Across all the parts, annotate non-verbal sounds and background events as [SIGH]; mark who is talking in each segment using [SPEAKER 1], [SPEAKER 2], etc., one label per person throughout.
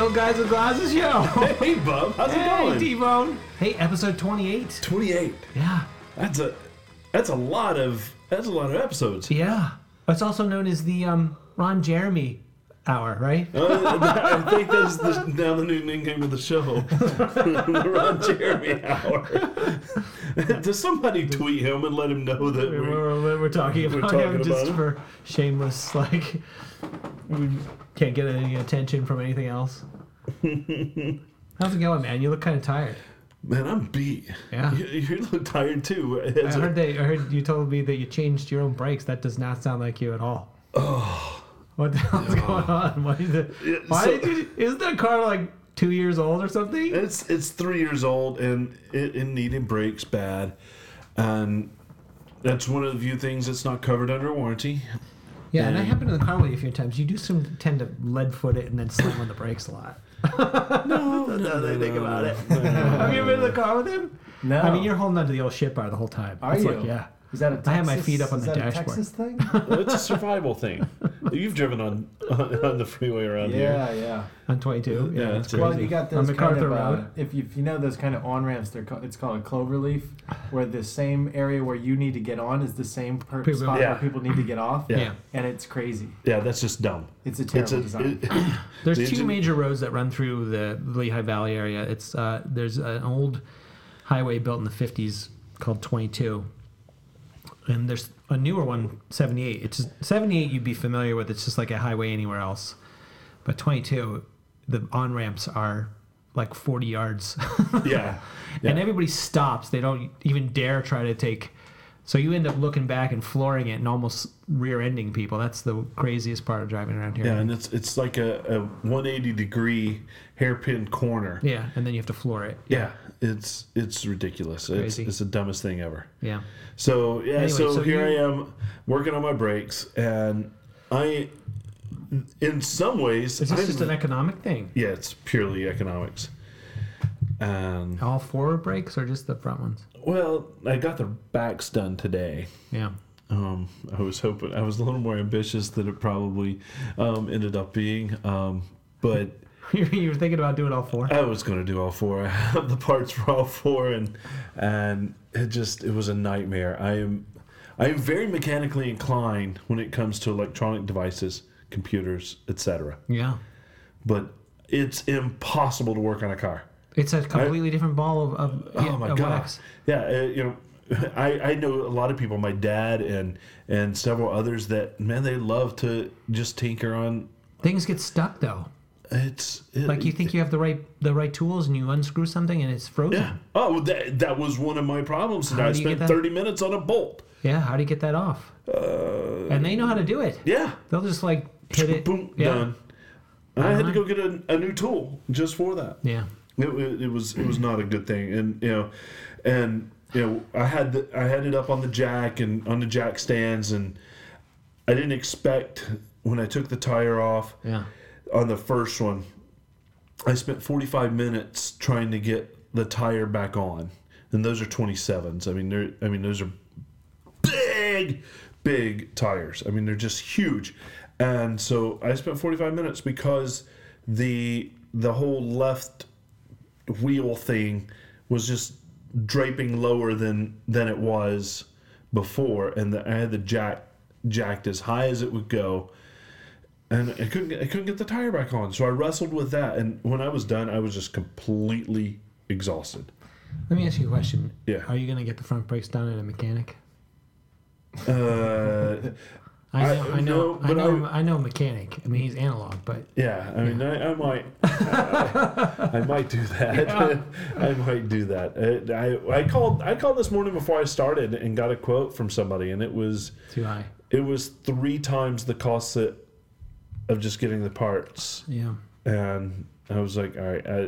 [SPEAKER 1] old guys with glasses show.
[SPEAKER 2] Hey, Bub, how's
[SPEAKER 1] hey,
[SPEAKER 2] it going?
[SPEAKER 1] T-Bone. Hey, episode 28.
[SPEAKER 2] 28.
[SPEAKER 1] Yeah.
[SPEAKER 2] That's a that's a lot of that's a lot of episodes.
[SPEAKER 1] Yeah. It's also known as the um, Ron Jeremy hour, right?
[SPEAKER 2] Uh, I think that's [LAUGHS] the, now the new nickname of the show, [LAUGHS] the Ron Jeremy Hour. [LAUGHS] Does somebody tweet him and let him know that
[SPEAKER 1] We're,
[SPEAKER 2] we
[SPEAKER 1] we're, we're talking
[SPEAKER 2] We're
[SPEAKER 1] about
[SPEAKER 2] talking
[SPEAKER 1] him just
[SPEAKER 2] about him.
[SPEAKER 1] for shameless, like, we can't get any attention from anything
[SPEAKER 2] [LAUGHS]
[SPEAKER 1] else. How's it going, man? You look kind of tired.
[SPEAKER 2] man? I'm beat.
[SPEAKER 1] Yeah.
[SPEAKER 2] you, you look tired too.
[SPEAKER 1] I
[SPEAKER 2] It's-
[SPEAKER 1] heard that. I heard you told me that you changed your own brakes. That does not sound like you at all. Oh, what the hell's going on? Why, is it,
[SPEAKER 2] Yeah,
[SPEAKER 1] why
[SPEAKER 2] so-
[SPEAKER 1] did you? Isn't that car like two years old or something?
[SPEAKER 2] It's it's three years old and it, it needed brakes bad, and that's one of the few things that's not covered under warranty.
[SPEAKER 1] Yeah, and that happened in the car way a few times. You do some tend to lead foot it and then slam on the brakes a lot.
[SPEAKER 2] [LAUGHS] No, no,
[SPEAKER 3] they
[SPEAKER 2] [LAUGHS]
[SPEAKER 3] think about it.
[SPEAKER 1] [LAUGHS] Have you ever been in the car with him?
[SPEAKER 3] No.
[SPEAKER 1] I mean, you're holding onto the old shit bar the whole time.
[SPEAKER 3] Are
[SPEAKER 1] It's
[SPEAKER 3] you?
[SPEAKER 1] like, yeah.
[SPEAKER 3] Is that a Texas,
[SPEAKER 1] I had my feet up on
[SPEAKER 3] is
[SPEAKER 1] the
[SPEAKER 3] that a
[SPEAKER 1] dashboard.
[SPEAKER 3] Texas
[SPEAKER 1] [LAUGHS]
[SPEAKER 3] thing?
[SPEAKER 2] It's a survival thing. You've driven on on, on the freeway around here.
[SPEAKER 3] yeah, yeah.
[SPEAKER 1] On 22. Yeah,
[SPEAKER 2] Yeah,
[SPEAKER 1] that's crazy.
[SPEAKER 2] it's crazy.
[SPEAKER 3] Well, you got
[SPEAKER 1] on
[SPEAKER 3] those kind
[SPEAKER 1] MacArthur
[SPEAKER 3] of uh,
[SPEAKER 1] Road.
[SPEAKER 3] if you if you know those kind of on ramps, they're called, it's called a clover leaf, where the same area where you need to get on is the same per-
[SPEAKER 1] People-
[SPEAKER 3] spot
[SPEAKER 2] Yeah.
[SPEAKER 3] where people need to get off.
[SPEAKER 2] Yeah.
[SPEAKER 1] Yeah.
[SPEAKER 3] and it's crazy.
[SPEAKER 2] Yeah, that's just dumb.
[SPEAKER 3] It's a
[SPEAKER 2] It's
[SPEAKER 3] terrible
[SPEAKER 2] a,
[SPEAKER 3] design.
[SPEAKER 2] it- [COUGHS]
[SPEAKER 1] There's
[SPEAKER 2] The
[SPEAKER 1] two
[SPEAKER 2] engine-
[SPEAKER 1] major roads that run through the Lehigh Valley area. It's uh, there's an old highway built in the 50s called 22, and there's a newer one 78. It's just- 78 you'd be familiar with. It's just like a highway anywhere else, but 22 the on ramps are like 40 yards, [LAUGHS]
[SPEAKER 2] yeah.
[SPEAKER 1] and everybody stops. They don't even dare try to take. So you end up looking back and flooring it and almost rear-ending people. That's the craziest part of driving around here.
[SPEAKER 2] Yeah, and it's it's like a, a 180 degree hairpin corner. Yeah,
[SPEAKER 1] Yeah, and then you have to floor it.
[SPEAKER 2] it's it's ridiculous. It's,
[SPEAKER 1] Crazy.
[SPEAKER 2] it's the dummest thing ever.
[SPEAKER 1] Yeah.
[SPEAKER 2] So yeah,
[SPEAKER 1] Anyway,
[SPEAKER 2] so,
[SPEAKER 1] so
[SPEAKER 2] here
[SPEAKER 1] you-
[SPEAKER 2] I am working on my brakes, and I, in some ways,
[SPEAKER 1] Is this
[SPEAKER 2] I'm-
[SPEAKER 1] just an economic thing?
[SPEAKER 2] yeah, it's purely economics. And
[SPEAKER 1] All four brakes or just the front ones?
[SPEAKER 2] well, I got the backs done today.
[SPEAKER 1] Yeah.
[SPEAKER 2] Um, I was hoping I was a little more ambitious than it probably um, ended up being, um, but
[SPEAKER 1] you [LAUGHS] you were thinking about doing all four?
[SPEAKER 2] I was going to do all four. [LAUGHS] I have the parts for all four, and and it just it was a nightmare. I am I am very mechanically inclined when it comes to electronic devices, computers, etc.
[SPEAKER 1] Yeah.
[SPEAKER 2] But it's impossible to work on a car.
[SPEAKER 1] It's a completely different ball of, of, yeah,
[SPEAKER 2] oh my
[SPEAKER 1] of
[SPEAKER 2] god!
[SPEAKER 1] wax.
[SPEAKER 2] Yeah, uh, you know. [LAUGHS] I, I know a lot of people, my dad and and several others that man they love to just tinker on.
[SPEAKER 1] Things get stuck though.
[SPEAKER 2] It's uh, it,
[SPEAKER 1] Like you think you have the right the right tools and you unscrew something and it's frozen.
[SPEAKER 2] Yeah. Oh, well, that, that was one of my problems. today.
[SPEAKER 1] How
[SPEAKER 2] I
[SPEAKER 1] do you get
[SPEAKER 2] spent
[SPEAKER 1] that?
[SPEAKER 2] 30 minutes on a bolt.
[SPEAKER 1] Yeah, how do you get that off? and they know how to do it.
[SPEAKER 2] Uh, Yeah.
[SPEAKER 1] They'll just like hit it.
[SPEAKER 2] Boom,
[SPEAKER 1] yeah. Uh-huh.
[SPEAKER 2] done. And I had to go get a, a new tool just for that.
[SPEAKER 1] Yeah.
[SPEAKER 2] It, wa- it was it was not a good thing, and you know, and you know, I had the, I had it up on the jack and on the jack stands, and I didn't expect when I took the tire off
[SPEAKER 1] Yeah.
[SPEAKER 2] on the first one. I spent 45 minutes trying to get the tire back on, and those are 27s. I mean, they're I mean those are big, big tires. I mean, they're just huge. And so I spent 45 minutes because the the whole left wheel thing was just draping lower than than it was before, and the, I had the jack jacked as high as it would go. And I couldn't get, I couldn't get the tire back on, so I wrestled with that. And when I was done, I was just completely exhausted.
[SPEAKER 1] Let me ask you a question.
[SPEAKER 2] Yeah.
[SPEAKER 1] Are you gonna get the front brakes done at a mechanic?
[SPEAKER 2] Uh, [LAUGHS]
[SPEAKER 1] I
[SPEAKER 2] I-
[SPEAKER 1] know I, know
[SPEAKER 2] no,
[SPEAKER 1] I
[SPEAKER 2] but I
[SPEAKER 1] know
[SPEAKER 2] would-
[SPEAKER 1] I know a mechanic. I mean he's analog, but
[SPEAKER 2] Yeah, I mean, I, I might, uh, I, I might do that. [LAUGHS] I might do that. Uh, I, I, I called, I called this morning before I started and got a quote from somebody, and it was,
[SPEAKER 1] too high.
[SPEAKER 2] it was three times the cost that, of just getting the parts,
[SPEAKER 1] Yeah.
[SPEAKER 2] and I was like, all right, I,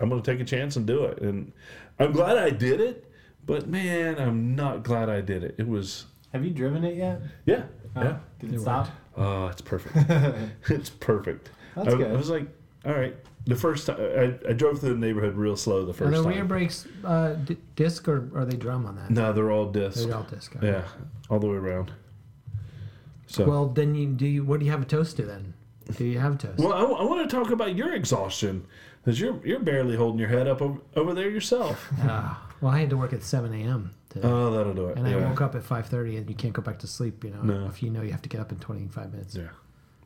[SPEAKER 2] I'm gonna take a chance and do it, and I'm glad I did it, but man, I'm not glad I did it. It was,
[SPEAKER 3] Have you driven it yet?
[SPEAKER 2] yeah, yeah.
[SPEAKER 3] Huh? Did it
[SPEAKER 1] It
[SPEAKER 3] stop?
[SPEAKER 2] Oh, it's
[SPEAKER 3] [LAUGHS]
[SPEAKER 2] perfect. it's perfect.
[SPEAKER 3] That's
[SPEAKER 2] I,
[SPEAKER 3] good.
[SPEAKER 2] I was like, all right. The first time I, I drove through the neighborhood real slow. The
[SPEAKER 1] Are
[SPEAKER 2] first
[SPEAKER 1] the
[SPEAKER 2] time.
[SPEAKER 1] rear brakes uh, d- disc or are they drum on that?
[SPEAKER 2] no, they're all disc.
[SPEAKER 1] They're all disc. okay.
[SPEAKER 2] Yeah, all the way around. So
[SPEAKER 1] Well, then you do. You, what do you have a toast to then? Do you have toast?
[SPEAKER 2] Well, I, want to talk about your exhaustion because you're you're barely holding your head up over, over there yourself.
[SPEAKER 1] [LAUGHS] Ah, well, I had to work at 7 a.m. today.
[SPEAKER 2] Oh, that'll do it.
[SPEAKER 1] and
[SPEAKER 2] yeah.
[SPEAKER 1] I woke up at 5.30 and you can't go back to sleep, you know,
[SPEAKER 2] No.
[SPEAKER 1] if you know you have to get up in 25 minutes.
[SPEAKER 2] Yeah,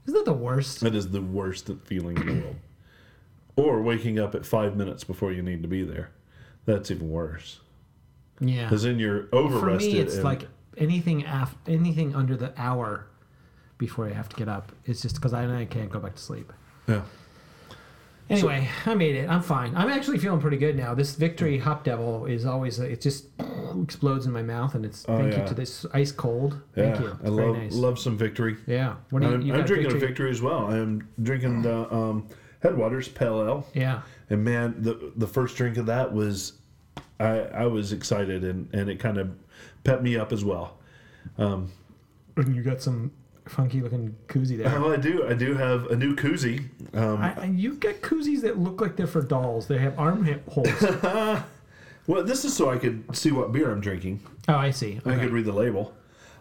[SPEAKER 1] Isn't that the worst?
[SPEAKER 2] that is the worst feeling in the world. Or waking up at five minutes before you need to be there. That's even worse.
[SPEAKER 1] Yeah.
[SPEAKER 2] Because then you're over
[SPEAKER 1] For
[SPEAKER 2] rested.
[SPEAKER 1] me, it's
[SPEAKER 2] and-
[SPEAKER 1] like anything af- anything under the hour before I have to get up. It's just because I, I can't go back to sleep.
[SPEAKER 2] yeah.
[SPEAKER 1] Anyway, I made it. I'm fine. I'm actually feeling pretty good now. This victory hop devil is always uh, it just explodes in my mouth, and it's
[SPEAKER 2] Oh,
[SPEAKER 1] thank
[SPEAKER 2] yeah.
[SPEAKER 1] you to this ice cold.
[SPEAKER 2] yeah.
[SPEAKER 1] Thank you. It's
[SPEAKER 2] I
[SPEAKER 1] very
[SPEAKER 2] love
[SPEAKER 1] nice.
[SPEAKER 2] love some victory.
[SPEAKER 1] yeah. What do you,
[SPEAKER 2] I'm,
[SPEAKER 1] you
[SPEAKER 2] I'm
[SPEAKER 1] got
[SPEAKER 2] drinking
[SPEAKER 1] victory?
[SPEAKER 2] a victory as well. I am drinking the um, Headwaters Pale Ale.
[SPEAKER 1] Yeah.
[SPEAKER 2] And man, the the first drink of that was, I I was excited and and it kind of pepped me up as well.
[SPEAKER 1] [LAUGHS] You got some funky looking koozie there.
[SPEAKER 2] Well, I do I do have a new koozie. Um,
[SPEAKER 1] I, I, you've got koozies that look like they're for dolls. They have arm hip
[SPEAKER 2] [LAUGHS]
[SPEAKER 1] holes. oh,
[SPEAKER 2] well, this is so I could see what beer I'm drinking.
[SPEAKER 1] Oh, I see.
[SPEAKER 2] I
[SPEAKER 1] Okay.
[SPEAKER 2] could read the label.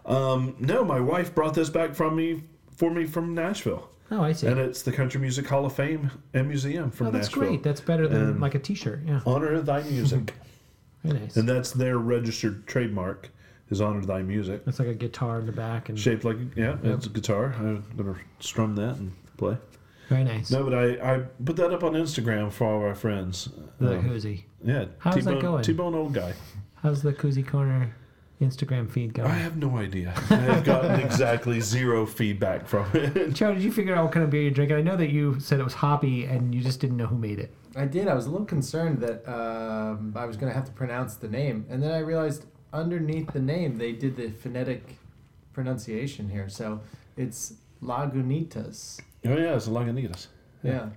[SPEAKER 2] Um, no, my wife brought this back from me for me from Nashville,
[SPEAKER 1] Oh, I see.
[SPEAKER 2] and it's the Country Music Hall of Fame and Museum from
[SPEAKER 1] Oh, that's
[SPEAKER 2] Nashville.
[SPEAKER 1] great. That's better than
[SPEAKER 2] And-
[SPEAKER 1] like a T-shirt. Yeah,
[SPEAKER 2] Honor thy
[SPEAKER 1] [LAUGHS]
[SPEAKER 2] music,
[SPEAKER 1] very nice.
[SPEAKER 2] and that's their registered trademark. Is honor thy music.
[SPEAKER 1] It's like a guitar in the back and
[SPEAKER 2] shaped like yeah, it's a guitar. I'm gonna strum that and play.
[SPEAKER 1] very nice.
[SPEAKER 2] No, but I, I put that up on Instagram for all our friends.
[SPEAKER 1] the
[SPEAKER 2] Um,
[SPEAKER 1] koozie.
[SPEAKER 2] yeah,
[SPEAKER 1] How's that
[SPEAKER 2] T-bone,
[SPEAKER 1] going?
[SPEAKER 2] T-bone old guy.
[SPEAKER 1] How's the koozie corner Instagram feed
[SPEAKER 2] I
[SPEAKER 1] going?
[SPEAKER 2] have no idea. I have gotten
[SPEAKER 1] [LAUGHS]
[SPEAKER 2] exactly zero feedback from it.
[SPEAKER 1] Joe, did you figure out what kind of beer you're drinking? I know that you said it was hoppy and you just didn't know who made it.
[SPEAKER 3] I did. I was a little concerned that um, I was going to have to pronounce the name. And then I realized underneath the name, they did the phonetic pronunciation here. So it's Lagunitas.
[SPEAKER 2] Oh yeah, it's a Lagunitas.
[SPEAKER 3] Yeah.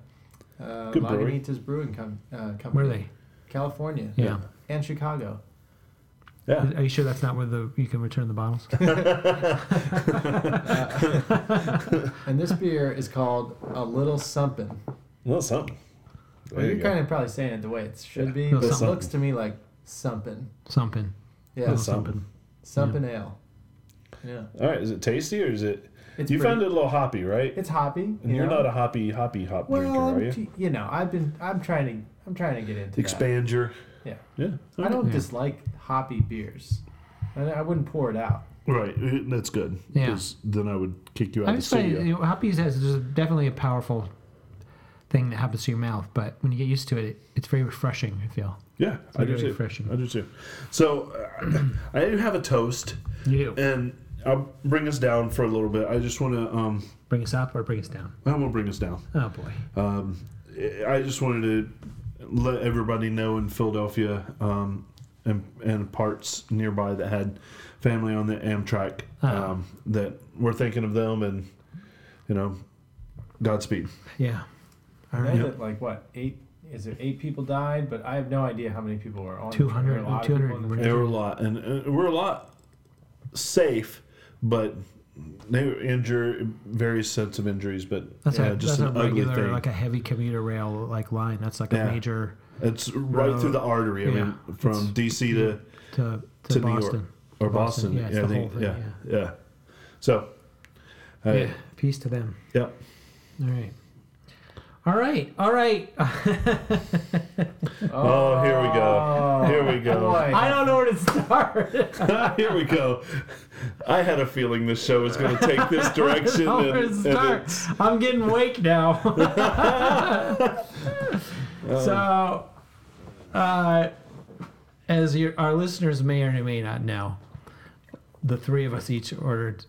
[SPEAKER 3] Uh,
[SPEAKER 2] Good brewery.
[SPEAKER 3] Lagunitas Brewing com- uh, Company.
[SPEAKER 1] Where are they?
[SPEAKER 3] California.
[SPEAKER 1] Yeah.
[SPEAKER 3] And Chicago.
[SPEAKER 2] Yeah,
[SPEAKER 1] Are you sure that's not where the you can return the [LAUGHS] bottles?
[SPEAKER 3] And
[SPEAKER 2] [LAUGHS]
[SPEAKER 3] this beer is called A Little Something.
[SPEAKER 2] well something. There
[SPEAKER 3] Well,
[SPEAKER 2] you
[SPEAKER 3] you're
[SPEAKER 2] go.
[SPEAKER 3] kind of probably saying it the way it should
[SPEAKER 2] Yeah.
[SPEAKER 3] be,
[SPEAKER 1] No,
[SPEAKER 3] but it
[SPEAKER 1] something.
[SPEAKER 3] looks to me like something.
[SPEAKER 1] Something.
[SPEAKER 3] Yeah.
[SPEAKER 2] Yes. something.
[SPEAKER 3] Something ale. Yeah.
[SPEAKER 2] All right, is it tasty or is it?
[SPEAKER 3] It's
[SPEAKER 2] you
[SPEAKER 3] pretty-
[SPEAKER 2] found it a little hoppy, right?
[SPEAKER 3] It's hoppy.
[SPEAKER 2] and you're
[SPEAKER 3] know?
[SPEAKER 2] not a hoppy hoppy hop
[SPEAKER 3] well,
[SPEAKER 2] drinker, are
[SPEAKER 3] I'm
[SPEAKER 2] you?
[SPEAKER 3] t- you know, I've been, I'm trying to, I'm trying to get into that.
[SPEAKER 2] Expand your
[SPEAKER 3] Yeah,
[SPEAKER 2] yeah.
[SPEAKER 3] I don't
[SPEAKER 1] Yeah.
[SPEAKER 3] dislike hoppy beers. I, I wouldn't pour it out.
[SPEAKER 2] Right, uh, that's good.
[SPEAKER 1] Yeah.
[SPEAKER 2] 'cause Then I would kick you out
[SPEAKER 1] I
[SPEAKER 2] of the
[SPEAKER 1] just say
[SPEAKER 2] studio.
[SPEAKER 1] you know, hoppy has there's definitely a powerful thing that happens to your mouth, but when you get used to it, it it's very refreshing. I feel.
[SPEAKER 2] Yeah, I do
[SPEAKER 1] very
[SPEAKER 2] too.
[SPEAKER 1] refreshing.
[SPEAKER 2] I do too. So [CLEARS THROAT] uh, I do have a toast,
[SPEAKER 1] You do.
[SPEAKER 2] and I'll bring us down for a little bit. I just want to. Um,
[SPEAKER 1] Bring us up or bring us down.
[SPEAKER 2] I won't bring us down.
[SPEAKER 1] Oh boy.
[SPEAKER 2] Um, I just wanted to let everybody know in Philadelphia um, and, and parts nearby that had family on the Amtrak
[SPEAKER 1] Ah.
[SPEAKER 2] um, that we're thinking of them, and you know, Godspeed.
[SPEAKER 1] Yeah. All
[SPEAKER 3] I
[SPEAKER 1] right.
[SPEAKER 3] know that like what eight is it eight people died, but I have no idea how many people were on. the train.
[SPEAKER 1] 200,
[SPEAKER 3] There were a lot of
[SPEAKER 1] 200
[SPEAKER 3] people on the
[SPEAKER 1] were-
[SPEAKER 3] train.
[SPEAKER 2] They were a lot, and uh, we're a lot safe, but they were injured, various sets of injuries, but
[SPEAKER 1] That's
[SPEAKER 2] yeah,
[SPEAKER 1] a,
[SPEAKER 2] just
[SPEAKER 1] that's
[SPEAKER 2] an
[SPEAKER 1] a
[SPEAKER 2] ugly
[SPEAKER 1] regular,
[SPEAKER 2] thing.
[SPEAKER 1] like a heavy commuter rail like line. That's like
[SPEAKER 2] Yeah.
[SPEAKER 1] a major
[SPEAKER 2] it's right
[SPEAKER 1] road.
[SPEAKER 2] through the artery. I mean,
[SPEAKER 1] Yeah.
[SPEAKER 2] from DC to
[SPEAKER 1] to, to,
[SPEAKER 2] to New York.
[SPEAKER 1] Boston.
[SPEAKER 2] or
[SPEAKER 1] Boston,
[SPEAKER 2] Boston.
[SPEAKER 1] yeah, it's
[SPEAKER 2] I
[SPEAKER 1] the
[SPEAKER 2] think-
[SPEAKER 1] whole thing,
[SPEAKER 2] yeah, yeah. So, I,
[SPEAKER 1] yeah. Peace to them.
[SPEAKER 2] yeah.
[SPEAKER 1] All right. All right. All right.
[SPEAKER 2] Oh, here we go.
[SPEAKER 3] Oh,
[SPEAKER 2] Here we
[SPEAKER 3] boy.
[SPEAKER 2] go.
[SPEAKER 1] I don't know where to start.
[SPEAKER 2] [LAUGHS] here we go. I had a feeling this show was going to take this direction.
[SPEAKER 1] [LAUGHS] I don't know
[SPEAKER 2] and,
[SPEAKER 1] where to
[SPEAKER 2] and
[SPEAKER 1] start.
[SPEAKER 2] it's-
[SPEAKER 1] I'm getting wake
[SPEAKER 2] [LAUGHS]
[SPEAKER 1] now. [LAUGHS] so, uh, as your, our listeners may or may not know, the three of us each ordered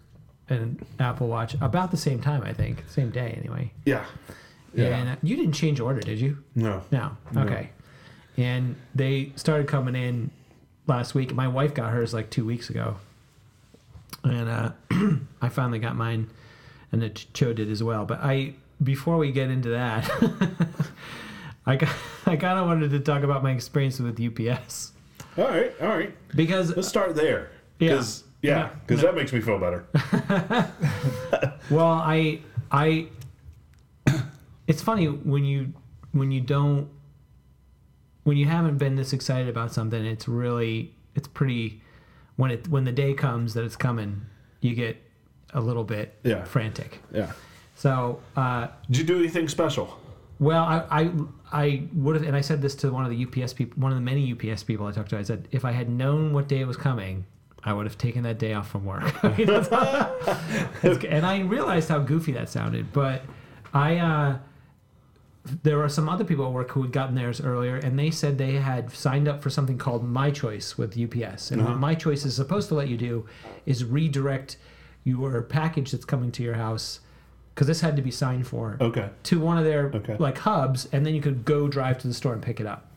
[SPEAKER 1] an Apple Watch about the same time, I think, same day anyway.
[SPEAKER 2] yeah.
[SPEAKER 1] Yeah. And uh, you didn't change order, did you?
[SPEAKER 2] No.
[SPEAKER 1] No. Okay. And they started coming in last week. My wife got hers like two weeks ago, and uh, [CLEARS THROAT] I finally got mine, and it Cho did as well. But I before we get into that, [LAUGHS] I got, [LAUGHS] I kind of wanted to talk about my experience with UPS
[SPEAKER 2] All right. All right.
[SPEAKER 1] because
[SPEAKER 2] Let's start there.
[SPEAKER 1] Yeah.
[SPEAKER 2] 'Cause- Yeah.
[SPEAKER 1] Yeah.
[SPEAKER 2] Because that makes me
[SPEAKER 1] [LAUGHS]
[SPEAKER 2] feel better.
[SPEAKER 1] Well, I I it's funny when you when you don't when you haven't been this excited about something, it's really it's pretty when it when the day comes that it's coming, you get a little bit
[SPEAKER 2] Yeah.
[SPEAKER 1] frantic.
[SPEAKER 2] Yeah.
[SPEAKER 1] So, uh,
[SPEAKER 2] Did you do anything special?
[SPEAKER 1] well, I, I, I would have, and I said this to one of the UPS people, one of the many UPS people I talked to. I said, if I had known what day it was coming, I would have taken that day off from work. [LAUGHS] I mean, that's- that's- and I realized how goofy that sounded, but I, uh, there were some other people at work who had gotten theirs earlier, and they said they had signed up for something called My Choice with UPS. And what My Choice is supposed to let you do is redirect your package that's coming to your house, because this had to be signed for
[SPEAKER 2] Okay.
[SPEAKER 1] to one of their
[SPEAKER 2] Okay.
[SPEAKER 1] like hubs, and then you could go drive to the store and pick it up.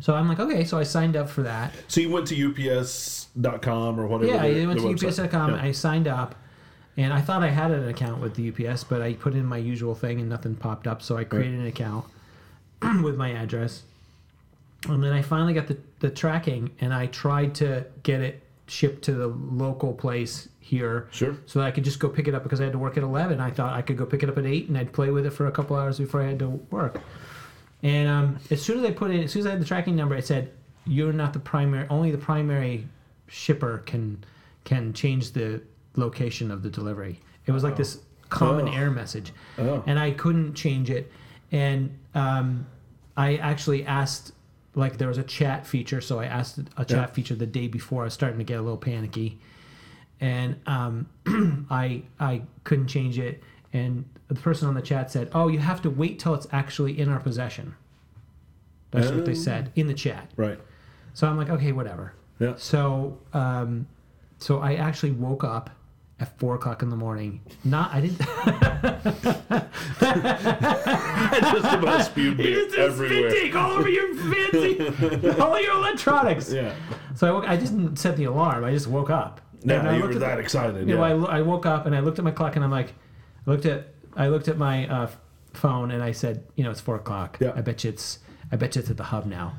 [SPEAKER 1] So I'm like, okay, so I signed up for that.
[SPEAKER 2] So you went to ups.com or whatever.
[SPEAKER 1] Yeah,
[SPEAKER 2] their-
[SPEAKER 1] I went
[SPEAKER 2] their
[SPEAKER 1] to
[SPEAKER 2] website.
[SPEAKER 1] UPS.com.
[SPEAKER 2] Yeah.
[SPEAKER 1] I signed up, and I thought I had an account with the UPS, but I put in my usual thing and nothing popped up. So I created an account [CLEARS THROAT] with my address, and then I finally got the the tracking, and I tried to get it shipped to the local place here
[SPEAKER 2] Sure.
[SPEAKER 1] so that I could just go pick it up because I had to work at 11. I thought I could go pick it up at 8 and I'd play with it for a couple hours before I had to work. And um, as soon as I put in, as soon as I had the tracking number, it said, "You're not the primary. Only the primary shipper can can change the location of the delivery." It was like this common
[SPEAKER 2] Oh.
[SPEAKER 1] error message,
[SPEAKER 2] Oh.
[SPEAKER 1] and I couldn't change it. And um, I actually asked, like, there was a chat feature, so I asked a chat
[SPEAKER 2] Yeah.
[SPEAKER 1] feature the day before. I was starting to get a little panicky and um, [CLEARS THROAT] I I couldn't change it. And the person on the chat said, "Oh, you have to wait till it's actually in our possession." That's what they
[SPEAKER 2] Oh.
[SPEAKER 1] said in the chat.
[SPEAKER 2] Right.
[SPEAKER 1] So I'm like, okay, whatever.
[SPEAKER 2] Yeah.
[SPEAKER 1] So um, so I actually woke up at four o'clock in the morning. Not I didn't.
[SPEAKER 2] I just
[SPEAKER 1] [LAUGHS]
[SPEAKER 2] about spewed
[SPEAKER 1] You
[SPEAKER 2] beer
[SPEAKER 1] just did a spit
[SPEAKER 2] everywhere.
[SPEAKER 1] take all over
[SPEAKER 2] [LAUGHS]
[SPEAKER 1] your fancy, all your electronics.
[SPEAKER 2] Yeah.
[SPEAKER 1] So I, woke, I just didn't set the alarm. I just woke up. And
[SPEAKER 2] Now
[SPEAKER 1] I
[SPEAKER 2] you
[SPEAKER 1] looked
[SPEAKER 2] were
[SPEAKER 1] at the-
[SPEAKER 2] that excited.
[SPEAKER 1] you
[SPEAKER 2] Yeah.
[SPEAKER 1] know, I, lo- I woke up and I looked at my clock and I'm like, I looked at I looked at my uh, f- phone and I said, you know, it's four o'clock.
[SPEAKER 2] Yeah.
[SPEAKER 1] I bet you it's I bet you it's at the hub now.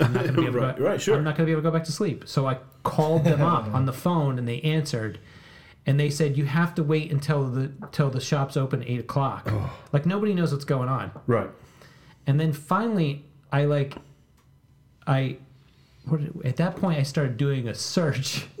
[SPEAKER 1] I'm not gonna be able
[SPEAKER 2] Right,
[SPEAKER 1] to go,
[SPEAKER 2] [LAUGHS] right, sure.
[SPEAKER 1] I'm not gonna be able to go back to sleep. So I called them up on the phone and they answered. And they said you have to wait until the till the shops open at eight o'clock.
[SPEAKER 2] Oh.
[SPEAKER 1] Like nobody knows what's going on.
[SPEAKER 2] right.
[SPEAKER 1] And then finally, I like, I, what, at that point, I started doing a search. [LAUGHS]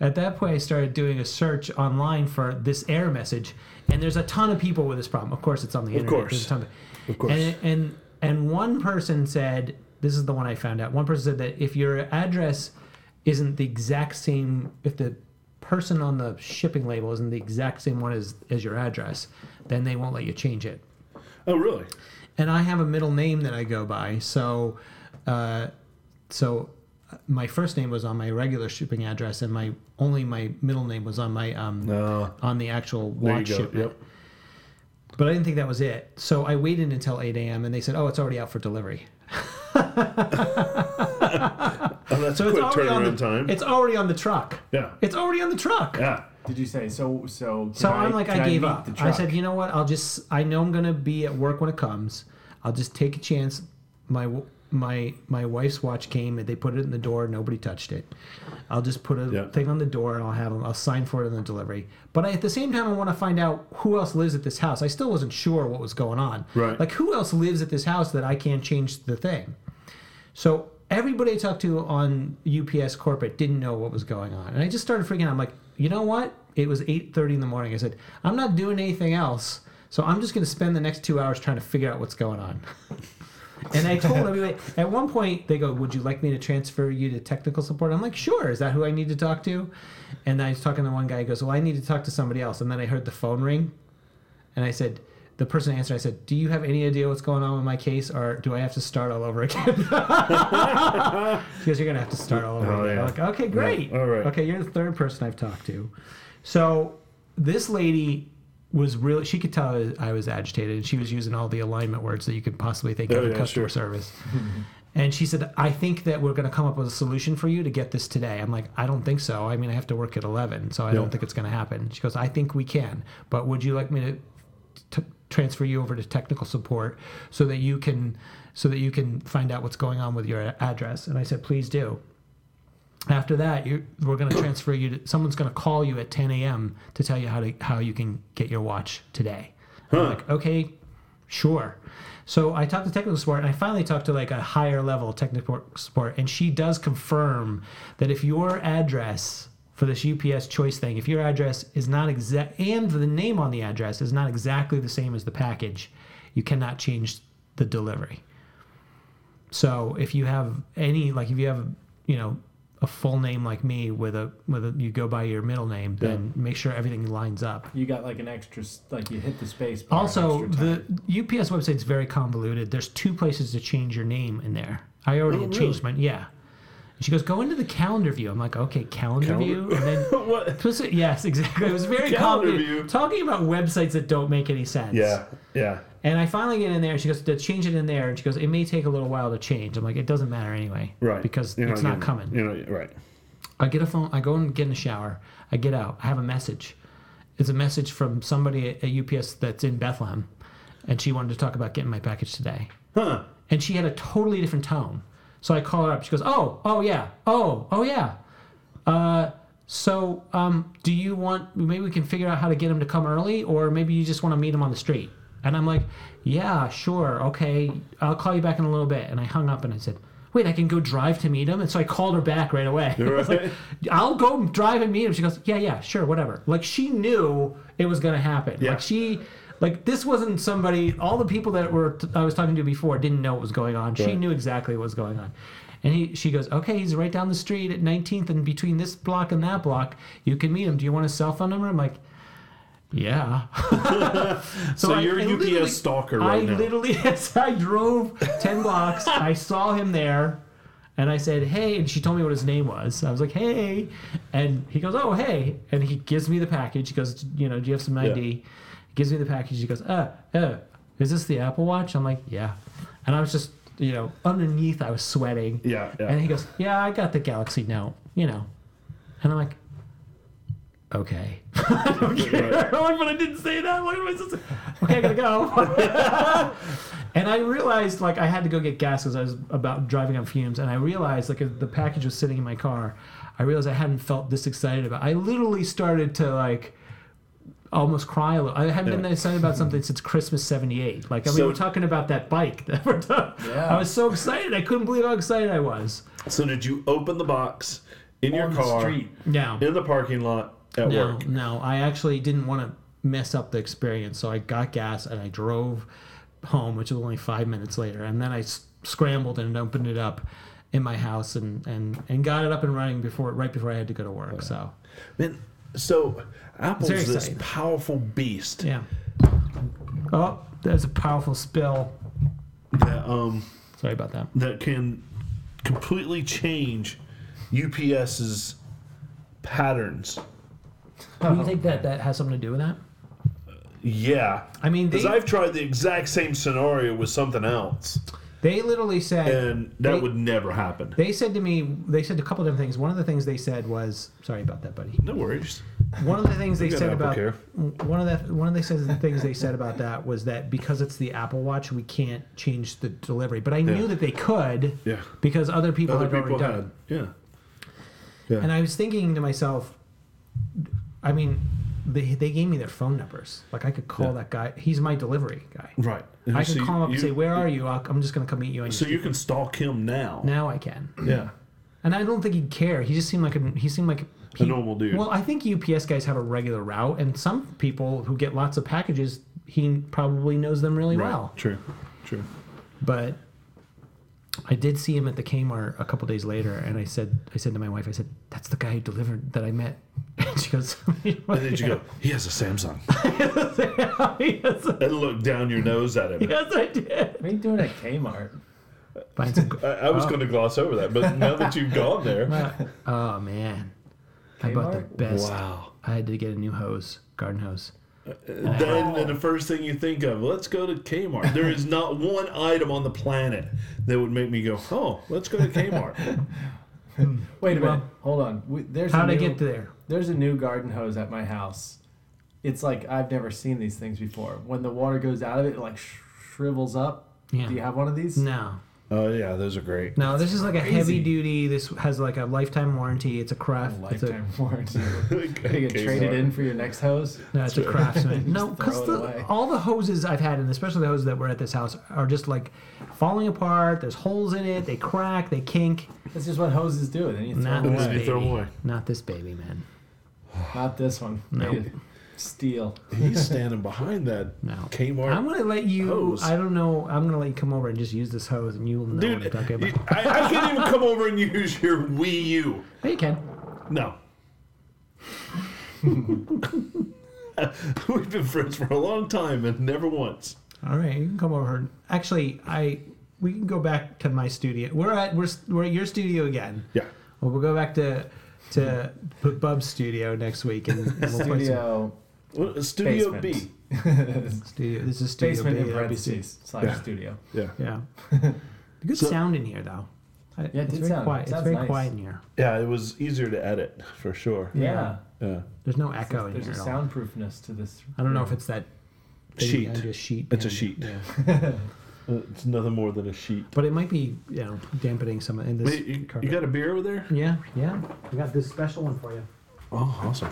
[SPEAKER 1] At that point, I started doing a search online for this error message, and there's a ton of people with this problem. Of course, it's on the internet.
[SPEAKER 2] course.
[SPEAKER 1] There's a ton of,
[SPEAKER 2] Of course.
[SPEAKER 1] And, and and one person said, this is the one I found out. One person said that if your address isn't the exact same, if the person on the shipping label isn't the exact same one as as your address, then they won't let you change it
[SPEAKER 2] Oh, really?
[SPEAKER 1] and I have a middle name that I go by. So, uh, so uh, my first name was on my regular shipping address, and my only my middle name was on my um,
[SPEAKER 2] No.
[SPEAKER 1] on the actual
[SPEAKER 2] There you
[SPEAKER 1] watch
[SPEAKER 2] go.
[SPEAKER 1] shipment.
[SPEAKER 2] Yep.
[SPEAKER 1] But I didn't think that was it. So I waited until 8 a.m. and they said, "Oh, it's already out for delivery."
[SPEAKER 2] Oh, that's
[SPEAKER 1] So
[SPEAKER 2] a
[SPEAKER 1] it's
[SPEAKER 2] quick
[SPEAKER 1] already on the
[SPEAKER 2] turnaround time.
[SPEAKER 1] It's already on the truck.
[SPEAKER 2] yeah.
[SPEAKER 1] It's already on the truck.
[SPEAKER 2] Yeah.
[SPEAKER 3] Did you say so? So,
[SPEAKER 1] So
[SPEAKER 3] can
[SPEAKER 1] I'm like,
[SPEAKER 3] can
[SPEAKER 1] I gave
[SPEAKER 3] meet
[SPEAKER 1] up.
[SPEAKER 3] the
[SPEAKER 1] I
[SPEAKER 3] truck?
[SPEAKER 1] said, you know what? I'll just. I know I'm gonna be at work when it comes. I'll just take a chance. My w- my my wife's watch came and they put it in the door. Nobody touched it. I'll just put a
[SPEAKER 2] Yeah.
[SPEAKER 1] thing on the door and I'll have them. I'll sign for it in the delivery. But I, at the same time, I want to find out who else lives at this house. I still wasn't sure what was going on.
[SPEAKER 2] Right.
[SPEAKER 1] Like who else lives at this house that I can't change the thing. So everybody I talked to on UPS corporate didn't know what was going on, and I just started freaking out. I'm like, you know what? It was 8:30 in the morning. I said, I'm not doing anything else, so I'm just going to spend the next two hours trying to figure out what's going on. and I told everybody. At one point, they go, "Would you like me to transfer you to technical support?" I'm like, "Sure." Is that who I need to talk to? And I was talking to one guy. He goes, "Well, I need to talk to somebody else." And then I heard the phone ring. And I said, the person answered, I said, Do you have any idea what's going on with my case or do I have to start all over again? [LAUGHS] Because you're going to have to start all over
[SPEAKER 2] Oh,
[SPEAKER 1] again.
[SPEAKER 2] yeah.
[SPEAKER 1] I'm like, okay, great.
[SPEAKER 2] all right.
[SPEAKER 1] Okay, you're the third person I've talked to. So this lady was really, she could tell I was- I was agitated and she was using all the alignment words that you could possibly think
[SPEAKER 2] Oh,
[SPEAKER 1] of in
[SPEAKER 2] yeah,
[SPEAKER 1] customer
[SPEAKER 2] sure.
[SPEAKER 1] service.
[SPEAKER 2] [LAUGHS]
[SPEAKER 1] And she said, I think that we're going to come up with a solution for you to get this today. I'm like, I don't think so. I mean, I have to work at 11, so I
[SPEAKER 2] Yeah.
[SPEAKER 1] don't think it's going to happen. She goes, I think we can, but would you like me to t- transfer you over to technical support so that you can so that you can find out what's going on with your address? And I said, please do. After that, you're, we're going to transfer you to someone's going to call you at 10 a.m. to tell you how to how you can get your watch today. I'm like, okay, sure. So I talked to technical support, and I finally talked to like a higher level technical support, and she does confirm that if your address for this UPS choice thing, if your address is not exact and the name on the address is not exactly the same as the package, you cannot change the delivery. So if you have any, like if you have, you know, a full name like me with a with a, you go by your middle name, then make sure everything lines up.
[SPEAKER 3] You got like an extra, s- like you hit the space. bar
[SPEAKER 1] Also,
[SPEAKER 3] extra time.
[SPEAKER 1] the UPS website's very convoluted. There's two places to change your name in there. I already
[SPEAKER 2] Oh,
[SPEAKER 1] had changed mine. Yeah. And she goes, go into the calendar view. I'm like, okay, calendar, view, and then.
[SPEAKER 2] [LAUGHS]
[SPEAKER 1] [LAUGHS]
[SPEAKER 2] what?
[SPEAKER 1] Plus, it- yes, exactly. It was very
[SPEAKER 2] Calendar
[SPEAKER 1] complicated.
[SPEAKER 2] view.
[SPEAKER 1] Talking about websites that don't make any sense.
[SPEAKER 2] Yeah, yeah.
[SPEAKER 1] And I finally get in there. and She goes to change it in there, and she goes, "It may take a little while to change." I'm like, "It doesn't matter anyway,
[SPEAKER 2] Right.
[SPEAKER 1] Because
[SPEAKER 2] You're
[SPEAKER 1] it's not
[SPEAKER 2] getting-
[SPEAKER 1] coming."
[SPEAKER 2] You're not, right.
[SPEAKER 1] I get a phone. I go and get in the shower. I get out. I have a message. It's a message from somebody at at UPS that's in Bethlehem, and she wanted to talk about getting my package today.
[SPEAKER 2] Huh.
[SPEAKER 1] And she had a totally different tone. So I call her up. She goes, "Oh, oh yeah, oh, oh yeah." Uh, so um, do you want? Maybe we can figure out how to get him to come early, or maybe you just want to meet him on the street. And I'm like, "Yeah, sure, okay. I'll call you back in a little bit." And I hung up and I said. Wait, I can go drive to meet him, and so I called her back right away. [LAUGHS] I was like,
[SPEAKER 2] Right.
[SPEAKER 1] I'll go drive and meet him. She goes, yeah, yeah, sure, whatever. Like she knew it was gonna happen.
[SPEAKER 2] Yeah.
[SPEAKER 1] Like she, like this wasn't somebody. All the people that were I was talking to before didn't know what was going on. She
[SPEAKER 2] Right.
[SPEAKER 1] knew exactly what was going on. And he, she goes, okay, he's right down the street at 19th, and between this block and that block, you can meet him. Do you want his cell phone number? I'm like, yeah.
[SPEAKER 2] [LAUGHS] So, you're a
[SPEAKER 1] literally-
[SPEAKER 2] UPS stalker right
[SPEAKER 1] I
[SPEAKER 2] now.
[SPEAKER 1] literally, [LAUGHS] yes, I drove 10 blocks. I saw him there and I said, hey. And she told me what his name was. I was like, hey. And he goes, oh, hey. And he gives me the package. He goes, you know, do you have some ID? He gives me the package. He goes, uh, uh, is this the Apple Watch? I'm like, yeah. And I was just, you know, underneath, I was sweating.
[SPEAKER 2] Yeah, yeah.
[SPEAKER 1] And he goes, yeah, I got the Galaxy Note, you know. And I'm like, okay. [LAUGHS] I don't care. [LAUGHS] but I didn't say that. What am I supposed to- Okay, I gotta go. [LAUGHS] and I realized like I had to go get gas because I was about driving on fumes, and I realized like as the package was sitting in my car. I realized I hadn't felt this excited about. I literally started to like almost cry a little. I hadn't been
[SPEAKER 2] Yeah.
[SPEAKER 1] that excited about something since Christmas '78. Like I mean,
[SPEAKER 2] So-
[SPEAKER 1] we're talking about that bike. That we're talking,
[SPEAKER 3] Yeah.
[SPEAKER 1] I was so excited. I couldn't believe how excited I was.
[SPEAKER 2] So did you open the box in your
[SPEAKER 3] On the
[SPEAKER 2] car
[SPEAKER 3] street.
[SPEAKER 1] Yeah.
[SPEAKER 2] in the parking lot at
[SPEAKER 1] No,
[SPEAKER 2] work?
[SPEAKER 1] no, I actually didn't want to mess up the experience, so I got gas and I drove home, which was only five minutes later, and then I s- scrambled and opened it up in my house and, and, and got it up and running before right before I had to go to work. So
[SPEAKER 2] Man, so Apple's
[SPEAKER 1] It's very
[SPEAKER 2] this
[SPEAKER 1] exciting.
[SPEAKER 2] powerful beast.
[SPEAKER 1] yeah. Oh, there's a powerful spill.
[SPEAKER 2] that um
[SPEAKER 1] Sorry about that.
[SPEAKER 2] that can completely change UPS's patterns.
[SPEAKER 1] Do you think that that has something to do with that?
[SPEAKER 2] Yeah,
[SPEAKER 1] I mean,
[SPEAKER 2] because
[SPEAKER 1] they-
[SPEAKER 2] I've tried the exact same scenario with something else,
[SPEAKER 1] They literally said
[SPEAKER 2] and that
[SPEAKER 1] They-
[SPEAKER 2] would never happen.
[SPEAKER 1] they said to me they said a couple different things. One of the things they said was sorry about that, buddy.
[SPEAKER 2] no worries.
[SPEAKER 1] One of the things they
[SPEAKER 2] got
[SPEAKER 1] said
[SPEAKER 2] Apple
[SPEAKER 1] about
[SPEAKER 2] Care.
[SPEAKER 1] one of the one of the says- things they said about that was that because it's the Apple Watch, we can't change the delivery. But I knew
[SPEAKER 2] Yeah.
[SPEAKER 1] that they could
[SPEAKER 2] Yeah.
[SPEAKER 1] because other people
[SPEAKER 2] Other
[SPEAKER 1] had already
[SPEAKER 2] people
[SPEAKER 1] done.
[SPEAKER 2] had,
[SPEAKER 1] it.
[SPEAKER 2] yeah.
[SPEAKER 1] And I was thinking to myself, I mean, they they gave me their phone numbers. Like I could call
[SPEAKER 2] Yeah.
[SPEAKER 1] that guy. He's my delivery
[SPEAKER 2] [LAUGHS]
[SPEAKER 1] guy.
[SPEAKER 2] Right. And
[SPEAKER 1] I
[SPEAKER 2] so
[SPEAKER 1] can
[SPEAKER 2] you-
[SPEAKER 1] call him up
[SPEAKER 2] you-
[SPEAKER 1] and say, "Where are you? I'll, I'm just going to come meet you." on your
[SPEAKER 2] So you
[SPEAKER 1] street."
[SPEAKER 2] can stalk him now.
[SPEAKER 1] now I can.
[SPEAKER 2] Yeah.
[SPEAKER 1] And I don't think he'd care. He just seemed like a he seemed like
[SPEAKER 2] A normal dude.
[SPEAKER 1] Well, I think UPS guys have a regular route, and some people who get lots of packages, he probably knows them really
[SPEAKER 2] Right.
[SPEAKER 1] well.
[SPEAKER 2] True. True.
[SPEAKER 1] But I did see him at the Kmart a couple days later, and I said I said to my wife, I said, "That's the guy who delivered that I met." [LAUGHS] And she goes,
[SPEAKER 2] And then
[SPEAKER 1] [LAUGHS]
[SPEAKER 2] you go, he has a Samsung. [LAUGHS]
[SPEAKER 1] yes,
[SPEAKER 2] and look down your nose at him.
[SPEAKER 1] yes, I did."
[SPEAKER 3] What are you doing at Kmart?
[SPEAKER 1] Find some-
[SPEAKER 2] I, I was going to gloss over that, but now that you've gone there,
[SPEAKER 1] [LAUGHS] oh man, I bought the
[SPEAKER 3] Kmart?
[SPEAKER 1] best.
[SPEAKER 2] wow.
[SPEAKER 1] I had to get a new hose, garden hose.
[SPEAKER 2] Then the first thing you think of, let's go to Kmart. There is not one item on the planet that would make me go, oh, let's go to Kmart.
[SPEAKER 3] Wait a
[SPEAKER 1] Well-
[SPEAKER 3] minute. Hold on. We, there's
[SPEAKER 1] How'd
[SPEAKER 3] a
[SPEAKER 1] I
[SPEAKER 3] new,
[SPEAKER 1] get there?
[SPEAKER 3] There's a new garden hose at my house. It's like I've never seen these things before. When the water goes out of it, it like sh- shrivels up.
[SPEAKER 1] Yeah.
[SPEAKER 3] Do you have one of these?
[SPEAKER 1] No.
[SPEAKER 2] Oh yeah, those are
[SPEAKER 3] [LAUGHS]
[SPEAKER 2] great.
[SPEAKER 1] No, this is like a
[SPEAKER 3] crazy.
[SPEAKER 1] heavy duty. This has like a lifetime warranty. It's a craft. it's a
[SPEAKER 3] lifetime
[SPEAKER 1] [LAUGHS]
[SPEAKER 3] warranty.
[SPEAKER 2] Okay,
[SPEAKER 3] You get
[SPEAKER 2] okay,
[SPEAKER 3] traded
[SPEAKER 2] sorry.
[SPEAKER 3] in for your next hose.
[SPEAKER 1] No, it's a craftsman. no,
[SPEAKER 3] [LAUGHS] Just
[SPEAKER 1] because
[SPEAKER 3] throw it away.
[SPEAKER 1] all the hoses I've had, and especially the hoses that were at this house, are just like falling apart. There's holes in it. They crack. They kink.
[SPEAKER 3] That's just what hoses do. Then you throw
[SPEAKER 1] Not
[SPEAKER 2] And
[SPEAKER 3] them
[SPEAKER 1] this
[SPEAKER 2] then
[SPEAKER 3] away.
[SPEAKER 2] you throw
[SPEAKER 1] baby.
[SPEAKER 2] away.
[SPEAKER 1] Not this baby, man.
[SPEAKER 3] Not this one.
[SPEAKER 1] No. [LAUGHS]
[SPEAKER 3] Steel.
[SPEAKER 2] He's standing behind
[SPEAKER 3] [LAUGHS]
[SPEAKER 2] that
[SPEAKER 1] No.
[SPEAKER 2] Kmart.
[SPEAKER 1] I'm gonna let you.
[SPEAKER 2] hose.
[SPEAKER 1] I don't know. I'm gonna let you come over and just use this hose, and you'll know what I'm
[SPEAKER 2] Dude,
[SPEAKER 1] talking
[SPEAKER 2] you-
[SPEAKER 1] about.
[SPEAKER 2] I, I can't even come over and use your Wii U.
[SPEAKER 1] Hey, you can.
[SPEAKER 2] No. [LAUGHS] We've been friends for a long time and never once.
[SPEAKER 1] All right, you can come over. Actually, I we can go back to my studio. We're at we're we're at your studio again.
[SPEAKER 2] Yeah.
[SPEAKER 1] Well, we'll go back to to B- Bub's studio next week, and, and we'll play some
[SPEAKER 3] Studio.
[SPEAKER 2] Well, Studio
[SPEAKER 3] Basement.
[SPEAKER 2] B.
[SPEAKER 1] [LAUGHS] studio. This is studio
[SPEAKER 3] Basement
[SPEAKER 1] B,
[SPEAKER 3] in
[SPEAKER 1] that'd be stu-
[SPEAKER 3] parentheses slash
[SPEAKER 2] Yeah.
[SPEAKER 3] studio.
[SPEAKER 2] Yeah.
[SPEAKER 1] Yeah.
[SPEAKER 3] [LAUGHS]
[SPEAKER 1] Good sound in here, though. I-
[SPEAKER 3] Yeah, it
[SPEAKER 1] it's
[SPEAKER 3] did
[SPEAKER 1] very
[SPEAKER 3] sound-
[SPEAKER 1] quiet. It's
[SPEAKER 3] sounds
[SPEAKER 1] very
[SPEAKER 3] nice.
[SPEAKER 1] quiet in here.
[SPEAKER 2] Yeah, it was easier to edit for sure.
[SPEAKER 3] Yeah.
[SPEAKER 2] Yeah.
[SPEAKER 1] There's no echo in
[SPEAKER 3] There's
[SPEAKER 1] here
[SPEAKER 3] a Hmm.
[SPEAKER 1] at all.
[SPEAKER 3] soundproofness to this.
[SPEAKER 1] I don't know if it's that thing
[SPEAKER 2] Sheet.
[SPEAKER 1] behind you, a sheet.
[SPEAKER 2] It's a
[SPEAKER 1] behind you.
[SPEAKER 2] sheet.
[SPEAKER 1] Yeah.
[SPEAKER 2] Uh, It's nothing more than a sheet.
[SPEAKER 1] [LAUGHS] But it might be, you know, dampening some in this.
[SPEAKER 2] Wait, you, you
[SPEAKER 1] carpet.
[SPEAKER 2] got a beer over there?
[SPEAKER 1] yeah, yeah. We got this special one for you.
[SPEAKER 2] Oh, awesome.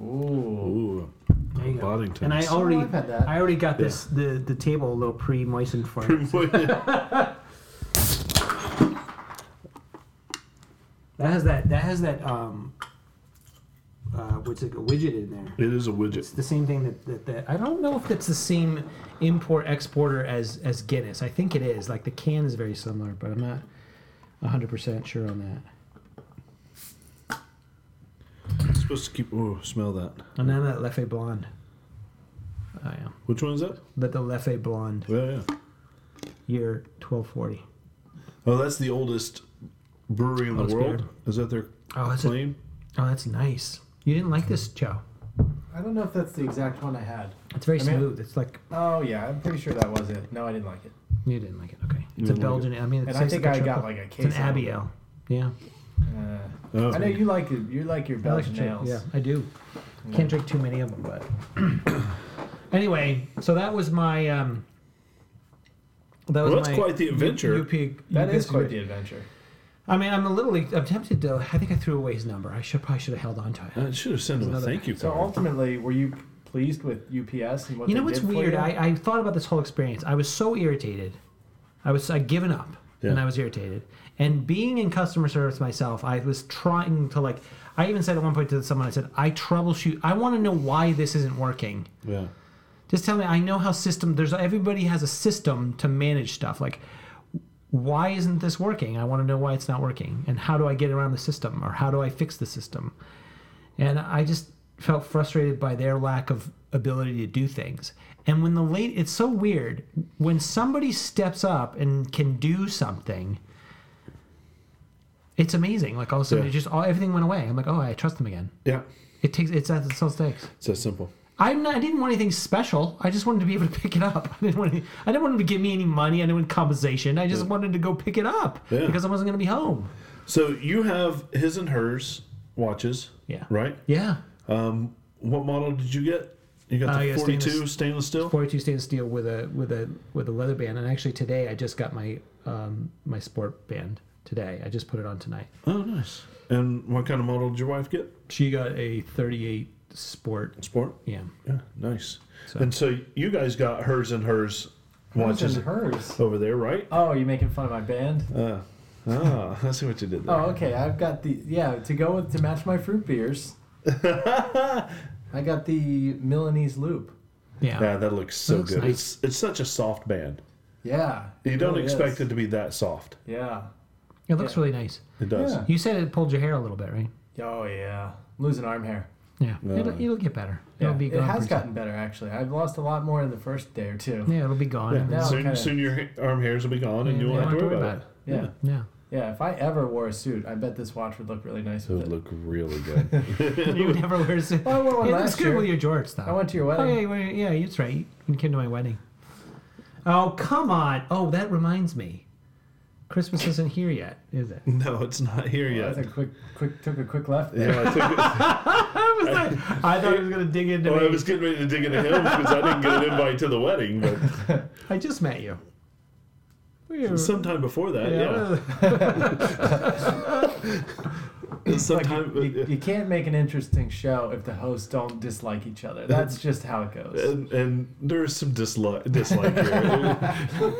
[SPEAKER 3] Ooh.
[SPEAKER 2] Ooh. [LAUGHS]
[SPEAKER 1] There you go.
[SPEAKER 2] Boddington.
[SPEAKER 1] And I
[SPEAKER 3] Oh,
[SPEAKER 1] already,
[SPEAKER 3] I've had that.
[SPEAKER 1] I already got this the the table a little pre moistened for you. That has that that has that um, uh, what's like a widget in there.
[SPEAKER 2] it is a
[SPEAKER 1] It's
[SPEAKER 2] widget.
[SPEAKER 1] the same thing that, that, that I don't know if it's the same import exporter as as Guinness. I think it is. Like the can is very similar, but I'm not 100% sure on that.
[SPEAKER 2] It's supposed to keep. Oh, smell that.
[SPEAKER 1] And now that Leffe Blonde. I am.
[SPEAKER 2] Which one is that?
[SPEAKER 1] But the Leffe Blonde
[SPEAKER 2] Yeah, yeah.
[SPEAKER 1] year 1240.
[SPEAKER 2] Oh, that's the oldest brewery in the
[SPEAKER 1] Oldest
[SPEAKER 2] world.
[SPEAKER 1] beer.
[SPEAKER 2] Is that their
[SPEAKER 1] Oh, that's a,
[SPEAKER 2] claim?
[SPEAKER 1] oh, that's nice. You didn't like this, Joe.
[SPEAKER 3] I don't know if that's the exact one I had.
[SPEAKER 1] It's very
[SPEAKER 3] I mean-
[SPEAKER 1] smooth. It's like
[SPEAKER 3] Oh yeah, I'm pretty sure that was it. No, I didn't like it.
[SPEAKER 1] you didn't like it. Okay,
[SPEAKER 2] You
[SPEAKER 1] it's a
[SPEAKER 2] didn't like
[SPEAKER 1] Belgian. I mean, it's
[SPEAKER 3] And I think I got like a
[SPEAKER 1] it's an
[SPEAKER 3] case. of it.
[SPEAKER 1] Abiel. Yeah,
[SPEAKER 3] Uh,
[SPEAKER 2] Oh.
[SPEAKER 3] I know you like it. You like your
[SPEAKER 1] I like
[SPEAKER 3] Belgian
[SPEAKER 1] chip-
[SPEAKER 3] nails.
[SPEAKER 1] Yeah, I do. Can't drink too many of them, but [CLEARS THROAT] anyway, so that was my um. That was
[SPEAKER 2] Well, that's
[SPEAKER 1] my
[SPEAKER 2] quite the
[SPEAKER 1] U-
[SPEAKER 2] adventure.
[SPEAKER 1] UP,
[SPEAKER 3] That is
[SPEAKER 1] UPS
[SPEAKER 3] quite the adventure.
[SPEAKER 1] I mean, I'm a little. e, I'm tempted to. I think I threw away his number. I should probably should have held on to
[SPEAKER 3] Uh,
[SPEAKER 1] it.
[SPEAKER 2] I should have sent him a
[SPEAKER 1] Another-
[SPEAKER 2] thank you
[SPEAKER 3] So
[SPEAKER 2] card.
[SPEAKER 3] ultimately, were you pleased with UPS and what
[SPEAKER 1] You know
[SPEAKER 3] they
[SPEAKER 1] what's
[SPEAKER 3] did for
[SPEAKER 1] weird?
[SPEAKER 3] you?
[SPEAKER 1] I, I thought about this whole experience. I was so irritated. I was I given up and
[SPEAKER 2] Yeah.
[SPEAKER 1] I was irritated. And being in customer service myself, I was trying to like. I even said at one point to someone, I said, "I troubleshoot. I want to know why this isn't working."
[SPEAKER 2] yeah.
[SPEAKER 1] just tell me i know how system there's everybody has a system to manage stuff like why isn't this working i want to know why it's not working and how do i get around the system or how do i fix the system and i just felt frustrated by their lack of ability to do things and when the late it's so weird when somebody steps up and can do something it's amazing like all of a sudden
[SPEAKER 2] Yeah.
[SPEAKER 1] it just all everything went away i'm like oh i trust them again
[SPEAKER 2] Yeah.
[SPEAKER 1] it takes it's at its stakes
[SPEAKER 2] It's that simple.
[SPEAKER 1] I'm not, I didn't want anything special. I just wanted to be able to pick it up. [LAUGHS] I didn't want any, I didn't want them to give me any money. I didn't want compensation. I just wanted to go pick it up
[SPEAKER 2] Yeah.
[SPEAKER 1] because I wasn't going to be home.
[SPEAKER 2] So you have his and hers watches.
[SPEAKER 1] Yeah.
[SPEAKER 2] Right?
[SPEAKER 1] Yeah.
[SPEAKER 2] Um, what model did you get? You got
[SPEAKER 1] I
[SPEAKER 2] the
[SPEAKER 1] got
[SPEAKER 2] 42 Uh, stainless,
[SPEAKER 1] stainless-
[SPEAKER 2] steel?
[SPEAKER 1] 42 stainless steel with a with a with a leather band. And actually today I just got my um, my sport band today. I just put it on tonight.
[SPEAKER 2] Oh, nice. And what kind of model did your wife get?
[SPEAKER 1] She got a 38 sport.
[SPEAKER 2] Sport?
[SPEAKER 1] Yeah.
[SPEAKER 2] Yeah, nice.
[SPEAKER 1] So-
[SPEAKER 2] And so you guys got hers and hers watches
[SPEAKER 3] Hers and hers.
[SPEAKER 2] over there, right?
[SPEAKER 3] Oh, you're making fun of my band?
[SPEAKER 2] Uh, ah, [LAUGHS] I see what you did there.
[SPEAKER 3] Oh, okay. I've got the yeah to go with to match my
[SPEAKER 2] [LAUGHS]
[SPEAKER 3] fruit beers. I got the Milanese loop.
[SPEAKER 1] Yeah.
[SPEAKER 2] Yeah, that looks so
[SPEAKER 1] looks
[SPEAKER 2] good.
[SPEAKER 1] nice.
[SPEAKER 2] It's it's such a soft band.
[SPEAKER 3] Yeah.
[SPEAKER 2] You don't
[SPEAKER 3] really
[SPEAKER 2] expect
[SPEAKER 3] is.
[SPEAKER 2] it to be that soft.
[SPEAKER 3] Yeah.
[SPEAKER 1] It looks
[SPEAKER 3] yeah.
[SPEAKER 1] really nice.
[SPEAKER 2] It does.
[SPEAKER 3] Yeah.
[SPEAKER 1] You said it pulled your hair a little bit, right?
[SPEAKER 3] Oh yeah. Losing arm hair.
[SPEAKER 1] Yeah.
[SPEAKER 2] No.
[SPEAKER 1] It'll, it'll get better.
[SPEAKER 3] Yeah.
[SPEAKER 1] It'll be
[SPEAKER 3] it
[SPEAKER 1] gone.
[SPEAKER 3] has
[SPEAKER 1] pretty
[SPEAKER 3] gotten better actually. I've lost a lot more in the first day or two.
[SPEAKER 1] soon. Yeah, it'll be gone.
[SPEAKER 2] Yeah,
[SPEAKER 1] and then-
[SPEAKER 3] No,
[SPEAKER 2] soon,
[SPEAKER 3] kinda-
[SPEAKER 2] soon your ha- arm hairs will be gone and
[SPEAKER 1] Yeah,
[SPEAKER 2] you
[SPEAKER 1] you
[SPEAKER 2] won't have to worry about it.
[SPEAKER 3] Yeah. Yeah.
[SPEAKER 1] yeah.
[SPEAKER 3] If I ever wore a suit, I bet this watch would look really nice
[SPEAKER 2] It
[SPEAKER 3] with
[SPEAKER 2] would
[SPEAKER 3] it.
[SPEAKER 2] look really
[SPEAKER 1] [LAUGHS]
[SPEAKER 2] good.
[SPEAKER 1] you would never wear a suit.
[SPEAKER 3] Well, I wore one
[SPEAKER 1] it looks
[SPEAKER 3] last
[SPEAKER 1] good
[SPEAKER 3] year.
[SPEAKER 1] with your jorts, though.
[SPEAKER 3] I went to your
[SPEAKER 1] Oh
[SPEAKER 3] wedding.
[SPEAKER 1] yeah, you went- yeah, that's right. You came to my wedding. Oh come on! Oh, that reminds me. Christmas isn't here yet, is
[SPEAKER 2] [LAUGHS]
[SPEAKER 1] it?
[SPEAKER 2] [LAUGHS]
[SPEAKER 1] [LAUGHS]
[SPEAKER 2] no, it's not here
[SPEAKER 3] Yeah.
[SPEAKER 2] yet.
[SPEAKER 3] That's a quick, quick, took a quick left.
[SPEAKER 2] [LAUGHS]
[SPEAKER 3] There.
[SPEAKER 2] yeah, I, took it-
[SPEAKER 1] I was like, I thought he was gonna dig into
[SPEAKER 2] well,
[SPEAKER 1] me.
[SPEAKER 2] I was getting ready to dig into him because I didn't get an invite to the wedding. But
[SPEAKER 1] I just met you. We're-
[SPEAKER 2] Sometime before
[SPEAKER 1] [LAUGHS]
[SPEAKER 2] that, yeah.
[SPEAKER 1] yeah.
[SPEAKER 2] Sometime.
[SPEAKER 3] you, you- you can't make an interesting show if the hosts don't dislike
[SPEAKER 2] [LAUGHS]
[SPEAKER 3] each other. That's just how it goes.
[SPEAKER 2] uh, and, and there is some dislike, dislike here.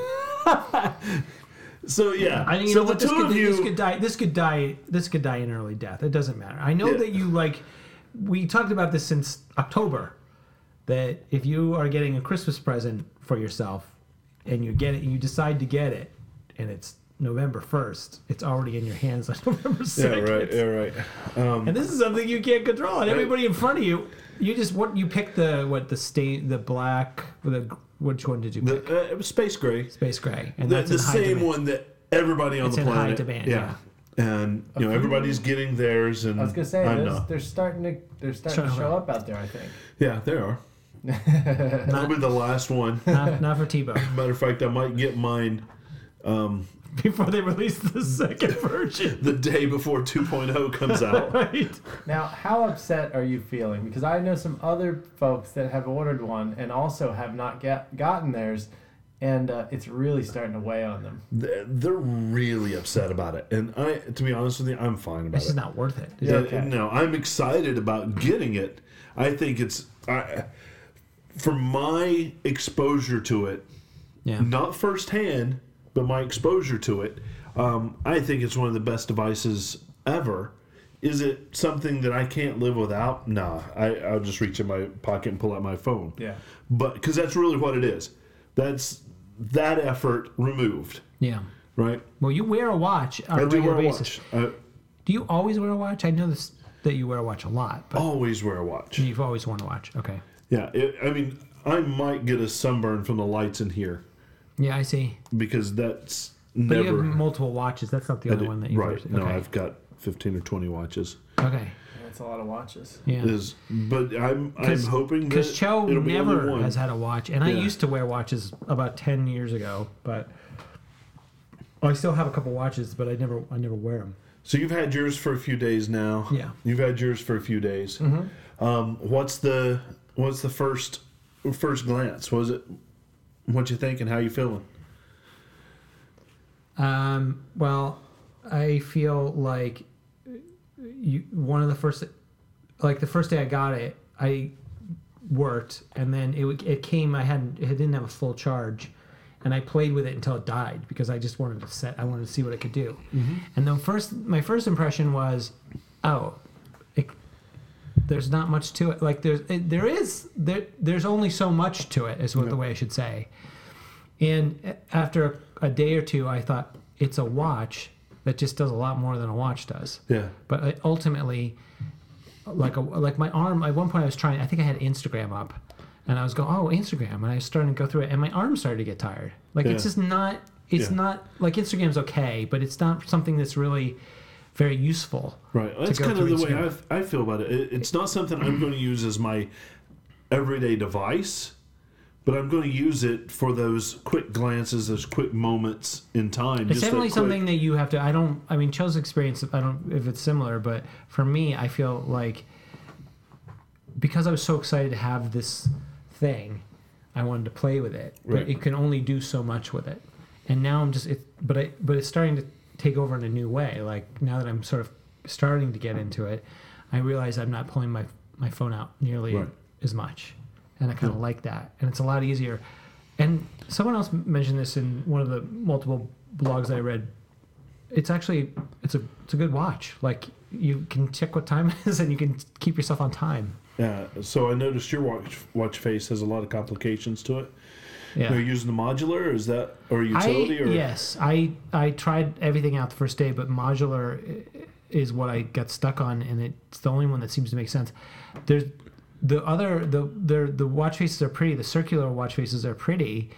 [SPEAKER 2] so yeah,
[SPEAKER 1] I think you
[SPEAKER 2] so
[SPEAKER 1] know what
[SPEAKER 2] the
[SPEAKER 1] this
[SPEAKER 2] two
[SPEAKER 1] could,
[SPEAKER 2] of you.
[SPEAKER 1] this could die this could die this could die an early death. It doesn't matter. I know
[SPEAKER 2] Yeah.
[SPEAKER 1] that you like we talked about this since October that if you are getting a Christmas present for yourself and you get it you decide to get it and it's November 1st, it's already in your hands on [LAUGHS] November 2nd.
[SPEAKER 2] yeah, right. Yeah, right. Um,
[SPEAKER 1] And this is something you can't control. And everybody in front of you, you just what you pick the what the stain the black the which one did you pick?
[SPEAKER 2] the, uh, space gray.
[SPEAKER 1] Space gray. And
[SPEAKER 2] The,
[SPEAKER 1] that's
[SPEAKER 2] the
[SPEAKER 1] in high
[SPEAKER 2] same
[SPEAKER 1] demand.
[SPEAKER 2] one that everybody on
[SPEAKER 1] It's
[SPEAKER 2] the
[SPEAKER 1] in high
[SPEAKER 2] planet.
[SPEAKER 1] demand,
[SPEAKER 2] And you know everybody's getting theirs, and
[SPEAKER 3] I was gonna say
[SPEAKER 2] I'm
[SPEAKER 3] there's-
[SPEAKER 2] not.
[SPEAKER 3] they're starting to they're starting to
[SPEAKER 1] Sure.
[SPEAKER 3] show up out there. I think.
[SPEAKER 2] Yeah,
[SPEAKER 1] [LAUGHS]
[SPEAKER 2] there are. I'll be the last one.
[SPEAKER 1] Not, not for Tebow.
[SPEAKER 2] Matter of fact, I might get mine
[SPEAKER 1] [LAUGHS] before they release the second [LAUGHS] version.
[SPEAKER 2] the day before 2.0 comes
[SPEAKER 1] [LAUGHS]
[SPEAKER 2] out.
[SPEAKER 1] Right?
[SPEAKER 3] Now, how upset are you feeling? Because I know some other folks that have ordered one and also have not get, gotten theirs, and uh, it's really starting to weigh on them.
[SPEAKER 2] they're, they're really upset about it, and I, to be honest with you, I'm fine about
[SPEAKER 1] It's
[SPEAKER 2] it.
[SPEAKER 1] just not worth it.
[SPEAKER 2] Yeah,
[SPEAKER 3] Okay.
[SPEAKER 2] No, I'm excited about getting it. I think it's I, for my exposure to it,
[SPEAKER 1] Yeah.
[SPEAKER 2] not firsthand, but my exposure to it. Um, I think it's one of the best devices ever. Is it something that I can't live without? Nah, I, I'll just reach in my pocket and pull out my phone.
[SPEAKER 3] Yeah.
[SPEAKER 2] but because that's really what it is. That's that effort removed,
[SPEAKER 1] Yeah.
[SPEAKER 2] right?
[SPEAKER 1] Well, you wear a watch on
[SPEAKER 2] I
[SPEAKER 1] a
[SPEAKER 2] do
[SPEAKER 1] regular
[SPEAKER 2] wear a
[SPEAKER 1] basis.
[SPEAKER 2] watch. I
[SPEAKER 1] Do you always wear a watch? I know this, that you wear a watch a lot, but
[SPEAKER 2] always wear a watch.
[SPEAKER 1] you've always worn a watch. Okay.
[SPEAKER 2] Yeah, it, I mean, I might get a sunburn from the lights in here
[SPEAKER 1] Yeah, I see.
[SPEAKER 2] because that's
[SPEAKER 1] But
[SPEAKER 2] never
[SPEAKER 1] you have multiple watches. That's not the only one that you
[SPEAKER 2] right.
[SPEAKER 1] Okay.
[SPEAKER 2] No, I've got fifteen or twenty watches.
[SPEAKER 1] okay.
[SPEAKER 3] That's a lot of watches.
[SPEAKER 1] Yeah.
[SPEAKER 2] Is but I'm I'm
[SPEAKER 1] 'Cause-
[SPEAKER 2] hoping that
[SPEAKER 1] Because Cho
[SPEAKER 2] it'll be only
[SPEAKER 1] never
[SPEAKER 2] one.
[SPEAKER 1] has had a watch, and I
[SPEAKER 2] Yeah.
[SPEAKER 1] used to wear watches about ten years ago, but I still have a couple watches, but I never, I never wear them.
[SPEAKER 2] so you've had yours for a few days now.
[SPEAKER 1] Yeah. Mm-hmm.
[SPEAKER 2] you've had yours for a few days. Um, what's the what's the first first glance? Was it what you thinking? How you feeling?
[SPEAKER 1] Um, well, I feel like you one of the first, like the first day I got it, I worked, and then it w- it came. I hadn't it didn't have a full charge, and I played with it until it died because I just wanted to set. I wanted to see what it could do. And the first, my first impression was, oh, it, there's not much to it. Like there's it, there is there there's only so much to it is what the way I should say. And a- after a day or two, I thought it's a watch that just does a lot more than a watch does.
[SPEAKER 2] Yeah,
[SPEAKER 1] But I- ultimately, like a, like my arm, at one point I was trying. I think I had Instagram up, and I was going, oh Instagram, and I was starting to go through it, and my arm started to get tired. Like it's
[SPEAKER 2] Yeah.
[SPEAKER 1] just not. It's
[SPEAKER 2] Yeah.
[SPEAKER 1] not like Instagram's okay, but it's not something that's really very useful.
[SPEAKER 2] Right. That's
[SPEAKER 1] go
[SPEAKER 2] kind of
[SPEAKER 1] through
[SPEAKER 2] the way
[SPEAKER 1] Instagram.
[SPEAKER 2] I, f- I feel about it. it. It's not something I'm going to use as my everyday device, but I'm going to use it for those quick glances, those quick moments in time.
[SPEAKER 1] It's
[SPEAKER 2] just that
[SPEAKER 1] definitely
[SPEAKER 2] quick-
[SPEAKER 1] something that you have to. I don't. I mean, Cho's experience. I don't if it's similar, but for me, I feel like because I was so excited to have this thing, I wanted to play with it,
[SPEAKER 2] Right.
[SPEAKER 1] but it can only do so much with it. And now I'm just. It, but I. But it's starting to take over in a new way. Like now that I'm sort of starting to get into it, I realize I'm not pulling my my phone out nearly
[SPEAKER 2] Right.
[SPEAKER 1] as much, and I kind of like that. And it's a lot easier. And someone else mentioned this in one of the multiple blogs I read. It's actually it's a it's a good watch. Like you can check what time [LAUGHS] it is, and you can keep yourself on time.
[SPEAKER 2] Yeah. So I noticed your watch watch face has a lot of complications to it.
[SPEAKER 1] Yeah.
[SPEAKER 2] Are you using the modular, or is that or
[SPEAKER 1] I,
[SPEAKER 2] utility, or
[SPEAKER 1] yes, I I tried everything out the first day, but modular i- is what I got stuck on, and it's the only one that seems to make sense. There's the other the the the watch faces are pretty. The circular watch faces are pretty,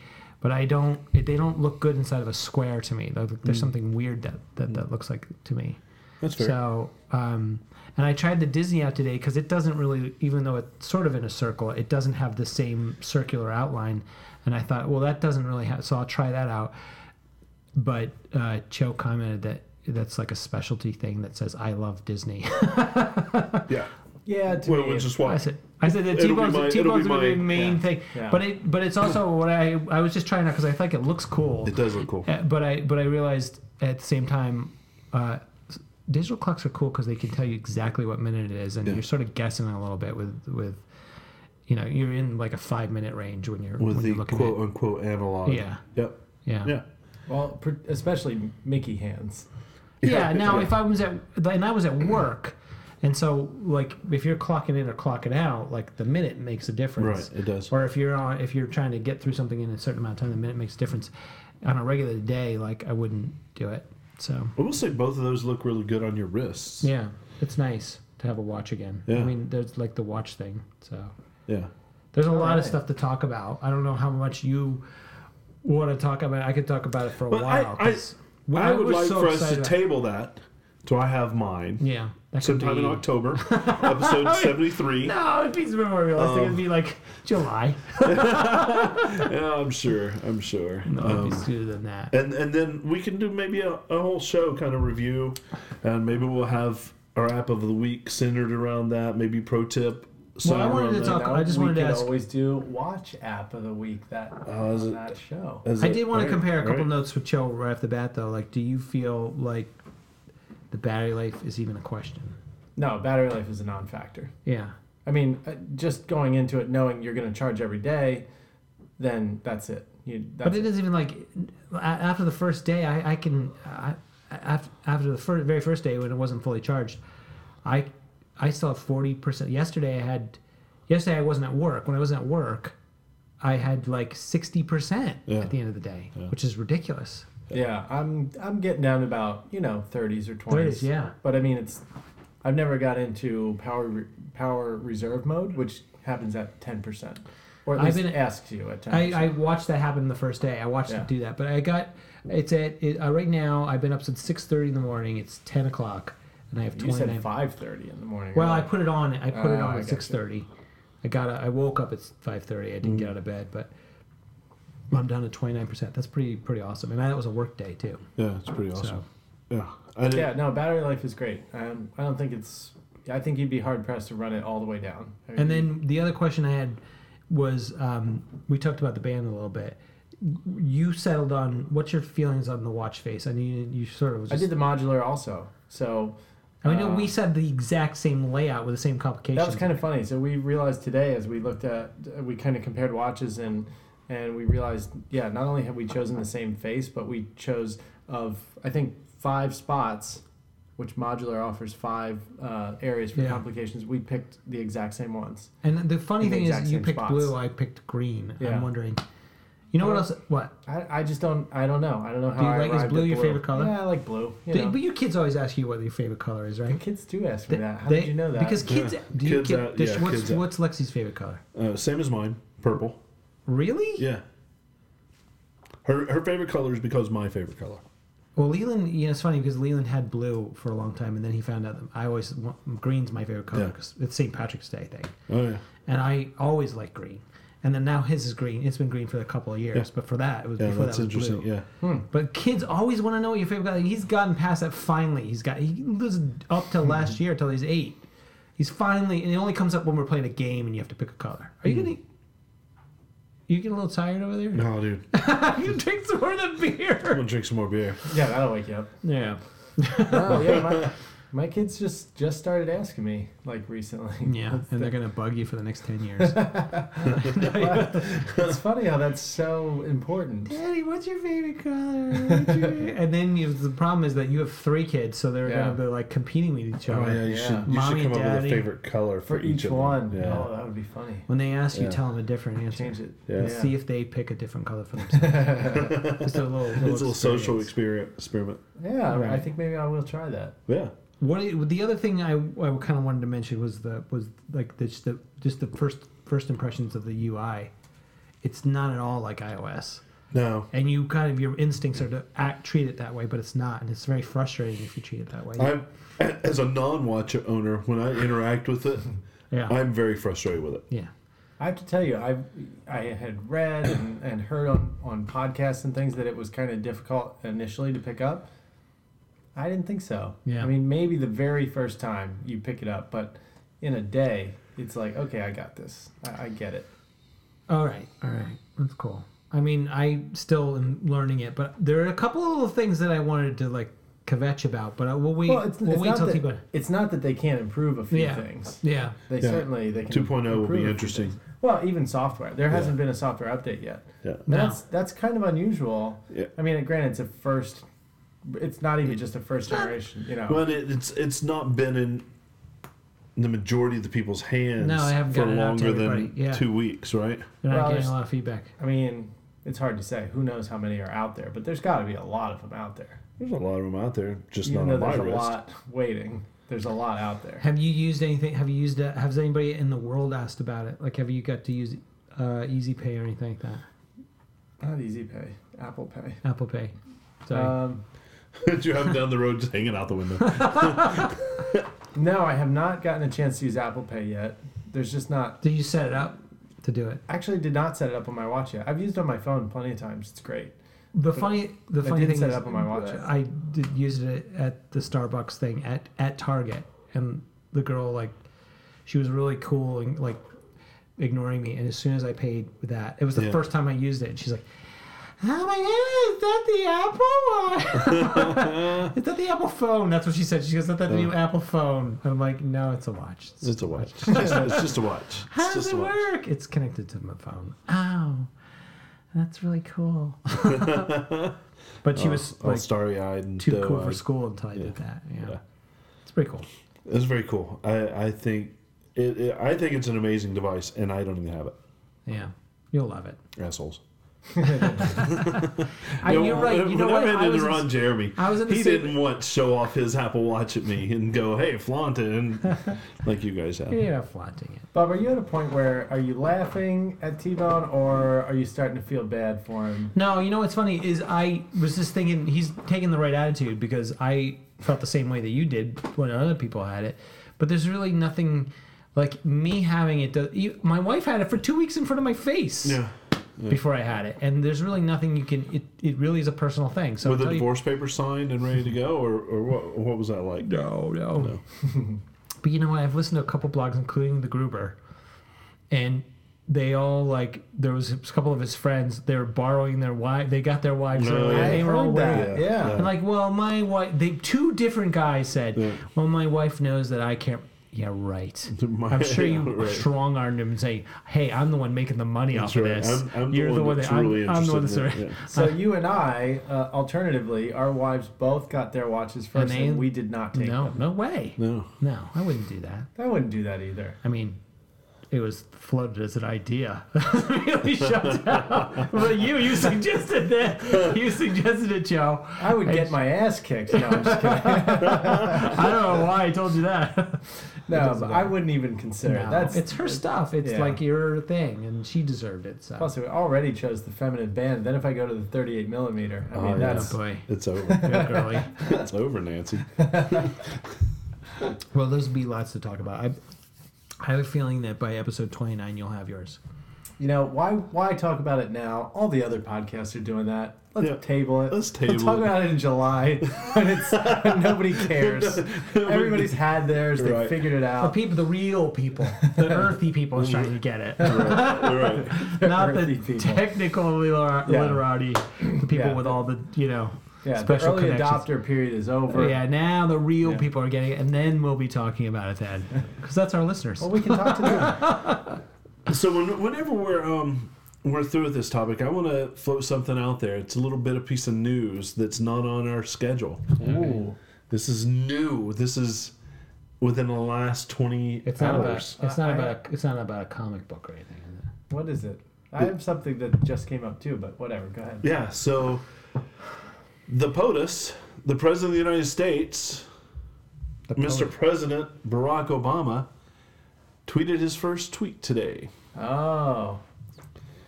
[SPEAKER 1] but I don't they don't look good inside of a square to me. There-
[SPEAKER 2] Hmm.
[SPEAKER 1] There's something weird that that, that looks like to me.
[SPEAKER 2] that's fair.
[SPEAKER 1] So, um, and I tried the Disney out today because it doesn't really, even though it's sort of in a circle, it doesn't have the same circular outline. And I thought, well, that doesn't really have, so I'll try that out. But uh, Cho [LAUGHS] commented that that's like a specialty thing that says, I love Disney.
[SPEAKER 2] yeah.
[SPEAKER 3] Yeah, to
[SPEAKER 2] Well,
[SPEAKER 3] me,
[SPEAKER 2] we'll
[SPEAKER 3] it-
[SPEAKER 2] just
[SPEAKER 1] I
[SPEAKER 2] walk.
[SPEAKER 1] said I said that
[SPEAKER 2] It'll be
[SPEAKER 1] T-bones
[SPEAKER 2] my-
[SPEAKER 1] T-bones
[SPEAKER 2] it'll
[SPEAKER 1] would
[SPEAKER 2] be
[SPEAKER 1] be the
[SPEAKER 2] my-
[SPEAKER 1] main
[SPEAKER 3] yeah,
[SPEAKER 1] thing,
[SPEAKER 3] yeah.
[SPEAKER 1] but it but it's also what I I was just trying out because I think it looks cool.
[SPEAKER 2] It does look cool.
[SPEAKER 1] Uh, but I but I realized at the same time, uh, s- digital clocks are cool because they can tell you exactly what minute it is, and
[SPEAKER 2] Yeah.
[SPEAKER 1] you're sort of guessing a little bit with with, you know, you're in like a five minute range when you're
[SPEAKER 2] With
[SPEAKER 1] when
[SPEAKER 2] the
[SPEAKER 1] you're looking
[SPEAKER 2] quote unquote analog.
[SPEAKER 1] at yeah
[SPEAKER 2] Yep.
[SPEAKER 1] yeah
[SPEAKER 2] Yeah.
[SPEAKER 3] Well, pr- especially Mickey hands.
[SPEAKER 1] yeah. Now if I was at and I was at work. And so, like, if you're clocking in or clocking out, like the minute makes a difference.
[SPEAKER 2] Right. It does.
[SPEAKER 1] or if you're on if you're trying to get through something in a certain amount of time the minute makes a difference on a regular day like i wouldn't do it so
[SPEAKER 2] I will say both of those look really good on your wrists.
[SPEAKER 1] yeah it's nice to have a watch again i
[SPEAKER 2] Yeah.
[SPEAKER 1] mean there's like the watch thing so
[SPEAKER 2] Yeah.
[SPEAKER 1] there's a lot
[SPEAKER 3] Alright.
[SPEAKER 1] of stuff to talk about i don't know how much you want to talk about i could talk about it for a
[SPEAKER 2] But I-
[SPEAKER 1] while
[SPEAKER 2] I-
[SPEAKER 1] 'cause we-
[SPEAKER 2] I would
[SPEAKER 1] was
[SPEAKER 2] like
[SPEAKER 1] so
[SPEAKER 2] for us
[SPEAKER 1] excited
[SPEAKER 2] to
[SPEAKER 1] about-
[SPEAKER 2] table that. Do I have mine?
[SPEAKER 1] yeah that could
[SPEAKER 2] Sometime in
[SPEAKER 1] be- [LAUGHS]
[SPEAKER 2] October, episode seventy-three.
[SPEAKER 1] no it'd be more realistic it'd
[SPEAKER 2] Um,
[SPEAKER 1] be like july
[SPEAKER 2] Yeah, I'm sure. I'm sure.
[SPEAKER 1] no it'd
[SPEAKER 2] Um,
[SPEAKER 1] be sooner than that
[SPEAKER 2] and and then we can do maybe a, a whole show kind of review, and maybe we'll have our app of the week centered around that. Maybe pro tip. centered
[SPEAKER 1] I wanted
[SPEAKER 2] around
[SPEAKER 1] to
[SPEAKER 2] that.
[SPEAKER 1] talk- I just
[SPEAKER 3] we
[SPEAKER 1] wanted to
[SPEAKER 3] could
[SPEAKER 1] ask-
[SPEAKER 3] always do watch app of the week that
[SPEAKER 2] Oh, is
[SPEAKER 3] on
[SPEAKER 2] it-
[SPEAKER 3] that show.
[SPEAKER 2] Is
[SPEAKER 1] I
[SPEAKER 2] it-
[SPEAKER 1] did want
[SPEAKER 2] right,
[SPEAKER 1] to compare a couple
[SPEAKER 2] right.
[SPEAKER 1] notes with Joe right off the bat, though. Like, do you feel like the battery life is even a question?
[SPEAKER 3] No, battery life is a non-factor.
[SPEAKER 1] Yeah.
[SPEAKER 3] I mean, uh, just going into it knowing you're going to charge every day, then that's it. You, that's
[SPEAKER 1] but it
[SPEAKER 3] it.
[SPEAKER 1] is even like a- after the first day, I, I can I, af- after the fir- very first day when it wasn't fully charged, I I still have forty percent. Yesterday I had yesterday I wasn't at work. When I wasn't at work, I had like sixty percent
[SPEAKER 2] Yeah.
[SPEAKER 1] at the end of the day, which is ridiculous.
[SPEAKER 3] Yeah, I'm I'm getting down to about you know 30s or 20s.
[SPEAKER 1] 30s, yeah.
[SPEAKER 3] But I mean, it's I've never got into power re- power reserve mode, which happens at 10 percent, or at
[SPEAKER 1] I've
[SPEAKER 3] least
[SPEAKER 1] been-
[SPEAKER 3] asks you at 10.
[SPEAKER 1] I, I watched that happen the first day. I watched
[SPEAKER 3] Yeah.
[SPEAKER 1] it do that, but I got it's at it, uh, right now. I've been up since six thirty in the morning. It's ten o'clock, and I have
[SPEAKER 3] you
[SPEAKER 1] twenty
[SPEAKER 3] said
[SPEAKER 1] nine.
[SPEAKER 3] 5:30 in the morning.
[SPEAKER 1] Well, I
[SPEAKER 3] right?
[SPEAKER 1] put it on. I put it
[SPEAKER 3] Oh, I
[SPEAKER 1] on at
[SPEAKER 3] gotcha.
[SPEAKER 1] six thirty. I got. A, I woke up at five thirty. I didn't
[SPEAKER 3] Mm.
[SPEAKER 1] get out of bed, but I'm down to twenty nine percent. That's pretty pretty awesome, and that was a work day too.
[SPEAKER 2] Yeah, it's pretty awesome.
[SPEAKER 1] So
[SPEAKER 2] Yeah, I did.
[SPEAKER 3] yeah, no, battery life is great. Um, I don't think it's. I think you'd be hard pressed to run it all the way down. I mean,
[SPEAKER 1] And then the other question I had was um, we talked about the band a little bit. You settled on what's your feelings on the watch face? I mean, you sort of was
[SPEAKER 3] I
[SPEAKER 1] just
[SPEAKER 3] did the modular also, so
[SPEAKER 1] I know
[SPEAKER 3] Uh,
[SPEAKER 1] we said the exact same layout with the same complications.
[SPEAKER 3] That was kind of funny. So we realized today, as we looked at, we kind of compared watches and and we realized, yeah, not only have we chosen the same face, but we chose of I think five spots, which modular offers five uh, areas for
[SPEAKER 1] Yeah.
[SPEAKER 3] complications. We picked the exact same ones.
[SPEAKER 1] And the funny
[SPEAKER 3] the
[SPEAKER 1] thing is,
[SPEAKER 3] exact
[SPEAKER 1] you
[SPEAKER 3] same
[SPEAKER 1] picked
[SPEAKER 3] spots.
[SPEAKER 1] blue, I picked green.
[SPEAKER 3] Yeah.
[SPEAKER 1] I'm wondering, you know what
[SPEAKER 3] Well,
[SPEAKER 1] else? What?
[SPEAKER 3] I, I just don't I don't know I don't know how
[SPEAKER 1] Do you
[SPEAKER 3] I
[SPEAKER 1] like- is
[SPEAKER 3] arrived at
[SPEAKER 1] blue your favorite color?
[SPEAKER 3] Yeah, I like blue. You
[SPEAKER 1] Do-
[SPEAKER 3] know.
[SPEAKER 1] but your kids always ask you what your favorite color is, right?
[SPEAKER 3] Kids do ask me that. How
[SPEAKER 1] They-
[SPEAKER 3] did you know that?
[SPEAKER 1] Because kids,
[SPEAKER 2] Yeah.
[SPEAKER 1] do you
[SPEAKER 2] Kids
[SPEAKER 1] kid-
[SPEAKER 2] out-
[SPEAKER 1] dish-
[SPEAKER 2] yeah,
[SPEAKER 1] what's
[SPEAKER 2] kids out.
[SPEAKER 1] what's Lexi's favorite color?
[SPEAKER 2] Uh, same as mine, purple.
[SPEAKER 1] Really?
[SPEAKER 2] Yeah. Her her favorite color is because my favorite color.
[SPEAKER 1] Well, Leland, you know, it's funny because Leland had blue for a long time, and then he found out that I always want, green's my favorite color
[SPEAKER 2] Yeah.
[SPEAKER 1] because it's St. Patrick's Day thing.
[SPEAKER 2] Oh yeah.
[SPEAKER 1] and I always like green. And then now his is green. It's been green for a couple of years,
[SPEAKER 2] Yeah.
[SPEAKER 1] but for that it was
[SPEAKER 2] Yeah,
[SPEAKER 1] before
[SPEAKER 2] that's
[SPEAKER 1] that was
[SPEAKER 2] interesting.
[SPEAKER 1] blue. Hmm.
[SPEAKER 2] Yeah.
[SPEAKER 1] But kids always want to know what your favorite color. He's gotten past that finally. He's got he lives up till
[SPEAKER 2] Hmm.
[SPEAKER 1] last year till he's eight. He's finally, and it only comes up when we're playing a game and you have to pick a color. Are you gonna? You getting a little tired over there?
[SPEAKER 2] Hmm. No, dude.
[SPEAKER 1] [LAUGHS]
[SPEAKER 2] I'm
[SPEAKER 1] you drink some more of the beer.
[SPEAKER 2] gonna drink some more beer.
[SPEAKER 3] [LAUGHS] yeah, that'll wake you
[SPEAKER 1] [LAUGHS]
[SPEAKER 3] up.
[SPEAKER 1] Yeah.
[SPEAKER 3] No, yeah, my, my kids just just started asking me like recently. [LAUGHS]
[SPEAKER 1] Yeah, and they're gonna bug you for the next ten [LAUGHS] years.
[SPEAKER 3] it's funny how [LAUGHS] that's so important.
[SPEAKER 1] Daddy, what's your favorite color? What's your- and then you, the problem is that you have three kids, so they're
[SPEAKER 3] Yeah.
[SPEAKER 1] going to be like competing with each
[SPEAKER 2] Oh
[SPEAKER 1] other.
[SPEAKER 2] yeah, you
[SPEAKER 3] Yeah.
[SPEAKER 2] should you
[SPEAKER 1] Mommy
[SPEAKER 2] should
[SPEAKER 1] and
[SPEAKER 2] come up with a
[SPEAKER 1] daddy.
[SPEAKER 2] favorite color for,
[SPEAKER 3] For each
[SPEAKER 2] of
[SPEAKER 3] one.
[SPEAKER 2] Them. Yeah.
[SPEAKER 3] Oh, that would be funny.
[SPEAKER 1] When they ask you,
[SPEAKER 2] Yeah.
[SPEAKER 1] tell them a different answer.
[SPEAKER 3] Change it.
[SPEAKER 2] Yeah.
[SPEAKER 1] And
[SPEAKER 3] Yeah.
[SPEAKER 1] see if they pick a different color for
[SPEAKER 3] [LAUGHS]
[SPEAKER 1] themselves. [LAUGHS] Just a little, little
[SPEAKER 2] It's a little social
[SPEAKER 1] experience.
[SPEAKER 2] experiment. experiment.
[SPEAKER 3] Yeah,
[SPEAKER 1] Right.
[SPEAKER 3] I think maybe I will try that.
[SPEAKER 2] Yeah.
[SPEAKER 1] What I- the other thing I, I kind of wanted to mention was the was like the, just the just the first first impressions of the UI. It's not at all like iOS,
[SPEAKER 2] No.
[SPEAKER 1] and you kind of your instincts are to act treat it that way, but it's not, and it's very frustrating if you treat it that way.
[SPEAKER 2] I'm [COUGHS] as a non-watcher owner when I interact
[SPEAKER 1] [LAUGHS]
[SPEAKER 2] with it,
[SPEAKER 1] yeah,
[SPEAKER 2] I'm very frustrated with it.
[SPEAKER 1] yeah.
[SPEAKER 3] I have to tell you, I I had read and, and heard on, on podcasts and things that it was kind of difficult initially to pick up. I didn't think so.
[SPEAKER 1] Yeah.
[SPEAKER 3] I mean, maybe the very first time you pick it up, but in a day, it's like, okay, I got this. I, I get it.
[SPEAKER 1] All right, all right, that's cool. I mean, I still am learning it, but there are a couple of little things that I wanted to like kvetch about, but I, we'll wait.
[SPEAKER 3] Well, it's,
[SPEAKER 1] we'll
[SPEAKER 3] it's,
[SPEAKER 1] wait
[SPEAKER 3] not
[SPEAKER 1] till people.
[SPEAKER 3] that, it's not that they can't improve a few
[SPEAKER 1] Yeah.
[SPEAKER 3] things.
[SPEAKER 1] Yeah,
[SPEAKER 3] They
[SPEAKER 2] Yeah.
[SPEAKER 3] certainly they can.
[SPEAKER 2] 2.0 will
[SPEAKER 3] improve a
[SPEAKER 2] be
[SPEAKER 3] few
[SPEAKER 2] interesting.
[SPEAKER 3] things. Well, even software. There hasn't been a software update yet.
[SPEAKER 2] Yeah.
[SPEAKER 1] No.
[SPEAKER 3] That's that's kind of unusual.
[SPEAKER 2] Yeah.
[SPEAKER 3] I mean, granted, it's a first. It's not even just a first generation. You know.
[SPEAKER 2] Well, and it, it's it's not been in the majority of the people's hands
[SPEAKER 1] No, I haven't
[SPEAKER 2] for
[SPEAKER 1] gotten it out to
[SPEAKER 2] longer than
[SPEAKER 1] everybody, yeah.
[SPEAKER 2] two weeks, right?
[SPEAKER 1] they're not
[SPEAKER 3] Well,
[SPEAKER 1] getting
[SPEAKER 3] there's-
[SPEAKER 1] a lot of feedback.
[SPEAKER 3] I mean, it's hard to say. Who knows how many are out there? But there's got to be a lot of them out there.
[SPEAKER 2] There's a lot of them out there, just
[SPEAKER 3] even
[SPEAKER 2] not
[SPEAKER 3] though
[SPEAKER 2] on my
[SPEAKER 3] there's a
[SPEAKER 2] wrist. [LAUGHS]
[SPEAKER 3] lot waiting, there's a lot out there.
[SPEAKER 1] Have you used anything? Have you used? A, has anybody in the world asked about it? Like, have you got to use uh, Easy Pay or anything like that?
[SPEAKER 3] Not Easy Pay, Apple Pay.
[SPEAKER 1] Apple Pay. Sorry.
[SPEAKER 3] Um,
[SPEAKER 2] you have down the road just hanging out
[SPEAKER 1] [LAUGHS]
[SPEAKER 2] the window.
[SPEAKER 3] no, I have not gotten a chance to use Apple Pay yet. There's just not.
[SPEAKER 1] Did you set it up to do it?
[SPEAKER 3] Actually, did not set it up on my watch yet. I've used it on my phone plenty of times. It's great.
[SPEAKER 1] The funny, the
[SPEAKER 3] I
[SPEAKER 1] funny
[SPEAKER 3] did
[SPEAKER 1] thing
[SPEAKER 3] set
[SPEAKER 1] is,
[SPEAKER 3] it up on my watch.
[SPEAKER 1] I did use it at the Starbucks thing at at Target, and the girl like, she was really cool and like, ignoring me. And as soon as I paid with that, it was the
[SPEAKER 2] Yeah.
[SPEAKER 1] first time I used it. And she's like, "Oh my god, is that the
[SPEAKER 3] [LAUGHS]
[SPEAKER 1] Apple one? [LAUGHS] is that the Apple phone?" That's what she said. She goes, "Is that the new Apple phone?" And I'm like, "No, it's a watch. It's-
[SPEAKER 2] It's
[SPEAKER 1] [LAUGHS]
[SPEAKER 2] a watch. It's just, it's just a watch. It's
[SPEAKER 1] How does
[SPEAKER 2] just
[SPEAKER 1] it
[SPEAKER 2] a watch.
[SPEAKER 1] work? It's connected to my phone. Oh, that's really
[SPEAKER 2] [LAUGHS]
[SPEAKER 1] cool. but she was
[SPEAKER 2] All
[SPEAKER 1] like
[SPEAKER 2] starry-eyed and uh,
[SPEAKER 1] too cool for
[SPEAKER 2] doe-eyed.
[SPEAKER 1] school until I did that. Yeah.
[SPEAKER 2] oh, Yeah.
[SPEAKER 1] It's pretty cool.
[SPEAKER 2] It was very cool. I, I think it, it- I think it's an amazing device, and I don't even have it.
[SPEAKER 1] Yeah. You'll love it.
[SPEAKER 2] Assholes.
[SPEAKER 1] I,
[SPEAKER 2] You know,
[SPEAKER 1] you're right. You know what?
[SPEAKER 2] when I
[SPEAKER 1] I
[SPEAKER 2] ran
[SPEAKER 1] was in-
[SPEAKER 2] into Ron Jeremy,
[SPEAKER 1] I was in the
[SPEAKER 2] he
[SPEAKER 1] same-
[SPEAKER 2] didn't once show off his Apple Watch at me and go, "Hey, flaunt it,"
[SPEAKER 1] [LAUGHS]
[SPEAKER 2] and like you guys have.
[SPEAKER 1] You're not flaunting it.
[SPEAKER 3] Bob, are you at a point where are you laughing at T Bone or are you starting to feel bad for him?
[SPEAKER 1] No, you know what's funny is I was just thinking he's taking the right attitude because I felt the same way that you did when other people had it. But there's really nothing like me having it. do- you- my wife had it for two weeks in front of my face.
[SPEAKER 2] Yeah.
[SPEAKER 1] before I had it. And there's really nothing you can. It, it really is a personal thing. So
[SPEAKER 2] With the
[SPEAKER 1] until you-
[SPEAKER 2] divorce paper signed and ready to go, or, or what? What was that like?
[SPEAKER 1] no, no,
[SPEAKER 2] No.
[SPEAKER 1] Oh. [LAUGHS] but you know what? I've listened to a couple blogs, including the Gruber, and they all like there was a couple of his friends. They were borrowing their wife. They got their wives.
[SPEAKER 2] No,
[SPEAKER 1] early,
[SPEAKER 2] yeah.
[SPEAKER 1] and
[SPEAKER 3] I
[SPEAKER 1] They were all
[SPEAKER 3] heard
[SPEAKER 1] wearing-
[SPEAKER 3] that. Yeah.
[SPEAKER 1] And like, well, my wife. They two different guys said,
[SPEAKER 2] Yeah.
[SPEAKER 1] well, my wife knows that I can't. Yeah, right.
[SPEAKER 2] [LAUGHS] My-
[SPEAKER 1] I'm sure you
[SPEAKER 2] right.
[SPEAKER 1] strong armed him and say, "Hey, I'm the one making the money
[SPEAKER 2] That's
[SPEAKER 1] off
[SPEAKER 2] right.
[SPEAKER 1] of this.
[SPEAKER 2] I'm, I'm
[SPEAKER 1] You're
[SPEAKER 2] the one
[SPEAKER 1] that
[SPEAKER 2] that's really
[SPEAKER 1] I'm, I'm the one that's
[SPEAKER 2] interested in
[SPEAKER 1] right."
[SPEAKER 2] it. Yeah.
[SPEAKER 3] [LAUGHS] So you and I, uh, alternatively, our wives both got their watches first,
[SPEAKER 1] they-
[SPEAKER 3] and, we did not take
[SPEAKER 1] No,
[SPEAKER 3] them.
[SPEAKER 1] no way.
[SPEAKER 2] No.
[SPEAKER 1] No, I wouldn't do that.
[SPEAKER 3] I wouldn't do that either.
[SPEAKER 1] I mean, it was floated as an idea. [LAUGHS] really shut down. But you, you suggested that. You suggested it, Joe.
[SPEAKER 3] I would get my ass kicked. No, I'm just kidding.
[SPEAKER 1] I don't know why I told you [LAUGHS] that.
[SPEAKER 3] no, but I wouldn't even consider it.
[SPEAKER 1] No,
[SPEAKER 3] That's
[SPEAKER 1] it's her stuff. It's
[SPEAKER 3] yeah.
[SPEAKER 1] like your thing, and she deserved it. So.
[SPEAKER 3] plus we already chose the feminine band. Then if I go to the 38 millimeter, I mean
[SPEAKER 2] Oh, yeah.
[SPEAKER 1] oh
[SPEAKER 3] that's
[SPEAKER 1] boy, [LAUGHS]
[SPEAKER 2] It's over.
[SPEAKER 1] Good girly.
[SPEAKER 2] it's over, Nancy.
[SPEAKER 1] Well, those would be lots to talk about. I, I have a feeling that by episode twenty nine, you'll have yours.
[SPEAKER 3] you know why why talk about it now? All the other podcasts are doing that. Let's
[SPEAKER 2] Yeah.
[SPEAKER 3] table it.
[SPEAKER 2] Let's
[SPEAKER 3] Let's
[SPEAKER 2] table
[SPEAKER 3] talk
[SPEAKER 2] it.
[SPEAKER 3] about it in July [LAUGHS] when it's
[SPEAKER 2] [LAUGHS]
[SPEAKER 3] when nobody cares. Everybody's had theirs. They
[SPEAKER 2] Right.
[SPEAKER 3] figured it
[SPEAKER 1] The
[SPEAKER 3] out.
[SPEAKER 1] people, the real people, the [LAUGHS] earthy people, is trying to get it.
[SPEAKER 2] All right.
[SPEAKER 1] not the
[SPEAKER 3] earthy people.
[SPEAKER 1] technical liter-
[SPEAKER 3] Yeah.
[SPEAKER 1] literati, the people
[SPEAKER 3] Yeah.
[SPEAKER 1] with all the you know
[SPEAKER 3] Yeah,
[SPEAKER 1] special
[SPEAKER 3] the early
[SPEAKER 1] connections.
[SPEAKER 3] adopter period is over.
[SPEAKER 1] Yeah, now the real
[SPEAKER 3] Yeah.
[SPEAKER 1] people are getting it, and then we'll be talking about it then,
[SPEAKER 3] [LAUGHS]
[SPEAKER 1] because that's our listeners.
[SPEAKER 3] Well, we can talk to
[SPEAKER 2] [LAUGHS]
[SPEAKER 3] them.
[SPEAKER 2] So when, whenever we're um we're through with this topic, I want to float something out there. It's a little bit of piece of news that's not on our schedule.
[SPEAKER 3] Ooh.
[SPEAKER 2] This is new. This is within the last twenty
[SPEAKER 1] It's not about
[SPEAKER 2] hours.
[SPEAKER 1] it's not
[SPEAKER 3] I-
[SPEAKER 1] about it's not about a comic book or anything. is it?
[SPEAKER 3] What is it? I have something that just came up too, but whatever. Go ahead.
[SPEAKER 2] Yeah. So the POTUS, the president of the United States, Mr. President Barack Obama, tweeted his first tweet today
[SPEAKER 3] Oh,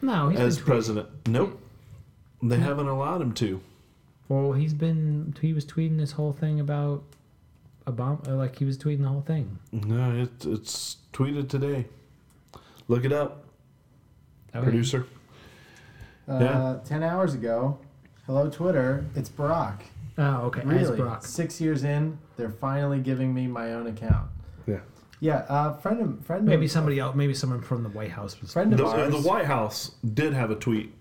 [SPEAKER 1] No, he's
[SPEAKER 2] as
[SPEAKER 1] been tweet-
[SPEAKER 2] president. Nope. They haven't allowed him to.
[SPEAKER 1] well, he's been he was tweeting this whole thing about Obama, uh, like he was tweeting the whole thing.
[SPEAKER 2] No, it, it's tweeted today. Look it up,
[SPEAKER 1] Okay.
[SPEAKER 2] producer.
[SPEAKER 3] uh,
[SPEAKER 2] Yeah.
[SPEAKER 3] ten hours ago. Hello, Twitter. It's Barack.
[SPEAKER 1] Oh, okay. As
[SPEAKER 3] Really,
[SPEAKER 1] Brock.
[SPEAKER 3] six years in, they're finally giving me my own account.
[SPEAKER 2] Yeah.
[SPEAKER 3] Yeah, uh, friend of friend.
[SPEAKER 1] Maybe
[SPEAKER 3] of,
[SPEAKER 1] somebody else. Maybe someone from the White House was.
[SPEAKER 3] friend
[SPEAKER 2] The,
[SPEAKER 3] of ours.
[SPEAKER 2] the White House did have a tweet.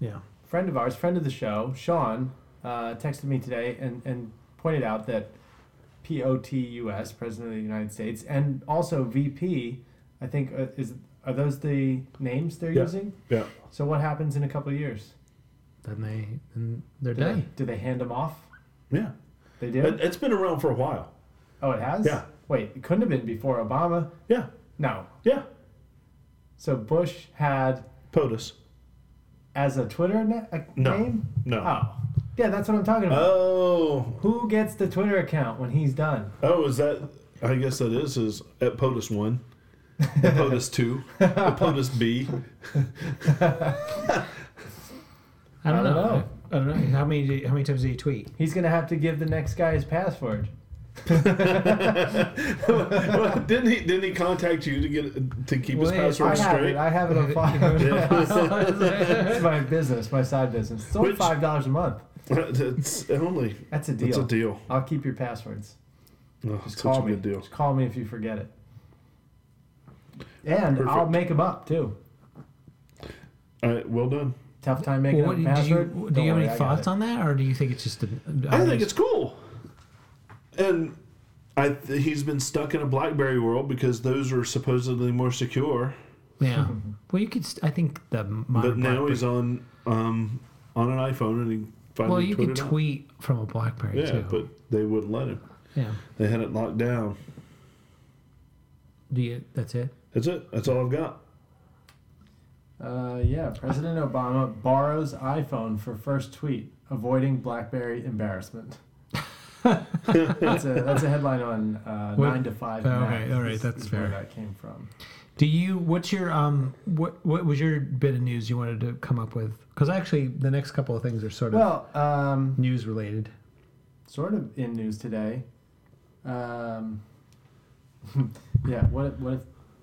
[SPEAKER 1] Yeah.
[SPEAKER 3] friend of ours, friend of the show, Sean, uh, texted me today and, and pointed out that POTUS, President of the United States, and also VP, I think, uh, is are those the names they're
[SPEAKER 2] Yeah.
[SPEAKER 3] using?
[SPEAKER 2] Yeah.
[SPEAKER 3] So what happens in a couple of years?
[SPEAKER 1] Then they. Then they're
[SPEAKER 3] Do they,
[SPEAKER 1] done.
[SPEAKER 3] do they hand them off?
[SPEAKER 2] Yeah.
[SPEAKER 3] They
[SPEAKER 2] It,
[SPEAKER 3] did?
[SPEAKER 2] it's been around for a while.
[SPEAKER 3] Oh, it has?
[SPEAKER 2] Yeah.
[SPEAKER 3] Wait, it couldn't have been before Obama.
[SPEAKER 2] Yeah.
[SPEAKER 3] No.
[SPEAKER 2] Yeah.
[SPEAKER 3] So Bush had
[SPEAKER 2] POTUS.
[SPEAKER 3] as a Twitter na- a
[SPEAKER 2] No.
[SPEAKER 3] name?
[SPEAKER 2] No.
[SPEAKER 3] Oh. Yeah, that's what I'm talking about.
[SPEAKER 2] Oh.
[SPEAKER 3] Who gets the Twitter account when he's done?
[SPEAKER 2] Oh, is that? I guess that is is at POTUS one, at [LAUGHS] POTUS two, at POTUS B. [LAUGHS]
[SPEAKER 1] I don't,
[SPEAKER 3] I don't
[SPEAKER 1] know.
[SPEAKER 3] know.
[SPEAKER 1] I, I don't know. How many? do- How many times do you tweet?
[SPEAKER 3] He's gonna have to give the next guy his password.
[SPEAKER 2] Well, didn't he? Didn't he contact you to get to keep
[SPEAKER 1] Wait,
[SPEAKER 2] his
[SPEAKER 3] I
[SPEAKER 2] password
[SPEAKER 3] have it.
[SPEAKER 2] straight?
[SPEAKER 3] I have
[SPEAKER 1] [LAUGHS]
[SPEAKER 3] it on file. it's
[SPEAKER 1] yeah.
[SPEAKER 3] my business, my side business. It's only
[SPEAKER 2] Which-
[SPEAKER 3] five dollars a month.
[SPEAKER 2] it's only.
[SPEAKER 3] That's a deal.
[SPEAKER 2] It's a deal.
[SPEAKER 3] I'll keep your passwords.
[SPEAKER 2] Oh,
[SPEAKER 3] Just
[SPEAKER 2] such
[SPEAKER 3] call
[SPEAKER 2] a
[SPEAKER 3] me.
[SPEAKER 2] good deal.
[SPEAKER 3] Just call me if you forget it. And I'll
[SPEAKER 2] Perfect.
[SPEAKER 3] make them up too.
[SPEAKER 2] All right, well done.
[SPEAKER 3] Tough time making
[SPEAKER 1] What-
[SPEAKER 3] up a
[SPEAKER 1] do you,
[SPEAKER 3] password.
[SPEAKER 1] do you have any thoughts on that, or do you think it's just? A,
[SPEAKER 2] I think it's cool, and I th- he's been stuck in a BlackBerry world because those are supposedly more secure.
[SPEAKER 1] Yeah. Well, you could. St- I think the
[SPEAKER 2] But
[SPEAKER 1] modern
[SPEAKER 2] now
[SPEAKER 1] BlackBerry-
[SPEAKER 2] he's on um, on an iPhone and he finally
[SPEAKER 1] Well, you could
[SPEAKER 2] tweeted out.
[SPEAKER 1] tweet from a BlackBerry
[SPEAKER 2] Yeah,
[SPEAKER 1] too.
[SPEAKER 2] but they wouldn't let him.
[SPEAKER 1] yeah.
[SPEAKER 2] They had it locked down.
[SPEAKER 1] Do you? That's it. [LAUGHS]
[SPEAKER 2] That's it. That's all I've got.
[SPEAKER 3] Uh, yeah, President Obama borrows iPhone for first tweet, avoiding BlackBerry embarrassment. that's a that's a headline on uh,
[SPEAKER 1] What-
[SPEAKER 3] nine to five.
[SPEAKER 1] Oh,
[SPEAKER 3] Mac.
[SPEAKER 1] okay, all right,
[SPEAKER 3] This
[SPEAKER 1] that's
[SPEAKER 3] is where
[SPEAKER 1] fair.
[SPEAKER 3] That came from.
[SPEAKER 1] Do you? What's your um? What What was your bit of news you wanted to come up with? Because actually, the next couple of things are sort of
[SPEAKER 3] Well, um,
[SPEAKER 1] news related.
[SPEAKER 3] sort of in news today. Um, [LAUGHS] yeah, what if, what if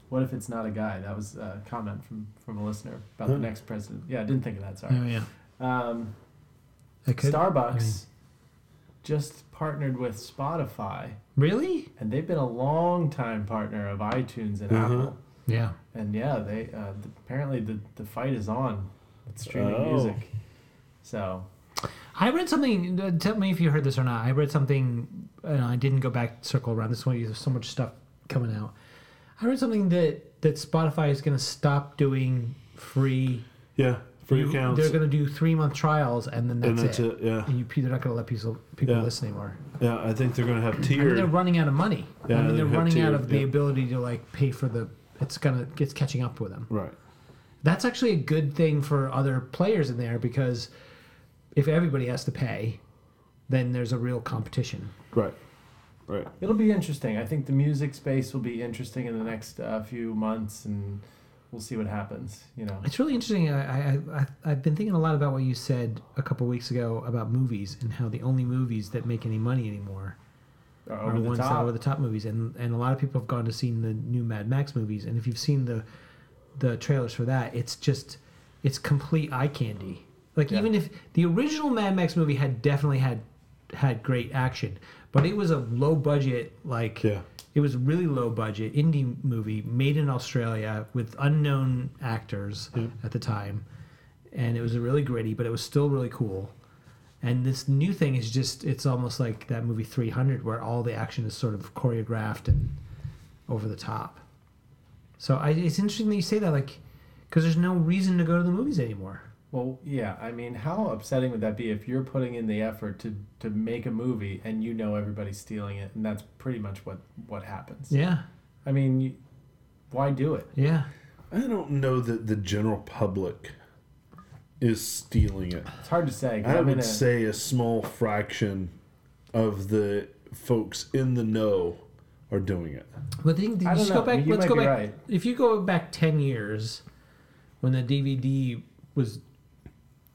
[SPEAKER 3] what if it's not a guy? That was a comment from from a listener about the
[SPEAKER 2] Hmm.
[SPEAKER 3] next president. Yeah, I didn't think of that.
[SPEAKER 1] Oh
[SPEAKER 3] Sorry.
[SPEAKER 1] yeah.
[SPEAKER 3] Um,
[SPEAKER 1] I could.
[SPEAKER 3] Starbucks
[SPEAKER 1] I
[SPEAKER 3] just partnered with Spotify,
[SPEAKER 1] really?
[SPEAKER 3] and they've been a long time partner of iTunes and
[SPEAKER 2] Uh-huh.
[SPEAKER 3] Apple.
[SPEAKER 1] Yeah.
[SPEAKER 3] And yeah, they uh, th- apparently the the fight is on with streaming
[SPEAKER 2] Oh.
[SPEAKER 3] music. So
[SPEAKER 1] I read something. uh, Tell me if you heard this or not. I read something, and I didn't go back circle around. This one, there's so much stuff coming out. I read something that that Spotify is going to stop doing free.
[SPEAKER 2] Yeah, free
[SPEAKER 1] you-
[SPEAKER 2] accounts.
[SPEAKER 1] They're going to do three month trials, and then that's,
[SPEAKER 2] and that's
[SPEAKER 1] it.
[SPEAKER 2] it. Yeah,
[SPEAKER 1] And you, they're not going to let people people
[SPEAKER 2] Yeah.
[SPEAKER 1] listen anymore.
[SPEAKER 2] yeah. I think they're gonna have
[SPEAKER 1] I mean,
[SPEAKER 2] tiered.
[SPEAKER 1] they're running out of money. I
[SPEAKER 2] Yeah,
[SPEAKER 1] mean,
[SPEAKER 2] they
[SPEAKER 1] they're
[SPEAKER 2] have
[SPEAKER 1] running out
[SPEAKER 2] tiered,
[SPEAKER 1] of the
[SPEAKER 2] yeah.
[SPEAKER 1] ability to like pay for the. It's gonna. It's catching up with them.
[SPEAKER 2] right.
[SPEAKER 1] That's actually a good thing for other players in there because if everybody has to pay, then there's a real competition.
[SPEAKER 2] Right. Right.
[SPEAKER 3] It'll be interesting. I think the music space will be interesting in the next uh, few months, and we'll see what happens. You know,
[SPEAKER 1] It's really interesting. I, I, I I've been thinking a lot about what you said a couple weeks ago about movies and how the only movies that make any money anymore
[SPEAKER 3] or
[SPEAKER 1] are
[SPEAKER 3] uh, over the
[SPEAKER 1] ones that
[SPEAKER 3] top.
[SPEAKER 1] are over the top movies, and and a lot of people have gone to seen the new Mad Max movies, and if you've seen the the trailers for that, it's just it's complete eye candy. Like
[SPEAKER 3] Yeah.
[SPEAKER 1] even if the original Mad Max movie had definitely had had great action, but it was a low budget like
[SPEAKER 2] Yeah.
[SPEAKER 1] it was really low budget indie movie made in Australia with unknown actors at the time, and it was really gritty, but it was still really cool. And this new thing is just—it's almost like that movie 300, where all the action is sort of choreographed and over the top. So I, it's interesting that you say that, like, because there's no reason to go to the movies anymore.
[SPEAKER 3] well, yeah. I mean, how upsetting would that be if you're putting in the effort to to make a movie and you know everybody's stealing it, and that's pretty much what what happens.
[SPEAKER 1] Yeah,
[SPEAKER 3] I mean, you, why do it?
[SPEAKER 1] yeah.
[SPEAKER 2] I don't know that the general public is stealing it.
[SPEAKER 3] It's hard to say. 'cause
[SPEAKER 2] I
[SPEAKER 3] I'm in
[SPEAKER 2] would
[SPEAKER 3] a-
[SPEAKER 2] say a small fraction of the folks in the know are doing it.
[SPEAKER 1] But think
[SPEAKER 3] I
[SPEAKER 1] just
[SPEAKER 3] don't
[SPEAKER 1] go
[SPEAKER 3] know.
[SPEAKER 1] back.
[SPEAKER 3] You
[SPEAKER 1] let's
[SPEAKER 3] might
[SPEAKER 1] go
[SPEAKER 3] be
[SPEAKER 1] back.
[SPEAKER 3] right.
[SPEAKER 1] If you go back ten years, when the DVD was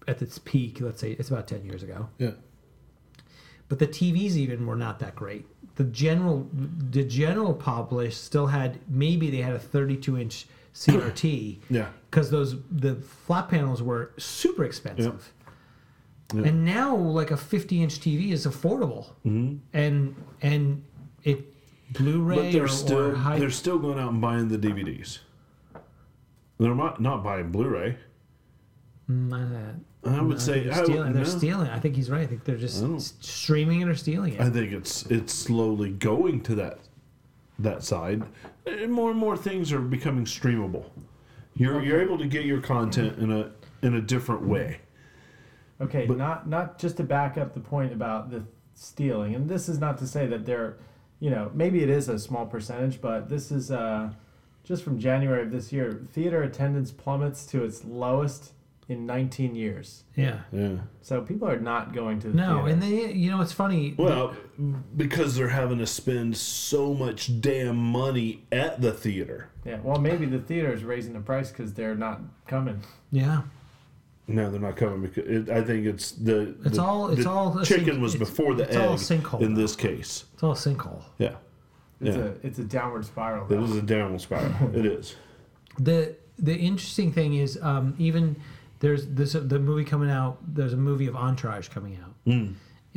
[SPEAKER 1] at its peak, let's say it's about ten years ago.
[SPEAKER 2] Yeah.
[SPEAKER 1] But the TVs even were not that great. The general, the general public still had maybe they had a 32 inch
[SPEAKER 3] [COUGHS]
[SPEAKER 1] CRT
[SPEAKER 2] Yeah.
[SPEAKER 1] because those the flat panels were super expensive.
[SPEAKER 2] Yeah.
[SPEAKER 1] And now, like a 50 inch TV is affordable, mm-hmm. and and it Blu-ray
[SPEAKER 2] But
[SPEAKER 1] or,
[SPEAKER 2] they're still
[SPEAKER 1] or high.
[SPEAKER 2] they're still going out and buying the DVDs. They're not not buying Blu-ray.
[SPEAKER 1] Mm,
[SPEAKER 2] I would
[SPEAKER 1] I
[SPEAKER 2] say
[SPEAKER 1] think
[SPEAKER 2] I,
[SPEAKER 1] they're stealing.
[SPEAKER 2] would-
[SPEAKER 1] they're
[SPEAKER 2] no.
[SPEAKER 1] stealing. I think he's right. I think they're just
[SPEAKER 2] I don't-
[SPEAKER 1] s- streaming it or stealing it.
[SPEAKER 2] I think it's it's slowly going to that that side. And more and more things are becoming streamable. You're you're able to get your content in a in a different way.
[SPEAKER 3] Okay,
[SPEAKER 2] But-
[SPEAKER 3] not not just to back up the point about the stealing, and this is not to say that there, you know, maybe it is a small percentage, but this is uh, just from January of this year. Theater attendance plummets to its lowest in 19 years.
[SPEAKER 1] yeah.
[SPEAKER 2] Yeah.
[SPEAKER 3] So people are not going to the
[SPEAKER 1] No,
[SPEAKER 3] theater.
[SPEAKER 1] and they, you know, it's funny.
[SPEAKER 2] Well, because they're having to spend so much damn money at the theater.
[SPEAKER 3] yeah, well, maybe the theater is raising the price because they're not coming.
[SPEAKER 1] yeah.
[SPEAKER 2] No, they're not coming because it, I think it's the
[SPEAKER 1] It's
[SPEAKER 2] the-
[SPEAKER 1] all- it's
[SPEAKER 2] the
[SPEAKER 1] all a
[SPEAKER 2] chicken
[SPEAKER 1] sink-
[SPEAKER 2] was
[SPEAKER 1] it's-
[SPEAKER 2] before the
[SPEAKER 1] it's all a
[SPEAKER 2] egg
[SPEAKER 1] sinkhole
[SPEAKER 2] in
[SPEAKER 1] now.
[SPEAKER 2] this case.
[SPEAKER 1] It's all a sinkhole.
[SPEAKER 2] Yeah,
[SPEAKER 3] It's
[SPEAKER 2] Yeah.
[SPEAKER 3] a it's a downward spiral.
[SPEAKER 2] it
[SPEAKER 3] Though.
[SPEAKER 2] is a
[SPEAKER 1] [LAUGHS]
[SPEAKER 2] downward spiral. It is.
[SPEAKER 1] the the interesting thing is um, even there's this the movie coming out there's a movie of entourage coming out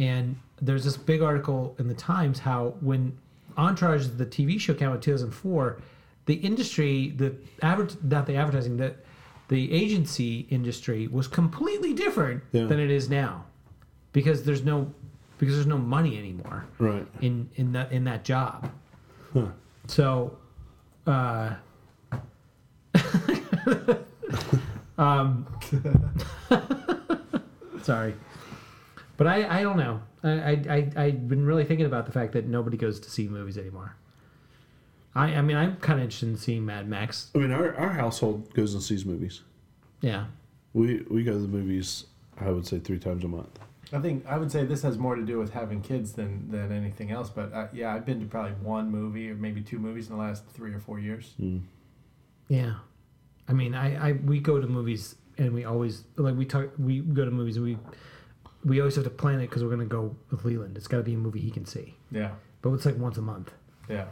[SPEAKER 1] and there's this big article in the times how when entourage the tv show came out in 2004 the industry the advert not the advertising the the agency industry was completely different
[SPEAKER 2] Yeah.
[SPEAKER 1] than it is now because there's no because there's no money anymore
[SPEAKER 2] Right.
[SPEAKER 1] in in that in that job. So, uh, [LAUGHS] um, [LAUGHS] sorry, but I I don't know. I I I I've been really thinking about the fact that nobody goes to see movies anymore. I I mean I'm kind of interested in seeing Mad Max.
[SPEAKER 2] I mean, our, our household goes and sees movies.
[SPEAKER 1] Yeah.
[SPEAKER 2] We we go to the movies. I would say three times a month. [LAUGHS]
[SPEAKER 3] I think I would say this has more to do with having kids than than anything else. But uh, yeah, I've been to probably one movie or maybe two movies in the last three or four years.
[SPEAKER 2] Hmm.
[SPEAKER 1] Yeah, I mean, I, I we go to movies and we always like we talk. We go to movies. And we we always have to plan it because we're gonna go with Leland. It's got to be a movie he can see.
[SPEAKER 3] Yeah,
[SPEAKER 1] But it's like once a month.
[SPEAKER 3] yeah,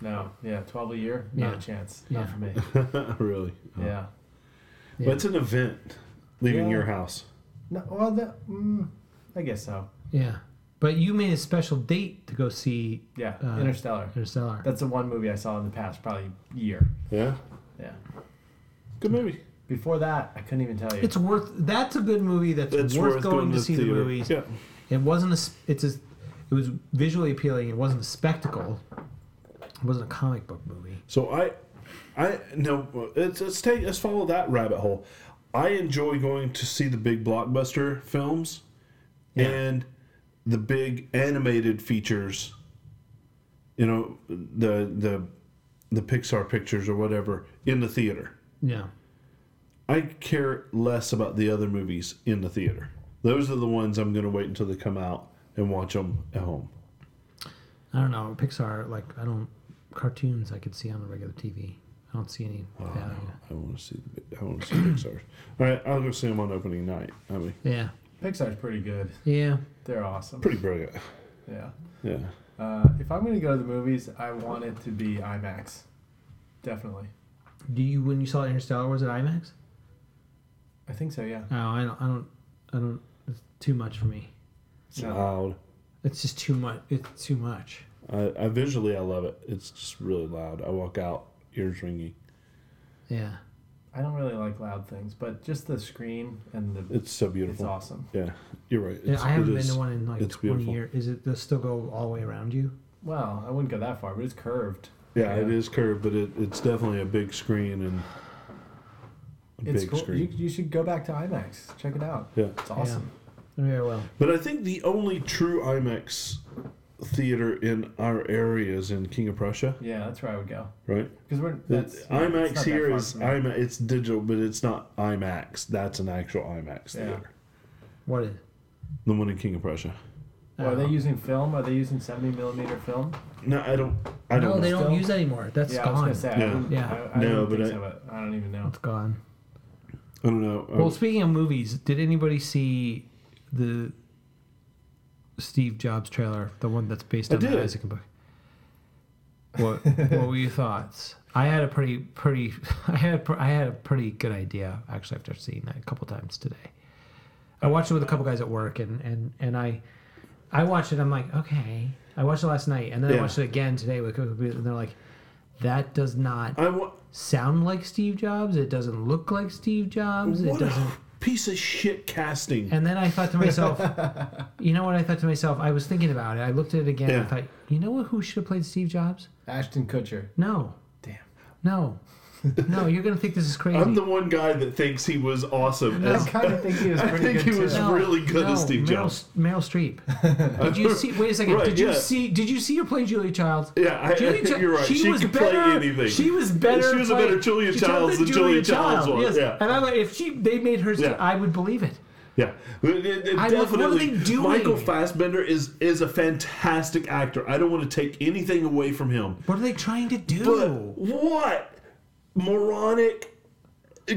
[SPEAKER 3] no, yeah, twelve a year, not
[SPEAKER 1] Yeah.
[SPEAKER 3] a chance,
[SPEAKER 1] Yeah.
[SPEAKER 3] not for me.
[SPEAKER 2] really?
[SPEAKER 3] yeah,
[SPEAKER 1] Yeah.
[SPEAKER 2] But it's an event leaving
[SPEAKER 3] Yeah.
[SPEAKER 2] your house.
[SPEAKER 3] no, well, that, mm, I guess so.
[SPEAKER 1] Yeah. But you made a special date to go see
[SPEAKER 3] Yeah,
[SPEAKER 1] Uh,
[SPEAKER 3] Interstellar.
[SPEAKER 1] Interstellar.
[SPEAKER 3] That's the one movie I saw in the past probably year.
[SPEAKER 2] Yeah.
[SPEAKER 3] Yeah,
[SPEAKER 2] Good movie.
[SPEAKER 3] before that, I couldn't even tell you.
[SPEAKER 1] It's worth. That's a good movie. That's
[SPEAKER 2] It's
[SPEAKER 1] worth, going, to, see the
[SPEAKER 2] theater.
[SPEAKER 1] movies.
[SPEAKER 2] Yeah.
[SPEAKER 1] It wasn't a. s- It's a. It was visually appealing. It wasn't a spectacle. It wasn't a comic book movie.
[SPEAKER 2] So I, I no. Let's let's take let's follow that rabbit hole. I enjoy going to see the big blockbuster films,
[SPEAKER 1] Yeah.
[SPEAKER 2] and the big animated features. You know the the the Pixar pictures or whatever in the theater.
[SPEAKER 1] Yeah.
[SPEAKER 2] I care less about the other movies in the theater. Those are the ones I'm going to wait until they come out and watch them at home.
[SPEAKER 1] I don't know. Pixar, like, I don't. Cartoons I could see on the regular TV. I don't see any value.
[SPEAKER 2] I want to see the big- I want to see Pixar. All right, I'll go see them on opening night. I mean,
[SPEAKER 1] Yeah.
[SPEAKER 3] Pixar's pretty good.
[SPEAKER 1] Yeah.
[SPEAKER 3] They're awesome.
[SPEAKER 2] pretty brilliant.
[SPEAKER 3] Yeah.
[SPEAKER 2] Yeah.
[SPEAKER 3] Uh, if I'm gonna go to the movies, I want it to be IMAX. Definitely.
[SPEAKER 1] Do you, when you saw Interstellar, was it IMAX?
[SPEAKER 3] I think so. Yeah.
[SPEAKER 1] Oh, I don't, I don't, I don't, it's too much for me.
[SPEAKER 2] It's uh,
[SPEAKER 3] No.
[SPEAKER 2] loud.
[SPEAKER 1] It's just too much. It's too much.
[SPEAKER 2] I, I visually I love it. It's just really loud. I walk out ears ringing.
[SPEAKER 1] Yeah.
[SPEAKER 3] I don't really like loud things, but just the screen and the
[SPEAKER 2] It's so
[SPEAKER 3] it's
[SPEAKER 2] beautiful.
[SPEAKER 3] awesome.
[SPEAKER 2] Yeah, you're right.
[SPEAKER 1] Yeah,
[SPEAKER 2] It's,
[SPEAKER 1] I haven't
[SPEAKER 2] it
[SPEAKER 1] been
[SPEAKER 2] is-
[SPEAKER 1] to one in like
[SPEAKER 2] it's
[SPEAKER 1] 20
[SPEAKER 2] beautiful.
[SPEAKER 1] years. Is it, does it still go all the way around you?
[SPEAKER 3] Well, I wouldn't go that far, but it's curved.
[SPEAKER 2] Yeah, it is curved, but it, it's definitely a big screen and a
[SPEAKER 3] It's
[SPEAKER 2] big
[SPEAKER 3] cool.
[SPEAKER 2] screen.
[SPEAKER 3] You, you should go back to IMAX. Check it out.
[SPEAKER 2] Yeah.
[SPEAKER 3] It's awesome.
[SPEAKER 1] Yeah, well.
[SPEAKER 2] But I think the only true IMAX theater in our area is in King of Prussia,
[SPEAKER 3] Yeah, that's where I would go.
[SPEAKER 2] right?
[SPEAKER 3] Because we're that's
[SPEAKER 2] It-
[SPEAKER 3] yeah, it's not
[SPEAKER 2] IMAX
[SPEAKER 3] that
[SPEAKER 2] here
[SPEAKER 3] far
[SPEAKER 2] is
[SPEAKER 3] from me.
[SPEAKER 2] IMAX. It's digital, but it's not IMAX. That's an actual IMAX
[SPEAKER 3] Yeah.
[SPEAKER 2] theater.
[SPEAKER 1] What is
[SPEAKER 2] The one in King of Prussia.
[SPEAKER 3] Well, are they using film? Are they using seventy millimeter film?
[SPEAKER 2] No, I don't. I
[SPEAKER 1] No,
[SPEAKER 2] don't.
[SPEAKER 1] they
[SPEAKER 2] know.
[SPEAKER 1] don't
[SPEAKER 3] Still-
[SPEAKER 1] use that anymore. That's
[SPEAKER 3] yeah, I was
[SPEAKER 1] gone.
[SPEAKER 3] gonna say. I
[SPEAKER 2] Yeah.
[SPEAKER 3] wouldn't-
[SPEAKER 1] Yeah.
[SPEAKER 3] I, I
[SPEAKER 2] No,
[SPEAKER 3] don't
[SPEAKER 2] but
[SPEAKER 3] think
[SPEAKER 2] I-
[SPEAKER 3] so, but I don't even know.
[SPEAKER 1] It's gone.
[SPEAKER 2] I don't know. Um,
[SPEAKER 1] Well, speaking of movies, did anybody see the Steve Jobs trailer, the one that's based
[SPEAKER 2] I
[SPEAKER 1] on the
[SPEAKER 2] did.
[SPEAKER 1] Isaac book? What What were your thoughts? I had a pretty pretty [LAUGHS] I had a pr- I had a pretty good idea actually after seeing that a couple times today. I watched it with a couple guys at work and and and I I watched it. I'm like, okay, I watched it last night, and then I
[SPEAKER 2] Yeah.
[SPEAKER 1] watched it again today with Coco Beat, and they're like, that does not
[SPEAKER 2] I wa-
[SPEAKER 1] sound like Steve Jobs. It doesn't look like Steve Jobs. It
[SPEAKER 2] what
[SPEAKER 1] doesn't.
[SPEAKER 2] a piece of shit casting.
[SPEAKER 1] And then I thought to
[SPEAKER 2] [LAUGHS]
[SPEAKER 1] myself, you know what? I thought to myself, I was thinking about it. I looked at it again. and I
[SPEAKER 2] Yeah.
[SPEAKER 1] thought, you know what? Who should have played Steve Jobs?
[SPEAKER 3] Ashton Kutcher.
[SPEAKER 1] No,
[SPEAKER 3] Damn.
[SPEAKER 1] no, no. You're gonna think this is crazy.
[SPEAKER 2] I'm the one guy that thinks he was awesome.
[SPEAKER 3] [LAUGHS] [LAUGHS] I
[SPEAKER 2] as-
[SPEAKER 3] kind of think he was
[SPEAKER 2] I
[SPEAKER 3] pretty
[SPEAKER 2] think
[SPEAKER 3] good
[SPEAKER 2] he was-
[SPEAKER 3] too.
[SPEAKER 1] no,
[SPEAKER 2] really good as Steve
[SPEAKER 1] Meryl,
[SPEAKER 2] Jobs.
[SPEAKER 1] Meryl
[SPEAKER 2] [LAUGHS]
[SPEAKER 1] Streep. Did you see? Wait a second.
[SPEAKER 2] Right,
[SPEAKER 1] did you
[SPEAKER 2] yeah.
[SPEAKER 1] see? Did you see her play Julia Childs?
[SPEAKER 2] [LAUGHS] yeah, I, I
[SPEAKER 1] Julia
[SPEAKER 2] [LAUGHS] think
[SPEAKER 1] Chi-
[SPEAKER 2] you're right. She, could play anything.
[SPEAKER 1] She was better.
[SPEAKER 2] She was a
[SPEAKER 1] play-
[SPEAKER 2] better Julia
[SPEAKER 1] she
[SPEAKER 2] Childs than Julia Childs
[SPEAKER 1] Child, yes.
[SPEAKER 2] was. Yeah.
[SPEAKER 1] And I'm like, if she they made her,
[SPEAKER 2] Yeah.
[SPEAKER 1] I would believe it.
[SPEAKER 2] Yeah, It- it- it
[SPEAKER 1] I was- what are
[SPEAKER 2] definitely.
[SPEAKER 1] they doing?
[SPEAKER 2] Michael Fassbender is is a fantastic actor. I don't want to take anything away from him.
[SPEAKER 1] What are they trying to do?
[SPEAKER 2] But what moronic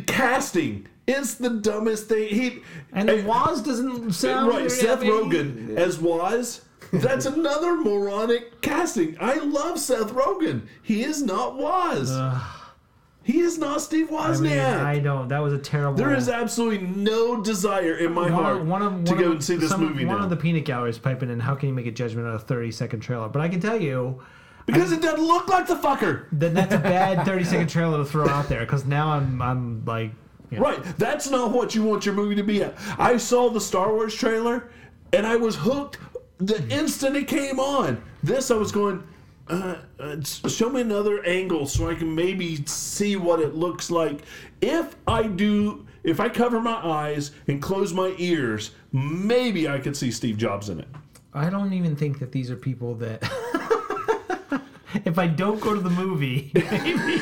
[SPEAKER 2] casting? It's the dumbest thing. He
[SPEAKER 1] and the Waz doesn't sound
[SPEAKER 2] right,
[SPEAKER 1] very-
[SPEAKER 2] Seth
[SPEAKER 1] I mean,
[SPEAKER 2] Rogen as Wise.
[SPEAKER 1] [LAUGHS]
[SPEAKER 2] That's another moronic casting. I love Seth Rogen. He is not Wise. he is not Steve
[SPEAKER 1] I, mean,
[SPEAKER 2] Wozniak.
[SPEAKER 1] I know that was a terrible.
[SPEAKER 2] there is absolutely no desire in my
[SPEAKER 1] one,
[SPEAKER 2] heart
[SPEAKER 1] one of, one
[SPEAKER 2] to go
[SPEAKER 1] of,
[SPEAKER 2] and see this
[SPEAKER 1] some-
[SPEAKER 2] movie
[SPEAKER 1] One
[SPEAKER 2] now.
[SPEAKER 1] of the peanut galleries piping in. How can you make a judgment on a 30 second trailer? But I can tell you,
[SPEAKER 2] because it doesn't look like the fucker.
[SPEAKER 1] then that's a
[SPEAKER 2] [LAUGHS]
[SPEAKER 1] bad 30 second trailer to throw out there because now I'm I'm like. you know,
[SPEAKER 2] Right. That's not what you want your movie to be at. I saw the Star Wars trailer and I was hooked the instant it came on. This, I was going, uh, uh, s- show me another angle so I can maybe see what it looks like. If I do, if I cover my eyes and close my ears, maybe I could see Steve Jobs in it.
[SPEAKER 1] I don't even think that these are people that. [LAUGHS] if I don't go to the movie, [LAUGHS]
[SPEAKER 2] [LAUGHS]
[SPEAKER 1] maybe.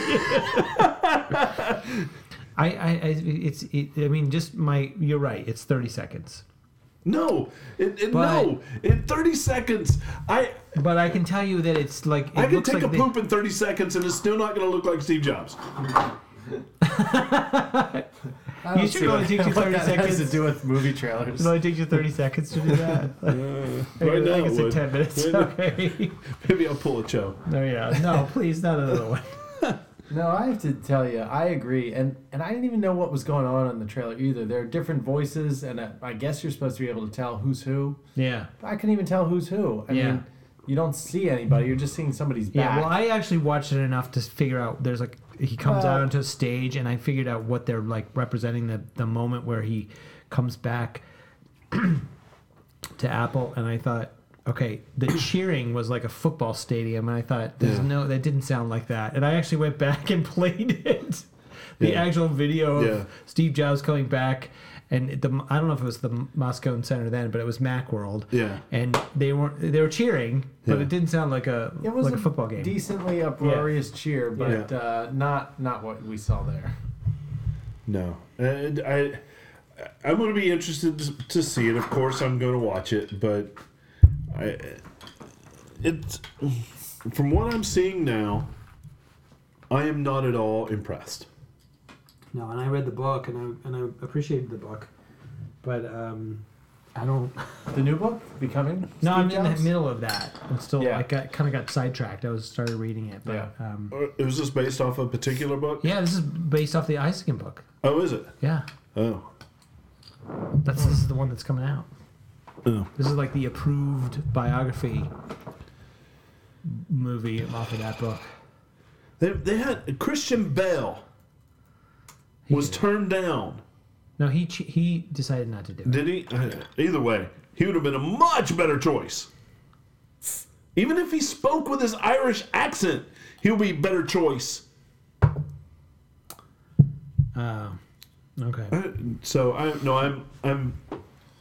[SPEAKER 1] I, I, I, it's, it, I mean, just my. You're right. It's 30 seconds,
[SPEAKER 2] No, it, it,
[SPEAKER 1] But-
[SPEAKER 2] no. In 30 seconds, I
[SPEAKER 1] but I can tell you that it's like. It
[SPEAKER 2] I can
[SPEAKER 1] looks
[SPEAKER 2] take
[SPEAKER 1] like
[SPEAKER 2] a
[SPEAKER 1] [LAUGHS] they-
[SPEAKER 2] poop in 30 seconds and it's still not going to look like Steve Jobs.
[SPEAKER 3] I don't
[SPEAKER 1] You should
[SPEAKER 3] see
[SPEAKER 1] only
[SPEAKER 3] what- [LAUGHS]
[SPEAKER 1] take you
[SPEAKER 3] what
[SPEAKER 1] 30
[SPEAKER 3] that has
[SPEAKER 1] seconds.
[SPEAKER 3] to do with movie trailers.
[SPEAKER 1] It only takes you 30 seconds to do that.
[SPEAKER 2] right
[SPEAKER 1] I
[SPEAKER 2] now,
[SPEAKER 1] guess
[SPEAKER 2] it
[SPEAKER 1] in
[SPEAKER 2] would.
[SPEAKER 1] 10 minutes.
[SPEAKER 2] Right now-
[SPEAKER 1] Okay. [LAUGHS]
[SPEAKER 2] Maybe I'll pull a Cho.
[SPEAKER 1] No, yeah. No, please, not another one.
[SPEAKER 3] No, I have to tell you, I agree, and and I didn't even know what was going on in the trailer either. There are different voices, and I, I guess you're supposed to be able to tell who's who.
[SPEAKER 1] Yeah.
[SPEAKER 3] I couldn't even tell who's who. I
[SPEAKER 1] Yeah.
[SPEAKER 3] mean, you don't see anybody; you're just seeing somebody's
[SPEAKER 1] Yeah,
[SPEAKER 3] back.
[SPEAKER 1] well, I actually watched it enough to figure out. There's like he comes out
[SPEAKER 3] Well-
[SPEAKER 1] onto a stage, and I figured out what they're like representing the the moment where he comes back [CLEARS THROAT] to Apple, and I thought, okay,
[SPEAKER 2] [CLEARS THROAT]
[SPEAKER 1] the cheering was like a football stadium, and I thought, there's
[SPEAKER 2] Yeah.
[SPEAKER 1] no, that didn't sound like that, and I actually went [LAUGHS] back and played
[SPEAKER 2] [LAUGHS]
[SPEAKER 1] it, the
[SPEAKER 2] Yeah.
[SPEAKER 1] actual video of
[SPEAKER 2] Yeah.
[SPEAKER 1] Steve Jobs coming back. And it- the, I don't know if it was the Moscow Center then, but it was Macworld.
[SPEAKER 2] Yeah.
[SPEAKER 1] And they weren't they were cheering, but
[SPEAKER 2] Yeah.
[SPEAKER 1] it didn't sound like a
[SPEAKER 3] it was
[SPEAKER 1] like a football game.
[SPEAKER 3] decently uproarious cheer, but
[SPEAKER 2] Yeah.
[SPEAKER 3] uh, not not what we saw there.
[SPEAKER 2] No, and I, I'm going to be interested to, to see it. Of course, I'm going to watch it, but I, it's from what I'm seeing now, I am not at all impressed.
[SPEAKER 4] No, and I read the book, and I and I appreciated the book, but um, I don't.
[SPEAKER 3] The new book, Becoming.
[SPEAKER 1] No, I'm
[SPEAKER 3] Steve
[SPEAKER 1] in the
[SPEAKER 3] Jobs?
[SPEAKER 1] middle of that. I'm still
[SPEAKER 3] Yeah.
[SPEAKER 1] I got kind of got sidetracked. I was started reading it, but
[SPEAKER 3] Yeah.
[SPEAKER 1] yeah, um,
[SPEAKER 2] Uh, Is this based off a particular book?
[SPEAKER 1] yeah this is based off the Isaacson book.
[SPEAKER 2] Oh, is it?
[SPEAKER 1] Yeah,
[SPEAKER 2] Oh,
[SPEAKER 1] that's this is the one that's coming out.
[SPEAKER 2] oh.
[SPEAKER 1] This is like the approved biography movie off of that book.
[SPEAKER 2] They, they had Christian Bale was turned down.
[SPEAKER 1] No, he che- he decided not to do it.
[SPEAKER 2] Did he? Uh, Either way, he would have been a much better choice. Even if he spoke with his Irish accent, he'll be a better choice.
[SPEAKER 1] Oh, okay.
[SPEAKER 2] Uh, So I no, I'm I'm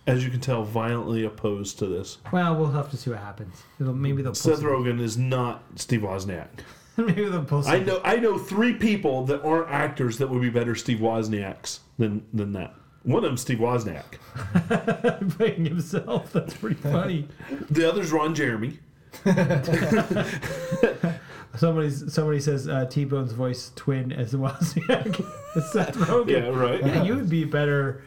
[SPEAKER 2] as you can tell, violently opposed to this.
[SPEAKER 1] Well, we'll have to see what happens. It'll, maybe they'll pull
[SPEAKER 2] Seth
[SPEAKER 1] some,
[SPEAKER 2] Rogen is not Steve Wozniak.
[SPEAKER 1] [LAUGHS] maybe they'll pull
[SPEAKER 2] I
[SPEAKER 1] some.
[SPEAKER 2] know I know three people that aren't actors that would be better Steve Wozniaks than than that. One of them Steve Wozniak.
[SPEAKER 1] [LAUGHS] playing himself. That's pretty
[SPEAKER 2] [LAUGHS]
[SPEAKER 1] funny.
[SPEAKER 2] The other's Ron Jeremy.
[SPEAKER 1] Somebody somebody says uh, T Bone's voice twin as [LAUGHS] Wozniak as Seth Rogen.
[SPEAKER 2] [LAUGHS] Yeah, right.
[SPEAKER 1] [LAUGHS] Yeah, you would be better.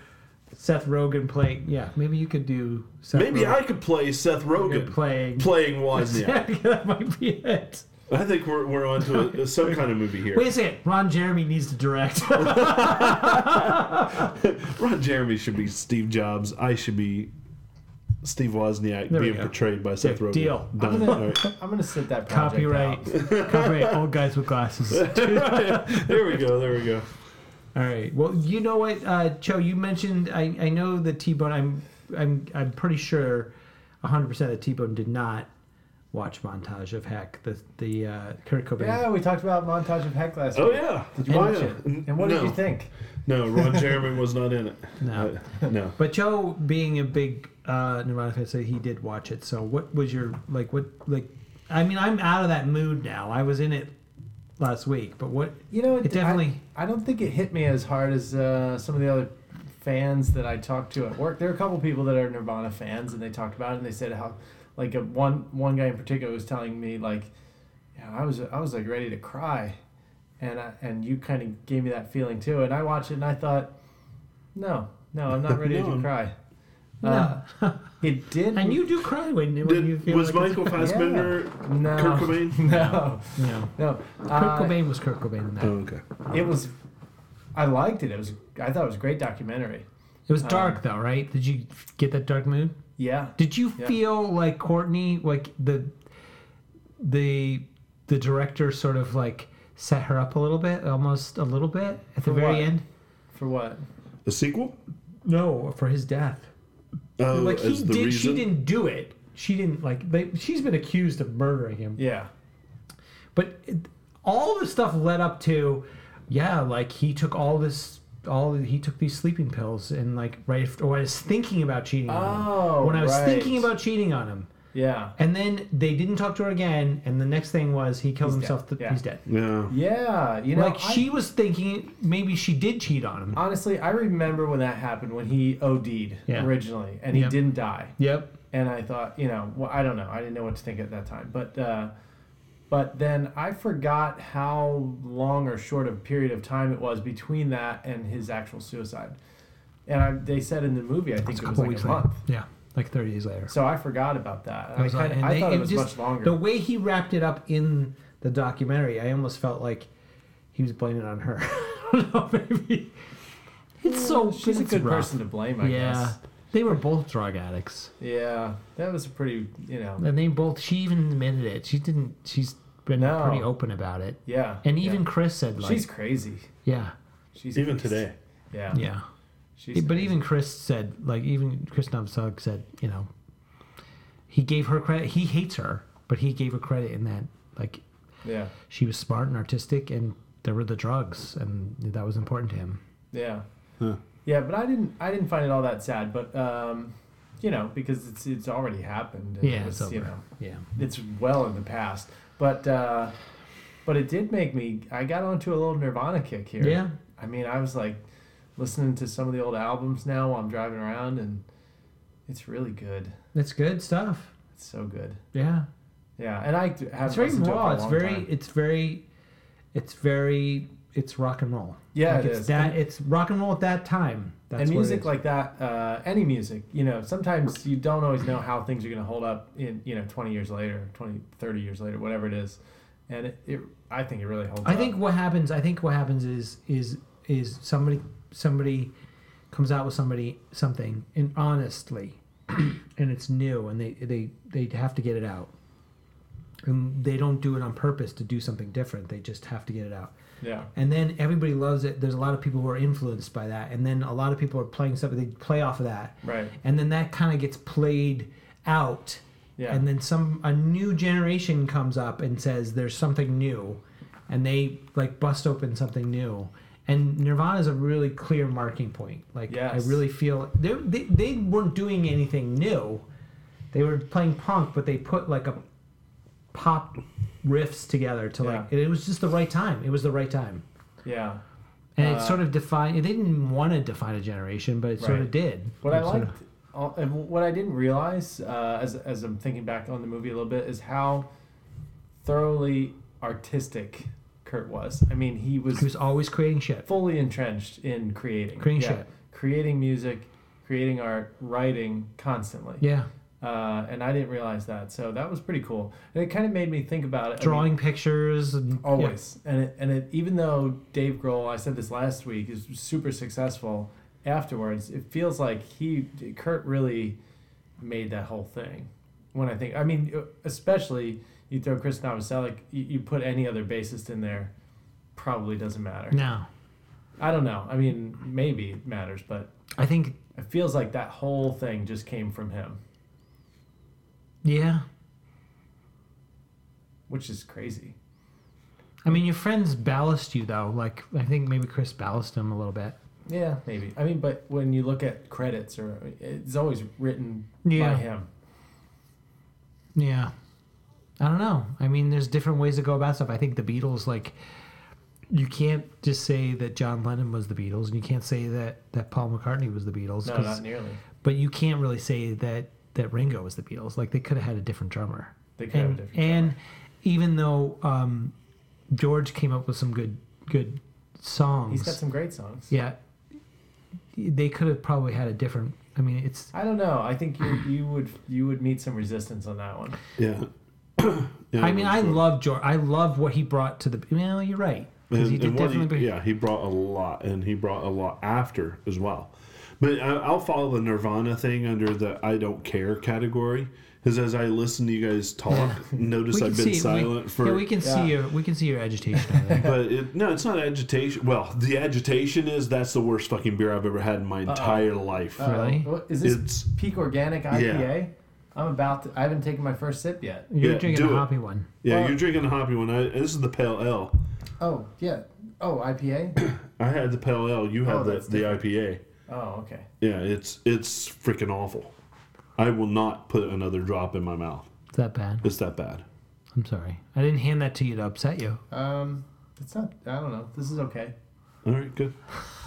[SPEAKER 1] Seth Rogen playing. Yeah, maybe you could do. Seth
[SPEAKER 2] Maybe
[SPEAKER 1] Rogen
[SPEAKER 2] I could play Seth Rogen
[SPEAKER 1] playing.
[SPEAKER 2] playing
[SPEAKER 1] [LAUGHS]
[SPEAKER 2] Wozniak.
[SPEAKER 1] that might be it.
[SPEAKER 2] I think we're, we're onto a, some kind of movie here.
[SPEAKER 1] Wait a second. Ron Jeremy needs to direct.
[SPEAKER 2] Ron Jeremy should be Steve Jobs. I should be Steve Wozniak
[SPEAKER 1] There we
[SPEAKER 2] being
[SPEAKER 1] go.
[SPEAKER 2] portrayed by Seth Rogen.
[SPEAKER 1] Deal.
[SPEAKER 3] I'm
[SPEAKER 1] [LAUGHS]
[SPEAKER 2] Done. All
[SPEAKER 3] gonna,
[SPEAKER 2] right.
[SPEAKER 3] I'm gonna sit that project
[SPEAKER 1] [LAUGHS] Copyright.
[SPEAKER 3] out.
[SPEAKER 1] Copyright. Old guys with
[SPEAKER 2] [LAUGHS]
[SPEAKER 1] glasses.
[SPEAKER 2] there we go. There we go.
[SPEAKER 1] All right. Well, you know what, uh, Joe? You mentioned I, I know the T-Bone. I'm I'm I'm pretty sure, 100 percent that T-Bone did not watch montage of Heck the the uh, Kurt Cobain.
[SPEAKER 3] Yeah, we talked about montage of heck last
[SPEAKER 2] Oh
[SPEAKER 3] week.
[SPEAKER 2] yeah. Did
[SPEAKER 3] you watch
[SPEAKER 2] yeah.
[SPEAKER 3] it? And what
[SPEAKER 2] no.
[SPEAKER 3] did you think?
[SPEAKER 2] No, Ron Jeremy was not in it.
[SPEAKER 1] No.
[SPEAKER 2] Uh, no.
[SPEAKER 1] But Joe, being a big uh, neurotic, fan, said he did watch it. So what was your like? What like? I mean, I'm out of that mood now. I was in it last week, but what?
[SPEAKER 3] You know,
[SPEAKER 1] It definitely-
[SPEAKER 3] I, I don't think it hit me as hard as uh, some of the other fans that I talked to at work. There are a couple people that are Nirvana fans, and they talked about it. And they said how, like, a, one one guy in particular was telling me like, yeah, I was I was like ready to cry, and I, and you kind of gave me that feeling too. And I watched it and I thought, no, no,
[SPEAKER 2] [LAUGHS]
[SPEAKER 3] I'm not ready
[SPEAKER 2] No,
[SPEAKER 3] to
[SPEAKER 2] I'm-
[SPEAKER 3] cry. Uh, it
[SPEAKER 1] [LAUGHS]
[SPEAKER 3] did.
[SPEAKER 1] And you do cry when, when you
[SPEAKER 2] Did,
[SPEAKER 1] feel
[SPEAKER 2] was
[SPEAKER 1] like it's-
[SPEAKER 2] Michael Fassbender
[SPEAKER 3] no,
[SPEAKER 2] Kurt Cobain?
[SPEAKER 3] [LAUGHS] no,
[SPEAKER 1] No.
[SPEAKER 3] no.
[SPEAKER 1] Kurt
[SPEAKER 3] Uh,
[SPEAKER 1] Cobain was Kurt Cobain in that.
[SPEAKER 2] Oh, okay.
[SPEAKER 3] It was. I liked it. It was. I thought it was a great documentary.
[SPEAKER 1] It was
[SPEAKER 2] Oh.
[SPEAKER 1] dark though, right? Did you get that dark mood?
[SPEAKER 3] Yeah.
[SPEAKER 1] Did you
[SPEAKER 3] Yeah.
[SPEAKER 1] feel like Courtney, like the the the director, sort of like set her up a little bit, almost a little bit at the
[SPEAKER 3] For
[SPEAKER 1] very
[SPEAKER 3] what?
[SPEAKER 1] end?
[SPEAKER 3] For what?
[SPEAKER 2] A sequel?
[SPEAKER 1] No, for his death.
[SPEAKER 2] Oh,
[SPEAKER 1] like he
[SPEAKER 2] as the
[SPEAKER 1] did, she
[SPEAKER 2] reason?
[SPEAKER 1] didn't do it. She didn't like. They, she's been accused of murdering him.
[SPEAKER 3] Yeah.
[SPEAKER 1] but it, all the stuff led up to yeah like he took all this all he took these sleeping pills and like right after, or i was thinking about cheating on him
[SPEAKER 3] Oh.
[SPEAKER 1] when i was
[SPEAKER 3] right.
[SPEAKER 1] thinking about cheating on him
[SPEAKER 3] Yeah.
[SPEAKER 1] and then they didn't talk to her again and the next thing was he killed himself
[SPEAKER 3] dead.
[SPEAKER 1] th-
[SPEAKER 3] Yeah.
[SPEAKER 1] he's dead
[SPEAKER 2] Yeah.
[SPEAKER 3] Yeah. You know.
[SPEAKER 1] like
[SPEAKER 3] I-
[SPEAKER 1] she was thinking maybe she did cheat on him
[SPEAKER 3] honestly, I remember when that happened when he OD'd
[SPEAKER 1] Yeah.
[SPEAKER 3] originally, and he
[SPEAKER 1] Yep.
[SPEAKER 3] didn't die.
[SPEAKER 1] yep
[SPEAKER 3] And I thought, you know, well, I don't know. I didn't know what to think at that time, but. uh but then I forgot how long or short a period of time it was between that and his actual suicide. And I, they said in the movie, I think it was like a month.
[SPEAKER 1] yeah like 30 days later
[SPEAKER 3] So I forgot about that.
[SPEAKER 1] I
[SPEAKER 3] I,
[SPEAKER 1] was like-
[SPEAKER 3] kinda-
[SPEAKER 1] and
[SPEAKER 3] I
[SPEAKER 1] they-
[SPEAKER 3] thought it was
[SPEAKER 1] just-
[SPEAKER 3] much longer.
[SPEAKER 1] The way he wrapped it up in the documentary, I almost felt like he was blaming it on her. [LAUGHS] I don't know, maybe. It's so.
[SPEAKER 3] She's a
[SPEAKER 1] it's
[SPEAKER 3] good
[SPEAKER 1] rough.
[SPEAKER 3] person to blame, I
[SPEAKER 1] yeah,
[SPEAKER 3] guess.
[SPEAKER 1] they were both drug addicts,
[SPEAKER 3] Yeah, that was a pretty, you know,
[SPEAKER 1] and they both. She even admitted it. She didn't. She's been
[SPEAKER 3] No.
[SPEAKER 1] pretty open about it,
[SPEAKER 3] yeah.
[SPEAKER 1] and
[SPEAKER 3] yeah.
[SPEAKER 1] even Chris said like,
[SPEAKER 3] she's crazy.
[SPEAKER 1] yeah,
[SPEAKER 3] She's
[SPEAKER 2] Even
[SPEAKER 3] crazy.
[SPEAKER 2] today.
[SPEAKER 3] Yeah.
[SPEAKER 1] yeah.
[SPEAKER 3] She's
[SPEAKER 1] but
[SPEAKER 3] crazy.
[SPEAKER 1] even Chris said like, even Chris Novoselic said, you know, he gave her credit. He hates her, but he gave her credit in that like
[SPEAKER 3] yeah,
[SPEAKER 1] she was smart and artistic and there were the drugs and that was important to him
[SPEAKER 3] yeah,
[SPEAKER 2] Huh.
[SPEAKER 3] yeah. But I didn't, I didn't find it all that sad. But um, you know, because it's it's already happened. and
[SPEAKER 1] yeah
[SPEAKER 3] it
[SPEAKER 1] it's
[SPEAKER 3] was,
[SPEAKER 1] over
[SPEAKER 3] you know,
[SPEAKER 1] yeah
[SPEAKER 3] it's well in the past. But uh, but it did make me. I got onto a little Nirvana kick here.
[SPEAKER 1] yeah
[SPEAKER 3] I mean, I was like listening to some of the old albums now while I'm driving around, and it's really good.
[SPEAKER 1] it's good stuff
[SPEAKER 3] It's so good.
[SPEAKER 1] yeah
[SPEAKER 3] Yeah, and I d- haven't
[SPEAKER 1] it's very
[SPEAKER 3] listened to it for
[SPEAKER 1] raw
[SPEAKER 3] a
[SPEAKER 1] it's
[SPEAKER 3] long
[SPEAKER 1] very
[SPEAKER 3] time.
[SPEAKER 1] it's very it's very it's rock and roll
[SPEAKER 3] Yeah,
[SPEAKER 1] like
[SPEAKER 3] it
[SPEAKER 1] it's
[SPEAKER 3] is.
[SPEAKER 1] that
[SPEAKER 3] And-
[SPEAKER 1] it's rock and roll at that time that's
[SPEAKER 3] and
[SPEAKER 1] what it
[SPEAKER 3] music
[SPEAKER 1] is.
[SPEAKER 3] like that, uh, any music, you know, sometimes you don't always know how things are going to hold up in, you know, 20 years later, 20, 30 years later, whatever it is. And it, it I think it really holds
[SPEAKER 1] i
[SPEAKER 3] up.
[SPEAKER 1] think what happens i think what happens is is is somebody somebody comes out with somebody something and honestly [CLEARS THROAT] and it's new and they they they have to get it out and they don't do it on purpose to do something different they just have to get it out
[SPEAKER 3] Yeah.
[SPEAKER 1] and then everybody loves it there's a lot of people who are influenced by that and then a lot of people are playing something they play off of that
[SPEAKER 3] Right.
[SPEAKER 1] and then that kind of gets played out
[SPEAKER 3] Yeah.
[SPEAKER 1] and then some a new generation comes up and says there's something new and they like bust open something new and nirvana is a really clear marking point like
[SPEAKER 3] Yes.
[SPEAKER 1] i really feel they, they, they weren't doing anything new they were playing punk but they put like a pop riffs together to like it was just the right time it was the right time
[SPEAKER 3] yeah.
[SPEAKER 1] and
[SPEAKER 3] Uh,
[SPEAKER 1] it sort of defined it didn't want to define a generation but it sort
[SPEAKER 3] Right.
[SPEAKER 1] of did
[SPEAKER 3] What
[SPEAKER 1] It
[SPEAKER 3] I
[SPEAKER 1] sort of-
[SPEAKER 3] liked, all- and what I didn't realize uh, as, as I'm thinking back on the movie a little bit is how thoroughly artistic Kurt was. I mean, he was
[SPEAKER 1] he was always creating shit
[SPEAKER 3] fully entrenched in creating.
[SPEAKER 1] Creating shit.
[SPEAKER 3] Creating music, creating art, writing constantly.
[SPEAKER 1] yeah
[SPEAKER 3] Uh, and I didn't realize that. So that was pretty cool. And it kind of made me think about it. I mean,
[SPEAKER 1] drawing pictures and
[SPEAKER 3] always. And it, and it, even though Dave Grohl, I said this last week, is super successful afterwards, it feels like he, Kurt really made that whole thing. When I think, I mean, uh, especially you throw Chris Novoselic, you, you put any other bassist in there, probably doesn't matter.
[SPEAKER 1] No,
[SPEAKER 3] I don't know. I mean, maybe it matters, but
[SPEAKER 1] I think
[SPEAKER 3] it feels like that whole thing just came from him,
[SPEAKER 1] yeah.
[SPEAKER 3] which is crazy.
[SPEAKER 1] I mean, your friends ballast you though. Like I think maybe Chris ballast him a little bit.
[SPEAKER 3] Yeah, maybe. I mean, but when you look at credits, or it's always written
[SPEAKER 1] Yeah.
[SPEAKER 3] by him.
[SPEAKER 1] Yeah. I don't know. I mean, there's different ways to go about stuff. I think the Beatles, like, you can't just say that John Lennon was the Beatles, and you can't say that, that Paul McCartney was the Beatles.
[SPEAKER 3] No,
[SPEAKER 1] 'cause-
[SPEAKER 3] not nearly.
[SPEAKER 1] but you can't really say that, that Ringo was the Beatles. Like, they could have had a different drummer.
[SPEAKER 3] They could have a
[SPEAKER 1] And,
[SPEAKER 3] different
[SPEAKER 1] and even though um, George came up with some good good songs,
[SPEAKER 3] He's got some great songs.
[SPEAKER 1] yeah, they could have probably had a different. I mean, it's
[SPEAKER 3] I don't know. I think you you would you would meet some resistance on that one.
[SPEAKER 2] Yeah. [COUGHS]
[SPEAKER 1] I mean, I love George. I love what he brought to the. Well, you're right. 'Cause
[SPEAKER 2] And,
[SPEAKER 1] he did
[SPEAKER 2] and what he-
[SPEAKER 1] definitely bring-
[SPEAKER 2] yeah, he brought a lot, and he brought a lot after as well. But I, I'll follow the Nirvana thing under the "I don't care" category, because as I listen to you guys
[SPEAKER 1] [LAUGHS]
[SPEAKER 2] talk, notice I've been
[SPEAKER 1] see-
[SPEAKER 2] silent
[SPEAKER 1] we,
[SPEAKER 2] for.
[SPEAKER 1] Yeah, we can
[SPEAKER 3] Yeah.
[SPEAKER 1] see your we can see your agitation. over there.
[SPEAKER 2] but it, no, it's not agitation. Well, the agitation is that's the worst fucking beer I've ever had in my entire life.
[SPEAKER 1] Really?
[SPEAKER 3] Uh, what- is this
[SPEAKER 2] It's-
[SPEAKER 3] peak organic IPA? I'm about to. I haven't taken my first sip yet.
[SPEAKER 1] You're
[SPEAKER 2] Yeah,
[SPEAKER 1] drinking a
[SPEAKER 2] do it.
[SPEAKER 1] hoppy one.
[SPEAKER 2] yeah,
[SPEAKER 3] well-
[SPEAKER 2] you're drinking a hoppy one. I, this is the pale ale.
[SPEAKER 3] Oh yeah. Oh IPA.
[SPEAKER 2] I had the pale ale. You had
[SPEAKER 3] Oh,
[SPEAKER 2] the
[SPEAKER 3] that's
[SPEAKER 2] the IPA.
[SPEAKER 3] [COUGHS] Oh okay.
[SPEAKER 2] Yeah, it's it's freaking awful. I will not put another drop in my mouth.
[SPEAKER 1] It's that bad.
[SPEAKER 2] It's that bad.
[SPEAKER 1] I'm sorry. I didn't hand that to you to upset you.
[SPEAKER 3] Um, it's not. I don't know. This is okay.
[SPEAKER 2] All right,
[SPEAKER 1] [LAUGHS]
[SPEAKER 2] good.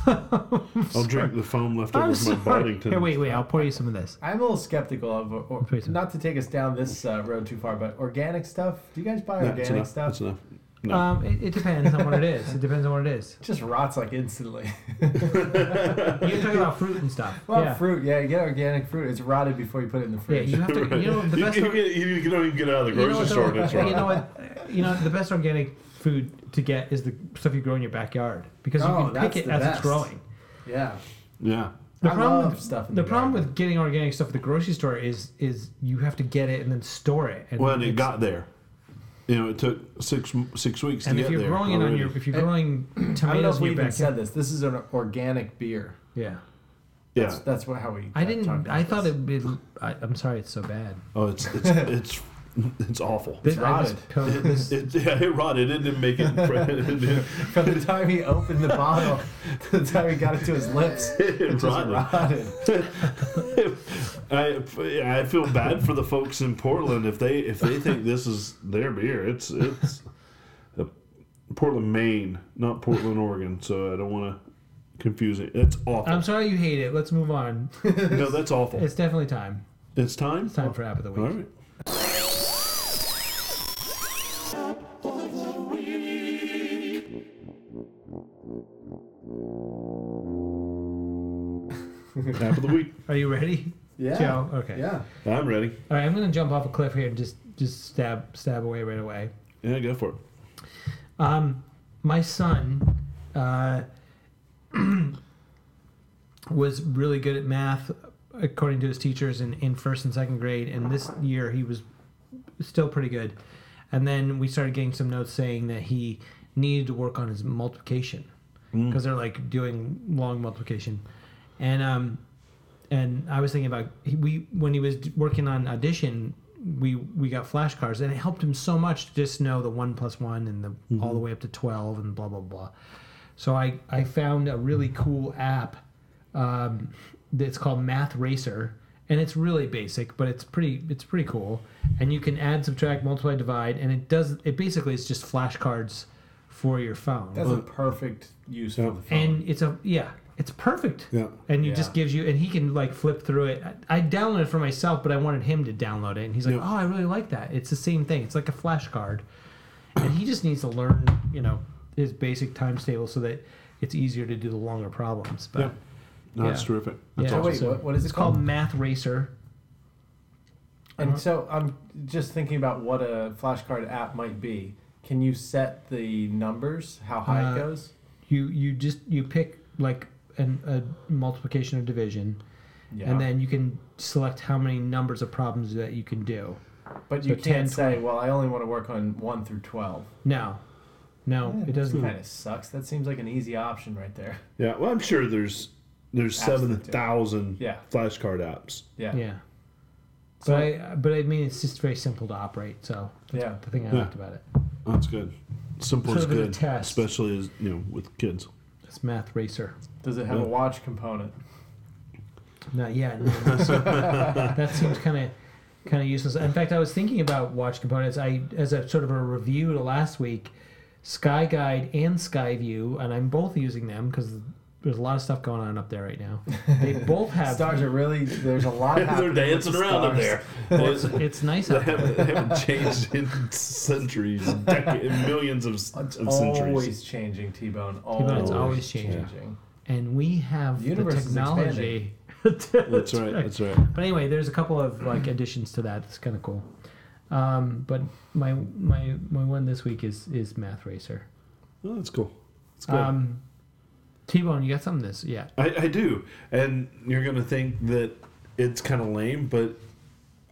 [SPEAKER 2] I'll drink the foam left over
[SPEAKER 1] I'm
[SPEAKER 2] from my
[SPEAKER 1] sorry.
[SPEAKER 2] Boddington.
[SPEAKER 1] Here, wait, wait. I'll pour you some of this.
[SPEAKER 3] I'm a little skeptical of, or, or-
[SPEAKER 1] Please.
[SPEAKER 3] not to take us down this uh, road too far, but organic stuff. Do you guys buy
[SPEAKER 2] No,
[SPEAKER 3] organic
[SPEAKER 2] that's enough.
[SPEAKER 3] stuff?
[SPEAKER 2] That's enough. No. [LAUGHS]
[SPEAKER 1] Um, it, it depends on what it is. It depends on what it is.
[SPEAKER 3] It just rots like instantly. [LAUGHS]
[SPEAKER 1] You're talking about fruit and stuff.
[SPEAKER 3] well,
[SPEAKER 1] yeah.
[SPEAKER 3] fruit. Yeah, you get organic fruit. It's rotted before you put it in the
[SPEAKER 1] Yeah,
[SPEAKER 3] fridge.
[SPEAKER 1] you
[SPEAKER 2] [LAUGHS]
[SPEAKER 1] have to. You know the
[SPEAKER 2] you,
[SPEAKER 1] best.
[SPEAKER 2] you
[SPEAKER 1] or-
[SPEAKER 2] get- you don't even get out of the
[SPEAKER 1] you
[SPEAKER 2] grocery
[SPEAKER 1] know what,
[SPEAKER 2] store.
[SPEAKER 1] though?
[SPEAKER 2] and it's
[SPEAKER 1] [LAUGHS] You know
[SPEAKER 2] wrong.
[SPEAKER 1] what? You know the best organic food to get is the stuff you grow in your backyard because you
[SPEAKER 3] Oh,
[SPEAKER 1] can pick
[SPEAKER 3] that's
[SPEAKER 1] it
[SPEAKER 3] the
[SPEAKER 1] as it's
[SPEAKER 3] best.
[SPEAKER 1] growing.
[SPEAKER 3] Yeah.
[SPEAKER 2] Yeah.
[SPEAKER 1] The
[SPEAKER 3] I
[SPEAKER 1] problem
[SPEAKER 3] love
[SPEAKER 1] with-
[SPEAKER 3] stuff in
[SPEAKER 1] the
[SPEAKER 3] the
[SPEAKER 1] problem
[SPEAKER 3] garden.
[SPEAKER 1] with getting organic stuff at the grocery store is is you have to get it and then store it. And
[SPEAKER 2] Well, and it
[SPEAKER 1] it's-
[SPEAKER 2] got there. You know, it took six six weeks
[SPEAKER 1] And
[SPEAKER 2] to
[SPEAKER 1] if
[SPEAKER 2] get
[SPEAKER 1] you're
[SPEAKER 2] there.
[SPEAKER 1] growing it on your, if you're growing
[SPEAKER 3] [CLEARS THROAT] I don't know
[SPEAKER 1] tomatoes
[SPEAKER 3] if
[SPEAKER 1] in
[SPEAKER 3] we
[SPEAKER 1] your
[SPEAKER 3] even said
[SPEAKER 1] backyard,
[SPEAKER 3] this. This is an organic beer.
[SPEAKER 1] yeah.
[SPEAKER 2] yeah.
[SPEAKER 3] That's, that's what, how we.
[SPEAKER 1] I
[SPEAKER 3] uh, talked
[SPEAKER 1] didn't.
[SPEAKER 3] about
[SPEAKER 1] I thought
[SPEAKER 3] [LAUGHS] this.
[SPEAKER 1] it. Be, I, I'm sorry, it's so bad.
[SPEAKER 2] Oh, it's
[SPEAKER 1] [LAUGHS]
[SPEAKER 2] it's it's it's awful.
[SPEAKER 1] This, I
[SPEAKER 3] rotted.
[SPEAKER 1] just
[SPEAKER 3] [LAUGHS]
[SPEAKER 1] pilled this.
[SPEAKER 2] It, yeah, it rotted. It didn't make it. [LAUGHS] It, didn't-
[SPEAKER 3] From the time he opened the bottle [LAUGHS] to the time he got it to his lips,
[SPEAKER 2] it
[SPEAKER 3] it just
[SPEAKER 2] rotted.
[SPEAKER 3] rotted.
[SPEAKER 2] [LAUGHS] I I feel bad for the folks in Portland if they if they think this is their beer. It's it's uh Portland, Maine, not Portland, Oregon. So I don't want to confuse it. It's
[SPEAKER 1] I'm
[SPEAKER 2] awful.
[SPEAKER 1] sorry you hate it. Let's move on.
[SPEAKER 2] No, that's awful.
[SPEAKER 1] It's definitely time.
[SPEAKER 2] It's time.
[SPEAKER 1] It's time for app of the week.
[SPEAKER 2] All right. App of the week.
[SPEAKER 1] Are you ready?
[SPEAKER 3] Yeah.
[SPEAKER 1] Joe, okay.
[SPEAKER 3] Yeah.
[SPEAKER 2] I'm ready.
[SPEAKER 1] All right, I'm gonna jump off a cliff here and just just stab stab away right away.
[SPEAKER 2] Yeah, go for it.
[SPEAKER 1] Um, my son uh, [CLEARS THROAT] was really good at math, according to his teachers, in, in first and second grade. And this year he was still pretty good. And then we started getting some notes saying that he needed to work on his multiplication because they're like doing long multiplication. And um, and I was thinking about he- we when he was d- working on audition, we we got flashcards, and it helped him so much to just know the one plus one and the all the way up to twelve and blah blah blah. So I I found a really cool app um, that's called Math Racer, and it's really basic, but it's pretty it's pretty cool, and you can add, subtract, multiply, divide, and it does it basically is just flashcards for your phone.
[SPEAKER 3] That's a perfect use for the phone.
[SPEAKER 1] and it's a yeah, it's perfect
[SPEAKER 2] Yeah.
[SPEAKER 1] and it just
[SPEAKER 3] Yeah.
[SPEAKER 1] gives you and he can like flip through it I, I downloaded it for myself but i wanted him to download it and he's like
[SPEAKER 2] Yeah.
[SPEAKER 1] oh i really like that it's the same thing it's like a flashcard and he just needs to learn you know his basic times table so that it's easier to do the longer problems but
[SPEAKER 2] Yeah. No, That's
[SPEAKER 1] Yeah.
[SPEAKER 2] terrific. That's
[SPEAKER 1] Yeah.
[SPEAKER 3] Oh,
[SPEAKER 2] awesome.
[SPEAKER 3] wait, what, what is
[SPEAKER 1] it's
[SPEAKER 3] it called?
[SPEAKER 1] called math racer Uh-huh.
[SPEAKER 3] And so I'm just thinking about what a flashcard app might be. Can you set the numbers, how high
[SPEAKER 1] Uh,
[SPEAKER 3] it goes?
[SPEAKER 1] you you just you pick like an, a multiplication or division
[SPEAKER 3] Yeah.
[SPEAKER 1] and then you can select how many numbers of problems that you can do.
[SPEAKER 3] but
[SPEAKER 1] so
[SPEAKER 3] you
[SPEAKER 1] 10,
[SPEAKER 3] can't say, well, I only want to work on 1 through 12.
[SPEAKER 1] No, no, Oh, it doesn't.
[SPEAKER 3] Kind of sucks. That seems like an easy option right there. [LAUGHS]
[SPEAKER 2] Yeah, well, I'm sure there's there's
[SPEAKER 3] Apps that do
[SPEAKER 2] seven
[SPEAKER 3] it.
[SPEAKER 2] thousand
[SPEAKER 3] Yeah.
[SPEAKER 2] flashcard apps.
[SPEAKER 3] Yeah.
[SPEAKER 1] Yeah,
[SPEAKER 3] So-
[SPEAKER 1] but I, but I mean, it's just very simple to operate. So that's
[SPEAKER 3] Yeah.
[SPEAKER 1] the thing I
[SPEAKER 2] Yeah.
[SPEAKER 1] liked about it.
[SPEAKER 2] That's good. Simple
[SPEAKER 1] Sort
[SPEAKER 2] is
[SPEAKER 1] of a
[SPEAKER 2] good,
[SPEAKER 1] test.
[SPEAKER 2] especially as you know with kids.
[SPEAKER 1] It's math racer.
[SPEAKER 3] Does it have
[SPEAKER 2] Yeah.
[SPEAKER 3] a watch
[SPEAKER 1] [LAUGHS]
[SPEAKER 3] component?
[SPEAKER 1] Not yet. [LAUGHS] no. that seems kind of kind of useless. In fact, I was thinking about watch components. I as a sort of a review to last week, Sky Guide and Skyview, and I'm both using them because there's a lot of stuff going on up there right now. They [LAUGHS] both have.
[SPEAKER 3] Stars are really, there's a
[SPEAKER 2] [LAUGHS]
[SPEAKER 3] lot
[SPEAKER 2] [LAUGHS]
[SPEAKER 3] happening.
[SPEAKER 2] They're
[SPEAKER 3] with the
[SPEAKER 2] dancing around up
[SPEAKER 3] stars.
[SPEAKER 2] there.
[SPEAKER 1] it's, it's nice [LAUGHS]
[SPEAKER 2] They
[SPEAKER 1] up there.
[SPEAKER 2] haven't, they haven't changed in centuries, dec- in millions of, s-
[SPEAKER 3] [LAUGHS] It's
[SPEAKER 2] of centuries.
[SPEAKER 3] always changing, T Bone.
[SPEAKER 1] T-Bone,
[SPEAKER 3] Always,
[SPEAKER 1] it's always changing. and we have
[SPEAKER 3] The
[SPEAKER 1] the,
[SPEAKER 3] universe is
[SPEAKER 1] technology. [LAUGHS]
[SPEAKER 2] That's right. That's
[SPEAKER 3] [LAUGHS]
[SPEAKER 2] right.
[SPEAKER 1] But anyway, there's a couple of like additions to that. It's kind of cool. Um, but my my my one this week is is Math Racer.
[SPEAKER 2] Oh, that's cool. That's good.
[SPEAKER 1] Um, T Bone, you got something this? Yeah.
[SPEAKER 2] I, I do, and you're gonna think that it's kind of lame, but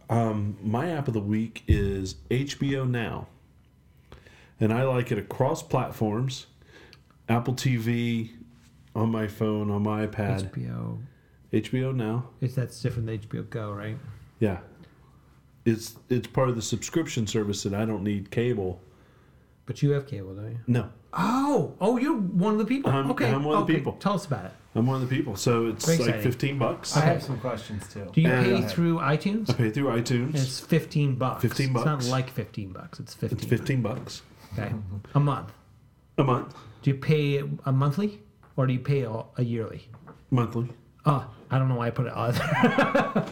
[SPEAKER 2] um, my app of the week is HBO Now, and I like it across platforms, Apple TV, on my phone, on my iPad,
[SPEAKER 1] HBO.
[SPEAKER 2] HBO Now.
[SPEAKER 1] Is that's different than HBO Go, right?
[SPEAKER 2] Yeah, it's it's part of the subscription service, and I don't need cable.
[SPEAKER 1] But you have cable, don't you?
[SPEAKER 2] No,
[SPEAKER 1] Oh, oh, you're one of the people.
[SPEAKER 2] I'm-
[SPEAKER 1] okay,
[SPEAKER 2] I'm one of the
[SPEAKER 1] okay.
[SPEAKER 2] people.
[SPEAKER 1] Tell us about it.
[SPEAKER 2] I'm one of the people, so it's
[SPEAKER 1] Very
[SPEAKER 2] like
[SPEAKER 1] exciting.
[SPEAKER 2] 15 bucks.
[SPEAKER 3] I
[SPEAKER 2] I
[SPEAKER 1] Okay.
[SPEAKER 3] have some questions too.
[SPEAKER 1] Do you
[SPEAKER 2] And-
[SPEAKER 1] pay through
[SPEAKER 2] [LAUGHS]
[SPEAKER 1] iTunes?
[SPEAKER 2] pay through iTunes. It's,
[SPEAKER 1] It's fifteen bucks.
[SPEAKER 2] 15
[SPEAKER 1] It's not
[SPEAKER 2] bucks.
[SPEAKER 1] like fifteen bucks. It's fifteen.
[SPEAKER 2] 15 bucks
[SPEAKER 1] Okay, a month.
[SPEAKER 2] a month,
[SPEAKER 1] Do you pay a monthly or do you pay a, a yearly?
[SPEAKER 2] monthly.
[SPEAKER 1] Oh, I don't know why I put it on.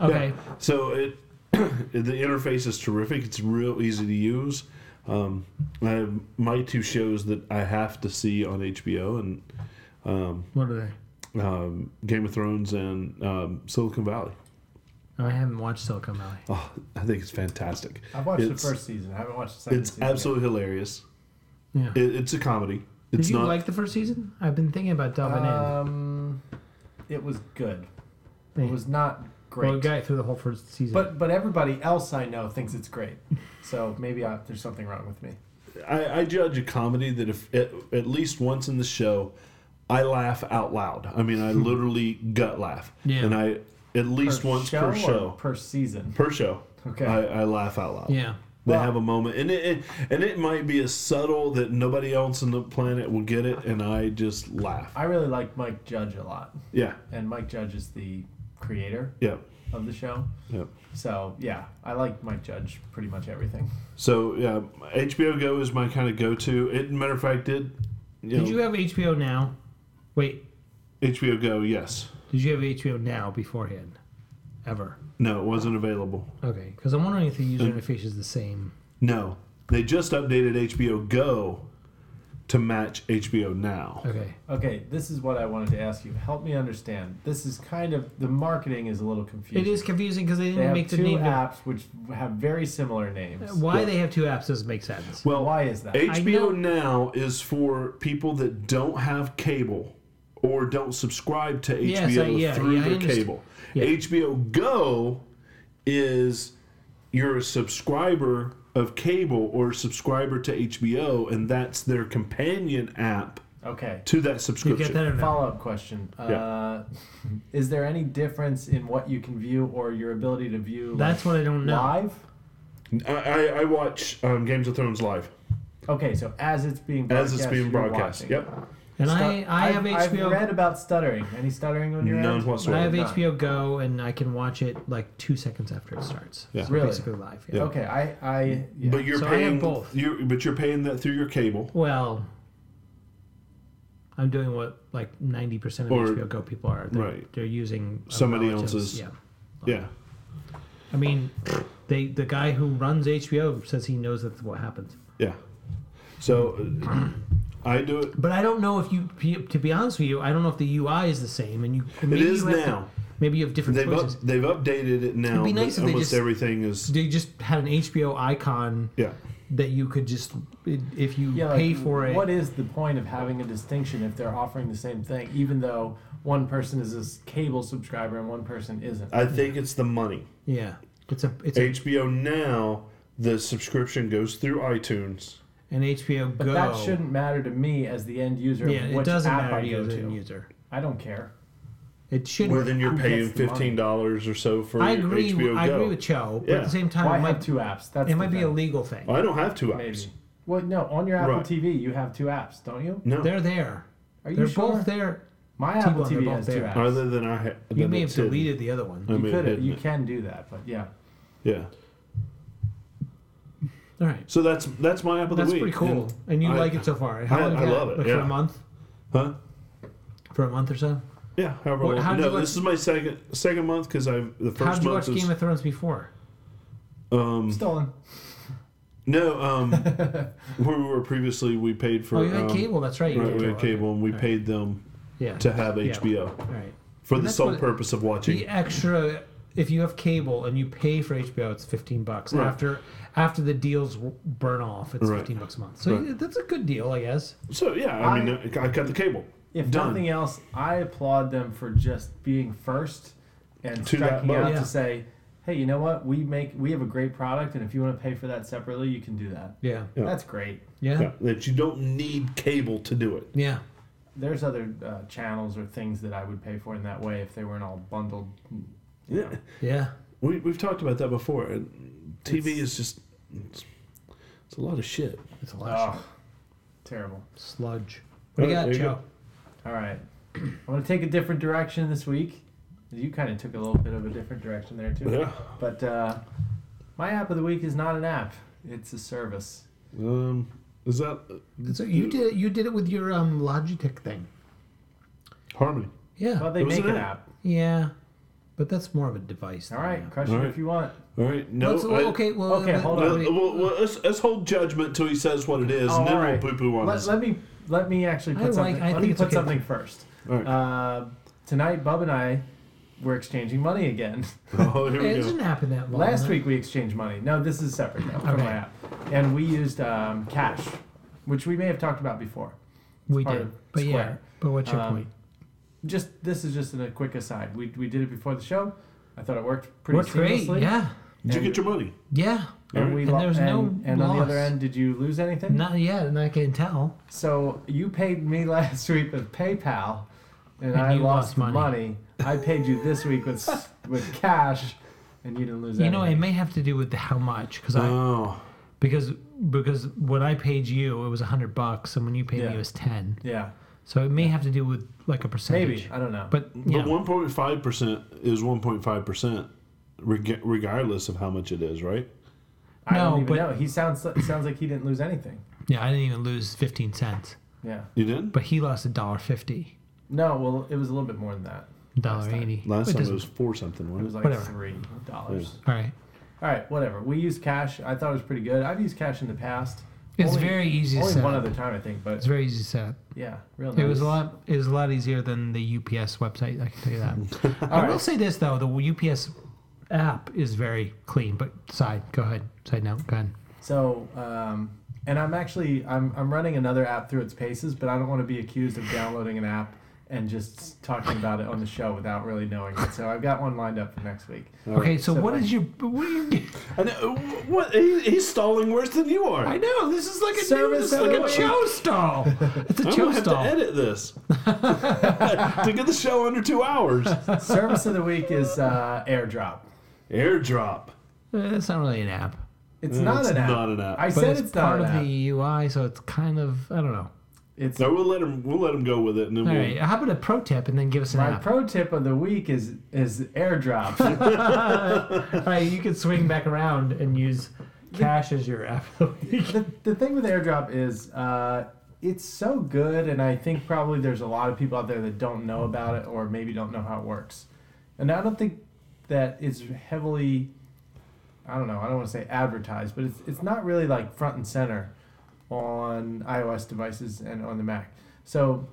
[SPEAKER 1] [LAUGHS] okay.
[SPEAKER 2] So it [CLEARS THROAT] the interface is terrific. It's real easy to use. Um, I have my two shows that I have to see on HBO and
[SPEAKER 1] What are they?
[SPEAKER 2] um, Game of Thrones and um, Silicon Valley.
[SPEAKER 1] Oh, I haven't watched Silicon Valley.
[SPEAKER 2] Oh, I think it's fantastic.
[SPEAKER 3] I've watched
[SPEAKER 2] It's-
[SPEAKER 3] the first season. I haven't watched the second
[SPEAKER 2] It's
[SPEAKER 3] season. yet.
[SPEAKER 2] absolutely hilarious.
[SPEAKER 1] Yeah.
[SPEAKER 2] It, it's a comedy. It's
[SPEAKER 1] Did you
[SPEAKER 2] not.
[SPEAKER 1] like the first season? I've been thinking about delving
[SPEAKER 3] Um, it was good.
[SPEAKER 1] in.
[SPEAKER 3] It was not
[SPEAKER 1] great.
[SPEAKER 3] great.
[SPEAKER 1] Well, guy through the whole first season.
[SPEAKER 3] But but everybody else I know thinks it's great. So maybe I, there's something wrong with me.
[SPEAKER 2] I, I judge a comedy that if at, at least once in the show, I laugh out loud. I mean, I literally gut laugh.
[SPEAKER 1] Yeah.
[SPEAKER 2] And I at least
[SPEAKER 3] Per
[SPEAKER 2] once
[SPEAKER 3] show
[SPEAKER 2] per
[SPEAKER 3] or
[SPEAKER 2] show.
[SPEAKER 3] Per season.
[SPEAKER 2] Per show.
[SPEAKER 3] Okay.
[SPEAKER 2] I, I laugh out loud.
[SPEAKER 1] yeah.
[SPEAKER 2] They
[SPEAKER 3] Well-
[SPEAKER 2] have a moment, and it, it and it might be as subtle that nobody else on the planet will get it, and I just laugh.
[SPEAKER 3] I really like Mike Judge a lot.
[SPEAKER 2] Yeah,
[SPEAKER 3] And Mike Judge is the creator
[SPEAKER 2] yeah,
[SPEAKER 3] of the show.
[SPEAKER 2] yeah.
[SPEAKER 3] So yeah, I like Mike Judge pretty much everything.
[SPEAKER 2] So yeah, HBO Go is my kind of go-to. It matter of fact, it you know,
[SPEAKER 1] Did you have HBO now? Wait,
[SPEAKER 2] HBO Go? Yes.
[SPEAKER 1] did you have HBO now beforehand? Ever?
[SPEAKER 2] No, it wasn't available.
[SPEAKER 1] Okay, because I'm wondering if the user
[SPEAKER 3] Mm.
[SPEAKER 1] interface is the same.
[SPEAKER 2] No, they just updated HBO Go to match HBO Now.
[SPEAKER 1] Okay.
[SPEAKER 3] Okay, this is what I wanted to ask you. Help me understand. This is kind of the marketing is a little confusing.
[SPEAKER 1] It is confusing because they
[SPEAKER 3] They
[SPEAKER 1] didn't
[SPEAKER 3] have
[SPEAKER 1] make the
[SPEAKER 3] two
[SPEAKER 1] name.
[SPEAKER 3] apps which have very similar names.
[SPEAKER 1] Why they have two apps doesn't make sense.
[SPEAKER 3] Well, why is that?
[SPEAKER 2] HBO
[SPEAKER 1] know-
[SPEAKER 2] Now is for people that don't have cable or don't subscribe to HBO
[SPEAKER 1] Yes, I- yeah,
[SPEAKER 2] through
[SPEAKER 1] yeah, I
[SPEAKER 2] their
[SPEAKER 1] understand.
[SPEAKER 2] cable.
[SPEAKER 1] Yeah.
[SPEAKER 2] HBO Go is you're a subscriber of cable or a subscriber to HBO, and that's their companion app
[SPEAKER 3] Okay.
[SPEAKER 2] to that
[SPEAKER 1] Do you get
[SPEAKER 2] subscription.
[SPEAKER 1] that or not?
[SPEAKER 3] Follow up question. Uh, is there any difference in what you can view or your ability to view
[SPEAKER 1] That's what I don't
[SPEAKER 3] like,
[SPEAKER 1] know.
[SPEAKER 3] live?
[SPEAKER 2] I, I, I watch um, Games of Thrones live
[SPEAKER 3] Okay, so as it's being
[SPEAKER 2] as
[SPEAKER 3] broadcast,
[SPEAKER 2] it's being
[SPEAKER 3] you're
[SPEAKER 2] broadcast.
[SPEAKER 3] watching.
[SPEAKER 2] Yep.
[SPEAKER 1] And
[SPEAKER 3] Stu-
[SPEAKER 1] I, I have
[SPEAKER 3] I've-
[SPEAKER 1] HBO.
[SPEAKER 3] I've read about stuttering. Any stuttering on your
[SPEAKER 2] None
[SPEAKER 3] end?
[SPEAKER 2] whatsoever.
[SPEAKER 1] I have
[SPEAKER 3] None.
[SPEAKER 1] HBO Go, and I can watch it like two seconds after it starts.
[SPEAKER 2] Yeah.
[SPEAKER 1] So
[SPEAKER 3] Really?
[SPEAKER 1] basically live. Yeah.
[SPEAKER 3] Okay, I, I yeah.
[SPEAKER 2] But you're
[SPEAKER 1] So I have
[SPEAKER 2] paying
[SPEAKER 1] both.
[SPEAKER 2] You but you're paying that through your cable.
[SPEAKER 1] Well, I'm doing what like 90% of
[SPEAKER 2] Or-
[SPEAKER 1] HBO Go people are. They're,
[SPEAKER 2] right.
[SPEAKER 1] They're using a
[SPEAKER 2] Somebody
[SPEAKER 1] relative's-
[SPEAKER 2] else's-
[SPEAKER 1] Yeah.
[SPEAKER 2] Yeah.
[SPEAKER 1] I mean, they the guy who runs HBO says he knows that's what happens.
[SPEAKER 2] Yeah. So uh, I do it.
[SPEAKER 1] But I don't know if you, to be honest with you, I don't know if the UI is the same. And you maybe
[SPEAKER 2] It is
[SPEAKER 1] you have to-
[SPEAKER 2] now.
[SPEAKER 1] maybe you have different
[SPEAKER 2] They've
[SPEAKER 1] choices.
[SPEAKER 2] up, they've updated it now.
[SPEAKER 1] It'd be
[SPEAKER 2] but
[SPEAKER 1] nice if they
[SPEAKER 2] almost
[SPEAKER 1] just-
[SPEAKER 2] everything is
[SPEAKER 1] they just had an HBO icon
[SPEAKER 2] yeah.
[SPEAKER 1] that you could just if you
[SPEAKER 3] Yeah, like,
[SPEAKER 1] pay for it.
[SPEAKER 3] What is the point of having a distinction if they're offering the same thing, even though one person is a cable subscriber and one person isn't?
[SPEAKER 2] I think it's the money.
[SPEAKER 1] yeah, it's a it's a,
[SPEAKER 2] HBO now, the subscription goes through iTunes.
[SPEAKER 1] an HBO
[SPEAKER 3] But
[SPEAKER 1] Go.
[SPEAKER 3] that shouldn't matter to me as the end user.
[SPEAKER 1] yeah,
[SPEAKER 3] of
[SPEAKER 1] it
[SPEAKER 3] which
[SPEAKER 1] doesn't
[SPEAKER 3] app
[SPEAKER 1] matter
[SPEAKER 3] I
[SPEAKER 1] to
[SPEAKER 3] go
[SPEAKER 1] you as
[SPEAKER 3] to.
[SPEAKER 1] an user.
[SPEAKER 3] I don't care.
[SPEAKER 1] It shouldn't.
[SPEAKER 2] Well, then you're
[SPEAKER 3] Who
[SPEAKER 2] paying
[SPEAKER 3] gets the money?
[SPEAKER 2] fifteen dollars or so for
[SPEAKER 1] I agree.
[SPEAKER 2] HBO
[SPEAKER 1] I
[SPEAKER 2] Go.
[SPEAKER 1] agree with Cho, but at
[SPEAKER 2] Yeah.
[SPEAKER 1] the same time,
[SPEAKER 3] Why
[SPEAKER 1] it might
[SPEAKER 3] have two apps? That's
[SPEAKER 1] it
[SPEAKER 3] the
[SPEAKER 1] might be a
[SPEAKER 3] thing,
[SPEAKER 1] legal thing.
[SPEAKER 2] I don't have two apps.
[SPEAKER 3] Maybe. Well, no. On your Apple
[SPEAKER 2] Right.
[SPEAKER 3] TV, you have two apps, don't you?
[SPEAKER 2] No,
[SPEAKER 1] They're there.
[SPEAKER 3] Are you
[SPEAKER 1] They're
[SPEAKER 3] sure?
[SPEAKER 1] both there.
[SPEAKER 3] My
[SPEAKER 1] T-Bone,
[SPEAKER 3] Apple
[SPEAKER 1] they're
[SPEAKER 3] TV
[SPEAKER 1] both
[SPEAKER 3] has two
[SPEAKER 1] there.
[SPEAKER 3] apps.
[SPEAKER 2] other than I ha-
[SPEAKER 1] You
[SPEAKER 2] than
[SPEAKER 1] may have
[SPEAKER 2] it's hidden.
[SPEAKER 1] deleted the other one.
[SPEAKER 2] I
[SPEAKER 3] you
[SPEAKER 2] may have
[SPEAKER 3] could.
[SPEAKER 2] hidden
[SPEAKER 3] You
[SPEAKER 2] it.
[SPEAKER 3] can do that, but yeah.
[SPEAKER 2] Yeah.
[SPEAKER 1] All right.
[SPEAKER 2] So that's that's my app of
[SPEAKER 1] That's
[SPEAKER 2] the
[SPEAKER 1] pretty
[SPEAKER 2] week.
[SPEAKER 1] cool. And, you
[SPEAKER 2] I-
[SPEAKER 1] like it so far.
[SPEAKER 2] I-
[SPEAKER 1] long
[SPEAKER 2] I
[SPEAKER 1] have you had
[SPEAKER 2] love it,
[SPEAKER 1] Like For
[SPEAKER 2] yeah.
[SPEAKER 1] a month?
[SPEAKER 2] Huh?
[SPEAKER 1] For a month or so?
[SPEAKER 2] Yeah. However,
[SPEAKER 1] What-
[SPEAKER 2] long-
[SPEAKER 1] how did
[SPEAKER 2] no,
[SPEAKER 1] you watch-
[SPEAKER 2] this is my second second month because I the
[SPEAKER 1] How
[SPEAKER 2] first
[SPEAKER 1] did you
[SPEAKER 2] month
[SPEAKER 1] watch
[SPEAKER 2] was
[SPEAKER 1] Game of Thrones before?
[SPEAKER 2] um
[SPEAKER 3] Stolen.
[SPEAKER 2] no
[SPEAKER 1] [LAUGHS]
[SPEAKER 2] um where we were previously we paid for
[SPEAKER 1] oh, you had
[SPEAKER 2] um,
[SPEAKER 1] cable. That's right. You
[SPEAKER 2] right we had cable and we
[SPEAKER 1] Alright.
[SPEAKER 2] paid them
[SPEAKER 1] Yeah.
[SPEAKER 2] to have
[SPEAKER 1] Yeah.
[SPEAKER 2] HBO
[SPEAKER 1] All right.
[SPEAKER 2] for
[SPEAKER 1] And
[SPEAKER 2] the
[SPEAKER 1] that's
[SPEAKER 2] sole
[SPEAKER 1] what-
[SPEAKER 2] purpose of watching
[SPEAKER 1] The extra, if you have cable and you pay for HBO, it's fifteen bucks
[SPEAKER 2] Right.
[SPEAKER 1] after after the deals w- burn off. It's
[SPEAKER 2] Right.
[SPEAKER 1] fifteen bucks a month. So
[SPEAKER 2] Right.
[SPEAKER 1] yeah, that's a good deal, I guess.
[SPEAKER 2] So yeah, I, mean, I got the cable.
[SPEAKER 3] If
[SPEAKER 2] Done.
[SPEAKER 3] nothing else, I applaud them for just being first and
[SPEAKER 2] To that
[SPEAKER 3] striking
[SPEAKER 2] boat.
[SPEAKER 3] out
[SPEAKER 1] Yeah.
[SPEAKER 3] to say, "Hey, you know what? We make we have a great product, and if you want to pay for that separately, you can do that."
[SPEAKER 1] Yeah.
[SPEAKER 2] Yeah.
[SPEAKER 3] That's great.
[SPEAKER 1] Yeah.
[SPEAKER 2] Yeah,
[SPEAKER 1] Yeah.
[SPEAKER 2] that you don't need cable to do it.
[SPEAKER 3] There's other uh, channels or things that I would pay for in that way if they weren't all bundled.
[SPEAKER 2] Yeah,
[SPEAKER 1] Yeah.
[SPEAKER 2] we we've talked about that before. And TV
[SPEAKER 3] It's-
[SPEAKER 2] is just it's, it's a lot of shit.
[SPEAKER 1] It's a lot of
[SPEAKER 3] Oh, terrible.
[SPEAKER 1] sludge. What do you
[SPEAKER 2] Oh,
[SPEAKER 1] got,
[SPEAKER 2] there you
[SPEAKER 1] Joe?
[SPEAKER 2] go.
[SPEAKER 3] All right, [CLEARS THROAT] I'm gonna take a different direction this week. You kind of took a little bit of a different direction there too.
[SPEAKER 2] Yeah,
[SPEAKER 3] But uh, my app of the week is not an app; it's a service.
[SPEAKER 2] um, is that uh,
[SPEAKER 1] So you did you did it with your um, Logitech thing.
[SPEAKER 2] Harmony?
[SPEAKER 1] Yeah.
[SPEAKER 3] Well, they
[SPEAKER 2] It was
[SPEAKER 3] make
[SPEAKER 2] an
[SPEAKER 3] an
[SPEAKER 2] app.
[SPEAKER 3] app.
[SPEAKER 1] yeah. But that's more of a device.
[SPEAKER 3] All
[SPEAKER 1] than an
[SPEAKER 3] right,
[SPEAKER 1] app.
[SPEAKER 3] crush
[SPEAKER 2] All
[SPEAKER 3] it
[SPEAKER 2] right.
[SPEAKER 3] if you want.
[SPEAKER 2] All right, no,
[SPEAKER 1] Let's-
[SPEAKER 2] I-
[SPEAKER 1] okay. Well.
[SPEAKER 3] okay,
[SPEAKER 1] let-
[SPEAKER 3] hold
[SPEAKER 2] no,
[SPEAKER 3] on.
[SPEAKER 1] wait.
[SPEAKER 2] well, well, let's, let's hold judgment till he says what it is,
[SPEAKER 3] Oh,
[SPEAKER 2] and then
[SPEAKER 3] all right.
[SPEAKER 2] we'll poo poo on
[SPEAKER 3] Let,
[SPEAKER 2] this.
[SPEAKER 3] let me let me actually
[SPEAKER 1] I
[SPEAKER 3] put
[SPEAKER 1] like-
[SPEAKER 3] something.
[SPEAKER 1] I
[SPEAKER 3] let
[SPEAKER 1] think
[SPEAKER 3] me
[SPEAKER 1] it's
[SPEAKER 3] put
[SPEAKER 1] okay.
[SPEAKER 3] something first.
[SPEAKER 2] all right. [LAUGHS]
[SPEAKER 3] Uh, tonight, Bub and I were exchanging money again.
[SPEAKER 2] oh, here
[SPEAKER 1] It
[SPEAKER 2] we
[SPEAKER 1] doesn't
[SPEAKER 2] go.
[SPEAKER 1] happen that long.
[SPEAKER 3] Last
[SPEAKER 1] huh?
[SPEAKER 3] week we exchanged money. No, this is separate now from
[SPEAKER 1] Okay.
[SPEAKER 3] my app, and we used um, cash, which we may have talked about before.
[SPEAKER 1] we
[SPEAKER 3] part
[SPEAKER 1] did.
[SPEAKER 3] of
[SPEAKER 1] But yeah.
[SPEAKER 3] Square.
[SPEAKER 1] But what's your
[SPEAKER 3] Um,
[SPEAKER 1] point?
[SPEAKER 3] Just this is just a quick aside. We, we did it before the show. I thought it worked pretty
[SPEAKER 1] Worked
[SPEAKER 3] seamlessly.
[SPEAKER 1] great. Yeah.
[SPEAKER 2] Did you
[SPEAKER 3] and-
[SPEAKER 2] get your money?
[SPEAKER 1] Yeah.
[SPEAKER 3] And we
[SPEAKER 1] And
[SPEAKER 3] lo-
[SPEAKER 1] there was
[SPEAKER 3] and,
[SPEAKER 1] no
[SPEAKER 3] and on the other
[SPEAKER 1] loss.
[SPEAKER 3] end, did you lose anything?
[SPEAKER 1] Not yet, and I can tell.
[SPEAKER 3] So you paid me [LAUGHS] last week with PayPal, and,
[SPEAKER 1] And
[SPEAKER 3] I
[SPEAKER 1] you
[SPEAKER 3] lost,
[SPEAKER 1] lost money.
[SPEAKER 3] money. I paid you this week with
[SPEAKER 1] [LAUGHS]
[SPEAKER 3] with cash, and you didn't lose.
[SPEAKER 1] You know, it
[SPEAKER 3] anything.
[SPEAKER 1] may have to do with the how much, because I
[SPEAKER 2] Oh,
[SPEAKER 1] because because when I paid you, it was hundred bucks, and when you paid me,
[SPEAKER 3] Yeah.
[SPEAKER 1] it was ten.
[SPEAKER 3] yeah,
[SPEAKER 1] So it may have to do with like a percentage.
[SPEAKER 3] maybe I don't know.
[SPEAKER 1] But yeah,
[SPEAKER 2] but one point five percent is one point five percent, regardless of how much it is, right?
[SPEAKER 3] I
[SPEAKER 1] no,
[SPEAKER 3] don't even
[SPEAKER 1] but-
[SPEAKER 3] know. He sounds it sounds like he didn't lose anything.
[SPEAKER 1] yeah, I didn't even lose fifteen cents,
[SPEAKER 3] Yeah.
[SPEAKER 2] You did?
[SPEAKER 1] but he lost a dollar fifty,
[SPEAKER 3] No, well, it was a little bit more than that.
[SPEAKER 1] dollar
[SPEAKER 3] time.
[SPEAKER 1] eighty.
[SPEAKER 2] Last
[SPEAKER 1] It
[SPEAKER 2] time it
[SPEAKER 1] doesn't-
[SPEAKER 2] was four something,
[SPEAKER 3] It
[SPEAKER 2] wasn't
[SPEAKER 3] was like
[SPEAKER 1] Whatever.
[SPEAKER 3] three dollars.
[SPEAKER 1] All right,
[SPEAKER 3] All right, whatever. We use cash. I thought it was pretty good. I've used cash in the past.
[SPEAKER 1] it's
[SPEAKER 3] Only-
[SPEAKER 1] very easy to
[SPEAKER 3] Only
[SPEAKER 1] set.
[SPEAKER 3] one
[SPEAKER 1] up.
[SPEAKER 3] other time, I think. But
[SPEAKER 1] It's very easy to set. up.
[SPEAKER 3] yeah, real.
[SPEAKER 1] It was a
[SPEAKER 3] nice.
[SPEAKER 1] lot. It was a lot easier than the UPS website. I can tell you that. I
[SPEAKER 2] [LAUGHS]
[SPEAKER 3] All
[SPEAKER 1] will
[SPEAKER 3] right.
[SPEAKER 1] say this though: the UPS app is very clean. But side, go ahead. Side note, go ahead.
[SPEAKER 3] So, um, and I'm actually I'm, I'm running another app through its paces, but I don't want to be accused of downloading an app and just talking about it on the show without really knowing it. So I've got one lined up for next week.
[SPEAKER 1] Okay, so,
[SPEAKER 3] So
[SPEAKER 1] what
[SPEAKER 3] like-
[SPEAKER 1] is your? What do you?
[SPEAKER 2] I know. What? He, he's stalling worse than you are.
[SPEAKER 1] I know this is like a
[SPEAKER 3] Service
[SPEAKER 1] service new, this is like a
[SPEAKER 3] elevator.
[SPEAKER 1] show stall. It's a
[SPEAKER 2] I'm
[SPEAKER 1] show
[SPEAKER 2] gonna have to
[SPEAKER 1] stall.
[SPEAKER 2] edit this [LAUGHS] to get the show under two hours.
[SPEAKER 3] Service of the week is uh, AirDrop.
[SPEAKER 2] AirDrop.
[SPEAKER 1] Eh, It's not really an app,
[SPEAKER 3] It's not
[SPEAKER 2] Mm, it's
[SPEAKER 3] an app.
[SPEAKER 2] not an app.
[SPEAKER 3] I
[SPEAKER 1] but
[SPEAKER 3] said
[SPEAKER 1] it's,
[SPEAKER 3] it's,
[SPEAKER 1] part
[SPEAKER 3] not an
[SPEAKER 1] of
[SPEAKER 3] app.
[SPEAKER 1] the UI, so it's kind of I don't know.
[SPEAKER 3] It's
[SPEAKER 2] No, we'll let him. We'll let him go with it, and then
[SPEAKER 1] All
[SPEAKER 2] we'll.
[SPEAKER 1] right, how about a pro tip and then give us an
[SPEAKER 3] my
[SPEAKER 1] app?
[SPEAKER 3] pro tip of the week is
[SPEAKER 2] [LAUGHS]
[SPEAKER 3] is AirDrop.
[SPEAKER 1] All [LAUGHS] right, you could swing back around and use cash as your app. [LAUGHS] of the week.
[SPEAKER 3] the, the thing with AirDrop is uh, it's so good, and I think probably there's a lot of people out there that don't know about it or maybe don't know how it works. And I don't think that it's heavily, I don't know, I don't want to say advertised, but it's, it's not really like front and center on iOS devices and on the Mac. So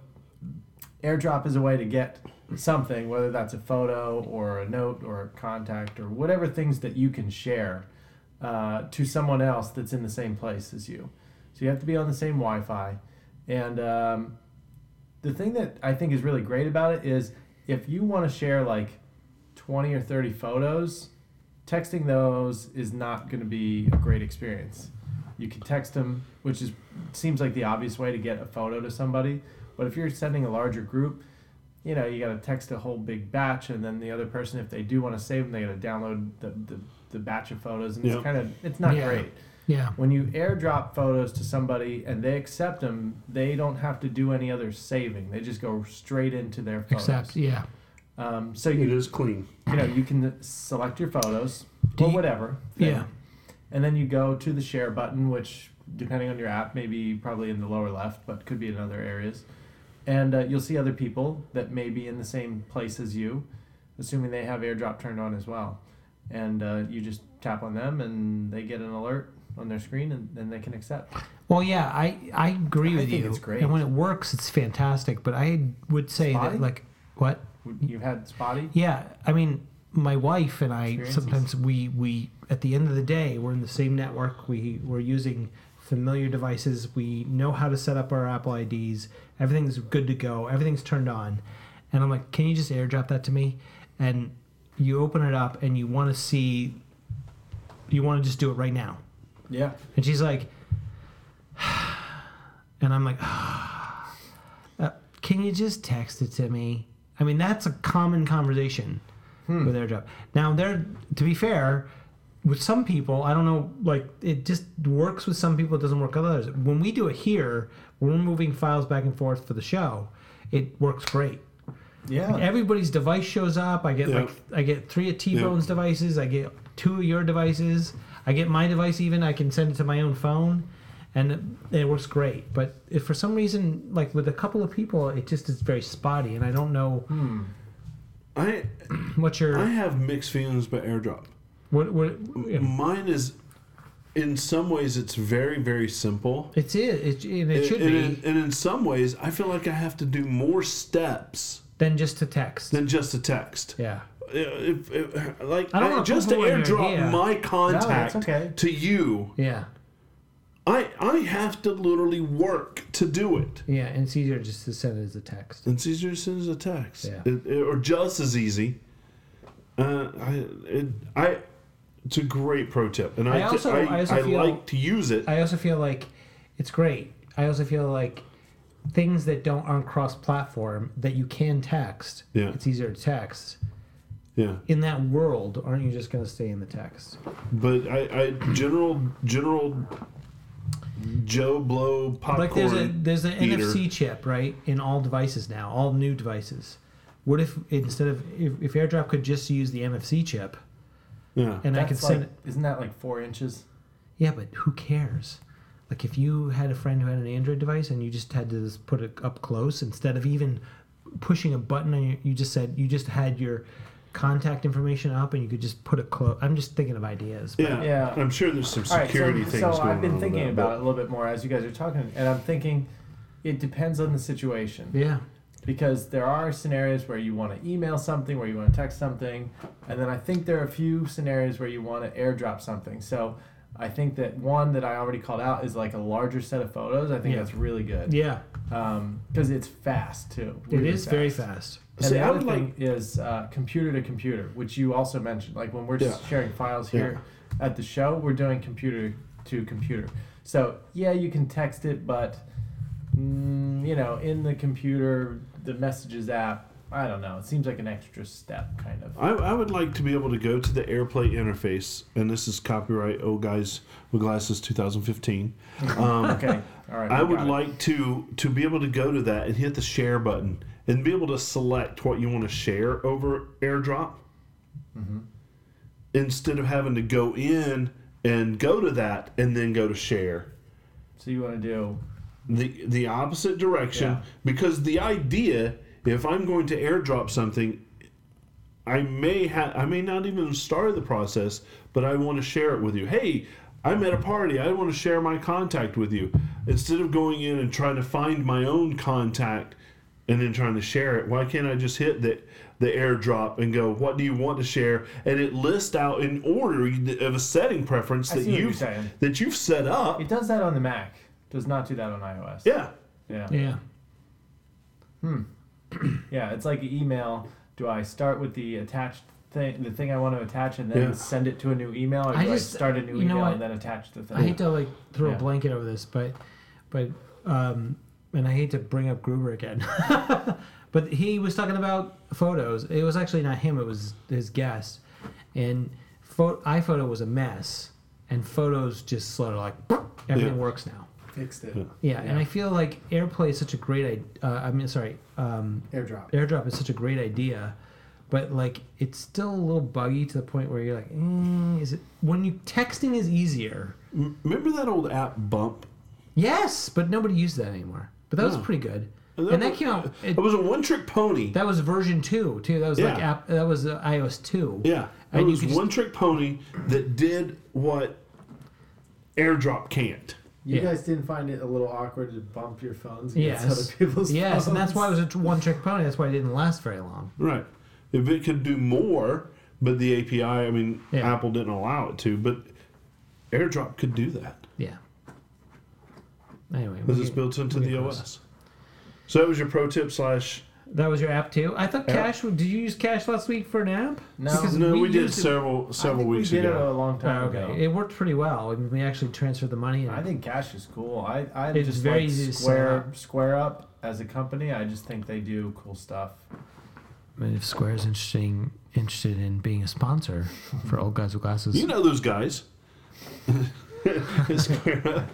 [SPEAKER 3] AirDrop is a way to get something, whether that's a photo or a note or a contact or whatever things that you can share uh, to someone else that's in the same place as you. So you have to be on the same Wi Fi. And um, the thing that I think is really great about it is if you want to share like 20 or 30 photos, texting those is not going to be a great experience. You can text them, which is seems like the obvious way to get a photo to somebody. But if you're sending a larger group, you know, you got to text a whole big batch, and then the other person, if they do want to save them, they got to download the, the, the batch of photos, and
[SPEAKER 2] Yeah.
[SPEAKER 3] it's kind of it's not
[SPEAKER 1] Yeah.
[SPEAKER 3] great.
[SPEAKER 1] Yeah.
[SPEAKER 3] When you airdrop photos to somebody and they accept them, they don't have to do any other saving. They just go straight into their photos.
[SPEAKER 1] Except, yeah.
[SPEAKER 3] Um, so
[SPEAKER 2] It
[SPEAKER 3] you
[SPEAKER 2] is clean.
[SPEAKER 3] you know you can select your photos
[SPEAKER 1] Do
[SPEAKER 3] or
[SPEAKER 1] you-
[SPEAKER 3] whatever.
[SPEAKER 1] Yeah.
[SPEAKER 3] And then you go to the share button, which, depending on your app, may be probably in the lower left, but could be in other areas. And uh, you'll see other people that may be in the same place as you, assuming they have airdrop turned on as well. And uh, you just tap on them, and they get an alert on their screen, and then they can accept.
[SPEAKER 1] Well, yeah, I, I agree
[SPEAKER 3] I
[SPEAKER 1] with
[SPEAKER 3] think
[SPEAKER 1] you.
[SPEAKER 3] it's great.
[SPEAKER 1] And when it works, it's fantastic. But I would say
[SPEAKER 3] Spotty?
[SPEAKER 1] that, like, what?
[SPEAKER 3] You've had spotty.
[SPEAKER 1] Yeah, I mean, my wife and I
[SPEAKER 3] Experiences.
[SPEAKER 1] sometimes we we at the end of the day we're in the same network. We we're using familiar devices. We know how to set up our Apple IDs. Everything's good to go. Everything's turned on, and I'm like, can you just airdrop that to me? And you open it up and you want to see. You want to just do it right now,
[SPEAKER 3] Yeah.
[SPEAKER 1] and she's like, [SIGHS] and I'm like, [SIGHS] uh, can you just text it to me? I mean, that's a common conversation with AirDrop. Now, there, to be fair, with some people, I don't know, like it just works with some people, it doesn't work with others. When we do it here, when we're moving files back and forth for the show, it works great.
[SPEAKER 3] Yeah.
[SPEAKER 1] [LAUGHS] Everybody's device shows up. I get
[SPEAKER 2] Yeah.
[SPEAKER 1] like I get three of T Bone's devices. I get two of your devices. I get my device even. I can send it to my own phone, and it, it works great. But if for some reason, like with a couple of people, it just is very spotty, and I don't know
[SPEAKER 2] I
[SPEAKER 1] what your
[SPEAKER 2] I have mixed feelings about airdrop.
[SPEAKER 1] what what. yeah.
[SPEAKER 2] Mine is, in some ways, it's very very simple.
[SPEAKER 1] It's it. It, and it should
[SPEAKER 2] and,
[SPEAKER 1] be
[SPEAKER 2] in, and in some ways, I feel like I have to do more steps
[SPEAKER 1] than just to text.
[SPEAKER 2] than just a text. Uh,
[SPEAKER 1] yeah.
[SPEAKER 2] If, if, like
[SPEAKER 1] I don't
[SPEAKER 2] I-
[SPEAKER 1] wanna
[SPEAKER 2] just to
[SPEAKER 1] poo-poo on your
[SPEAKER 2] airdrop
[SPEAKER 1] idea.
[SPEAKER 2] my contact
[SPEAKER 3] okay.
[SPEAKER 2] to you,
[SPEAKER 1] Yeah.
[SPEAKER 2] I I have to literally work to do it.
[SPEAKER 1] Yeah. And it's easier just to send it as a text.
[SPEAKER 2] It's easier to send as a text,
[SPEAKER 1] Yeah.
[SPEAKER 2] It- it- or just as easy. Uh, I, it, I, it's a great pro tip, and I
[SPEAKER 1] I also-
[SPEAKER 2] I,
[SPEAKER 1] I also
[SPEAKER 2] I
[SPEAKER 1] feel-
[SPEAKER 2] like to use it.
[SPEAKER 1] I also feel like it's great. I also feel like things that don't aren't cross platform that you can text.
[SPEAKER 2] Yeah.
[SPEAKER 1] It's easier to text.
[SPEAKER 2] yeah,
[SPEAKER 1] In that world, aren't you just gonna stay in the text?
[SPEAKER 2] but I, I general general Joe Blow popcorn.
[SPEAKER 1] like there's a there's an
[SPEAKER 2] eater.
[SPEAKER 1] NFC chip, right, in all devices now, all new devices. What if instead of if, if AirDrop could just use the NFC chip
[SPEAKER 2] yeah.
[SPEAKER 1] and I
[SPEAKER 3] That's
[SPEAKER 1] could
[SPEAKER 3] like,
[SPEAKER 1] send it
[SPEAKER 3] Isn't that like four inches?
[SPEAKER 1] Yeah, but who cares? Like if you had a friend who had an Android device and you just had to just put it up close instead of even pushing a button on your, you just said you just had your contact information up and you could just put it close. I'm just thinking of ideas. but-
[SPEAKER 2] Yeah.
[SPEAKER 3] Yeah.
[SPEAKER 2] I'm sure there's some
[SPEAKER 3] All right,
[SPEAKER 2] security
[SPEAKER 3] so,
[SPEAKER 2] things
[SPEAKER 3] so
[SPEAKER 2] going on.
[SPEAKER 3] I've been
[SPEAKER 2] with
[SPEAKER 3] thinking
[SPEAKER 2] that,
[SPEAKER 3] about it a
[SPEAKER 2] but-
[SPEAKER 3] little bit more as you guys are talking, and I'm thinking it depends on the situation
[SPEAKER 1] Yeah.
[SPEAKER 3] because there are scenarios where you want to email something, where you want to text something, and then I think there are a few scenarios where you want to airdrop something. So I think that one that I already called out is like a larger set of photos. I think
[SPEAKER 1] Yeah.
[SPEAKER 3] that's really good
[SPEAKER 1] Yeah.
[SPEAKER 3] because it's fast too.
[SPEAKER 1] It
[SPEAKER 3] really
[SPEAKER 1] is very fast.
[SPEAKER 3] And
[SPEAKER 2] See,
[SPEAKER 3] the
[SPEAKER 2] I
[SPEAKER 3] other
[SPEAKER 2] would
[SPEAKER 3] thing is uh, computer to computer, which you also mentioned. Like when we're
[SPEAKER 2] Yeah.
[SPEAKER 3] sharing files here at the show, we're doing computer to computer. So yeah, you can text it, but mm, you know, in the computer, the messages app. I don't know. It seems like an extra step, kind
[SPEAKER 2] [LAUGHS]
[SPEAKER 3] of.
[SPEAKER 2] I, I would like to be able to go to the AirPlay interface, and this is copyright old guys with glasses 2015. Um,
[SPEAKER 3] Okay. All right.
[SPEAKER 2] I
[SPEAKER 3] we
[SPEAKER 2] would
[SPEAKER 3] got it.
[SPEAKER 2] like to to be able to go to that and hit the share button and be able to select what you want to share over AirDrop
[SPEAKER 3] Mm-hmm.
[SPEAKER 2] instead of having to go in and go to that and then go to share
[SPEAKER 3] So you want to do?
[SPEAKER 2] the the opposite direction
[SPEAKER 3] Yeah.
[SPEAKER 2] because the idea if I'm going to airdrop something I may ha- I may not even start the process but I want to share it with you hey I'm at a party I want to share my contact with you instead of going in and trying to find my own contact and then trying to share it why can't I just hit that the airdrop and go, what do you want to share? And it lists out in order of a setting preference
[SPEAKER 3] I
[SPEAKER 2] that
[SPEAKER 3] see what you're
[SPEAKER 2] you've
[SPEAKER 3] saying.
[SPEAKER 2] that you've set up.
[SPEAKER 3] It does that on the Mac. Does not do that on iOS.
[SPEAKER 2] Yeah.
[SPEAKER 3] Yeah.
[SPEAKER 1] Yeah.
[SPEAKER 3] Yeah, it's like an email. Do I start with the attached thing, the thing I want to attach, and then
[SPEAKER 2] Yeah.
[SPEAKER 3] send it to a new email, or do
[SPEAKER 1] I
[SPEAKER 3] I,
[SPEAKER 1] just-
[SPEAKER 3] start a new
[SPEAKER 1] you know
[SPEAKER 3] email
[SPEAKER 1] what?
[SPEAKER 3] and then attach the thing?
[SPEAKER 1] I hate to like throw
[SPEAKER 3] Yeah.
[SPEAKER 1] a blanket over this, but but um, and I hate to bring up Gruber again, [LAUGHS] but he was talking about photos. It was actually not him; it was his guest. And pho- iPhoto was a mess, and photos just sort of like [LAUGHS] everything
[SPEAKER 2] Yeah.
[SPEAKER 1] works now.
[SPEAKER 3] Fixed it.
[SPEAKER 1] Yeah, and
[SPEAKER 3] Yeah.
[SPEAKER 1] I feel like AirPlay is such a great. i- Uh, I mean, sorry, um,
[SPEAKER 3] AirDrop.
[SPEAKER 1] AirDrop is such a great idea, but like it's still a little buggy to the point where you're like, mm, is it when you texting is easier.
[SPEAKER 2] M- Remember that old app Bump?
[SPEAKER 1] Yes, but nobody used that anymore. But that was
[SPEAKER 2] No.
[SPEAKER 1] pretty good. And
[SPEAKER 2] And that
[SPEAKER 1] that,
[SPEAKER 2] was-
[SPEAKER 1] came out. It,
[SPEAKER 2] It was a one-trick pony.
[SPEAKER 1] that was version two too. That was like
[SPEAKER 2] Yeah.
[SPEAKER 1] app. That was uh, iOS two.
[SPEAKER 2] Yeah, it
[SPEAKER 1] And you
[SPEAKER 2] was
[SPEAKER 1] could just-
[SPEAKER 2] one trick pony that did what airdrop can't.
[SPEAKER 1] You Yeah. guys
[SPEAKER 3] didn't find it a little awkward to bump your phones
[SPEAKER 1] against Yes. other
[SPEAKER 3] people's
[SPEAKER 1] Yes, and that's why it was a one trick pony. That's why it didn't last very long.
[SPEAKER 2] Right. If it could do more, but the API, I mean,
[SPEAKER 1] Yeah.
[SPEAKER 2] Apple didn't allow it to, but airdrop could do that
[SPEAKER 1] Yeah. Anyway,
[SPEAKER 2] because
[SPEAKER 1] we-
[SPEAKER 2] it's built into
[SPEAKER 1] we
[SPEAKER 2] the
[SPEAKER 1] can
[SPEAKER 2] OS.
[SPEAKER 1] cross.
[SPEAKER 2] So that was your pro tip slash.
[SPEAKER 1] That was your app too. I thought Cash. Did you use Cash last week for an app?
[SPEAKER 3] No.
[SPEAKER 1] Because
[SPEAKER 2] No, we, did
[SPEAKER 1] used it-
[SPEAKER 2] several several weeks
[SPEAKER 3] we did
[SPEAKER 2] ago.
[SPEAKER 3] it a long
[SPEAKER 1] Oh,
[SPEAKER 3] time ago.
[SPEAKER 1] okay, it worked pretty well. and We actually transferred the money. in.
[SPEAKER 3] I think Cash is cool. I I
[SPEAKER 1] It's
[SPEAKER 3] just
[SPEAKER 1] very
[SPEAKER 3] like
[SPEAKER 1] easy to set
[SPEAKER 3] Square
[SPEAKER 1] up.
[SPEAKER 3] Square Up as a company. I just think they do cool stuff.
[SPEAKER 1] I mean, if Square's interesting, interested in being a sponsor for old guys with glasses,
[SPEAKER 2] You know
[SPEAKER 1] [LAUGHS]
[SPEAKER 2] those guys. [LAUGHS] It's clear.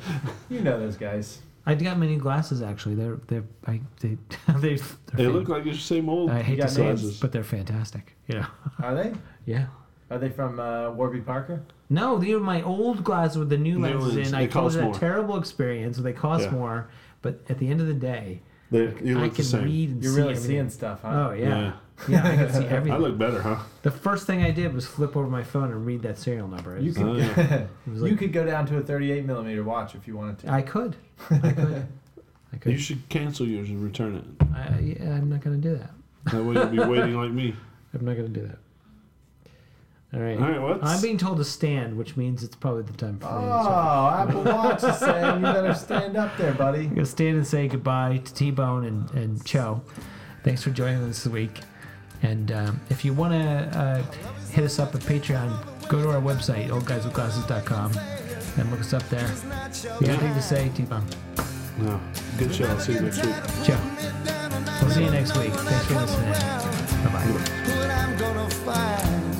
[SPEAKER 3] You know those guys.
[SPEAKER 1] I got my new glasses actually. They're they're I, they [LAUGHS] they
[SPEAKER 2] they look like you're the same old.
[SPEAKER 1] I hate
[SPEAKER 3] You
[SPEAKER 1] to
[SPEAKER 3] got
[SPEAKER 1] say
[SPEAKER 2] names?
[SPEAKER 1] it, but they're fantastic. [LAUGHS] Yeah,
[SPEAKER 3] Are they?
[SPEAKER 1] yeah.
[SPEAKER 3] Are they from uh, Warby Parker?
[SPEAKER 1] No, they were my old glasses with the new,
[SPEAKER 2] New
[SPEAKER 1] lenses,
[SPEAKER 2] ones.
[SPEAKER 1] in.
[SPEAKER 2] They
[SPEAKER 1] I told
[SPEAKER 2] cost
[SPEAKER 1] you that
[SPEAKER 2] more.
[SPEAKER 1] terrible experience. where They cost
[SPEAKER 2] Yeah.
[SPEAKER 1] more, but at the end of the day,
[SPEAKER 2] They, you
[SPEAKER 1] I
[SPEAKER 2] look the
[SPEAKER 1] can
[SPEAKER 2] same.
[SPEAKER 1] read and
[SPEAKER 3] You're
[SPEAKER 1] see
[SPEAKER 3] really
[SPEAKER 1] everything.
[SPEAKER 3] seeing stuff, huh?
[SPEAKER 1] Oh yeah, yeah.
[SPEAKER 2] [LAUGHS]
[SPEAKER 1] I can see
[SPEAKER 2] I
[SPEAKER 1] everything.
[SPEAKER 2] look better, huh?
[SPEAKER 1] the first thing I did was flip over my phone and read that serial number. It
[SPEAKER 3] You
[SPEAKER 1] was-
[SPEAKER 3] could,
[SPEAKER 2] Oh,
[SPEAKER 1] it was
[SPEAKER 3] you
[SPEAKER 1] like-
[SPEAKER 3] could go down to a 38 millimeter watch if you wanted to.
[SPEAKER 1] I [LAUGHS] could. I could. I
[SPEAKER 2] You
[SPEAKER 1] could.
[SPEAKER 2] should cancel yours and return it.
[SPEAKER 1] I, yeah, I'm not gonna do that.
[SPEAKER 2] That way you'll be waiting like me.
[SPEAKER 1] I'm not gonna do that. All right.
[SPEAKER 2] All right, what's
[SPEAKER 1] I'm being told to stand, which means it's probably the time for me to start.
[SPEAKER 3] Oh, Apple Watch is saying you better stand up there, buddy.
[SPEAKER 1] I'm gonna stand and say goodbye to T-Bone and and Cho. Thanks for joining us this week. And um, if you want to uh, hit us up at Patreon, go to our website, oldguyswithglasses.com, and look us up there. You got anything to say, T-Bone?
[SPEAKER 2] no. Good show. I'll see you next week.
[SPEAKER 1] Joe. We'll see you next week. Thanks for listening. Bye bye.
[SPEAKER 5] what I'm gonna find.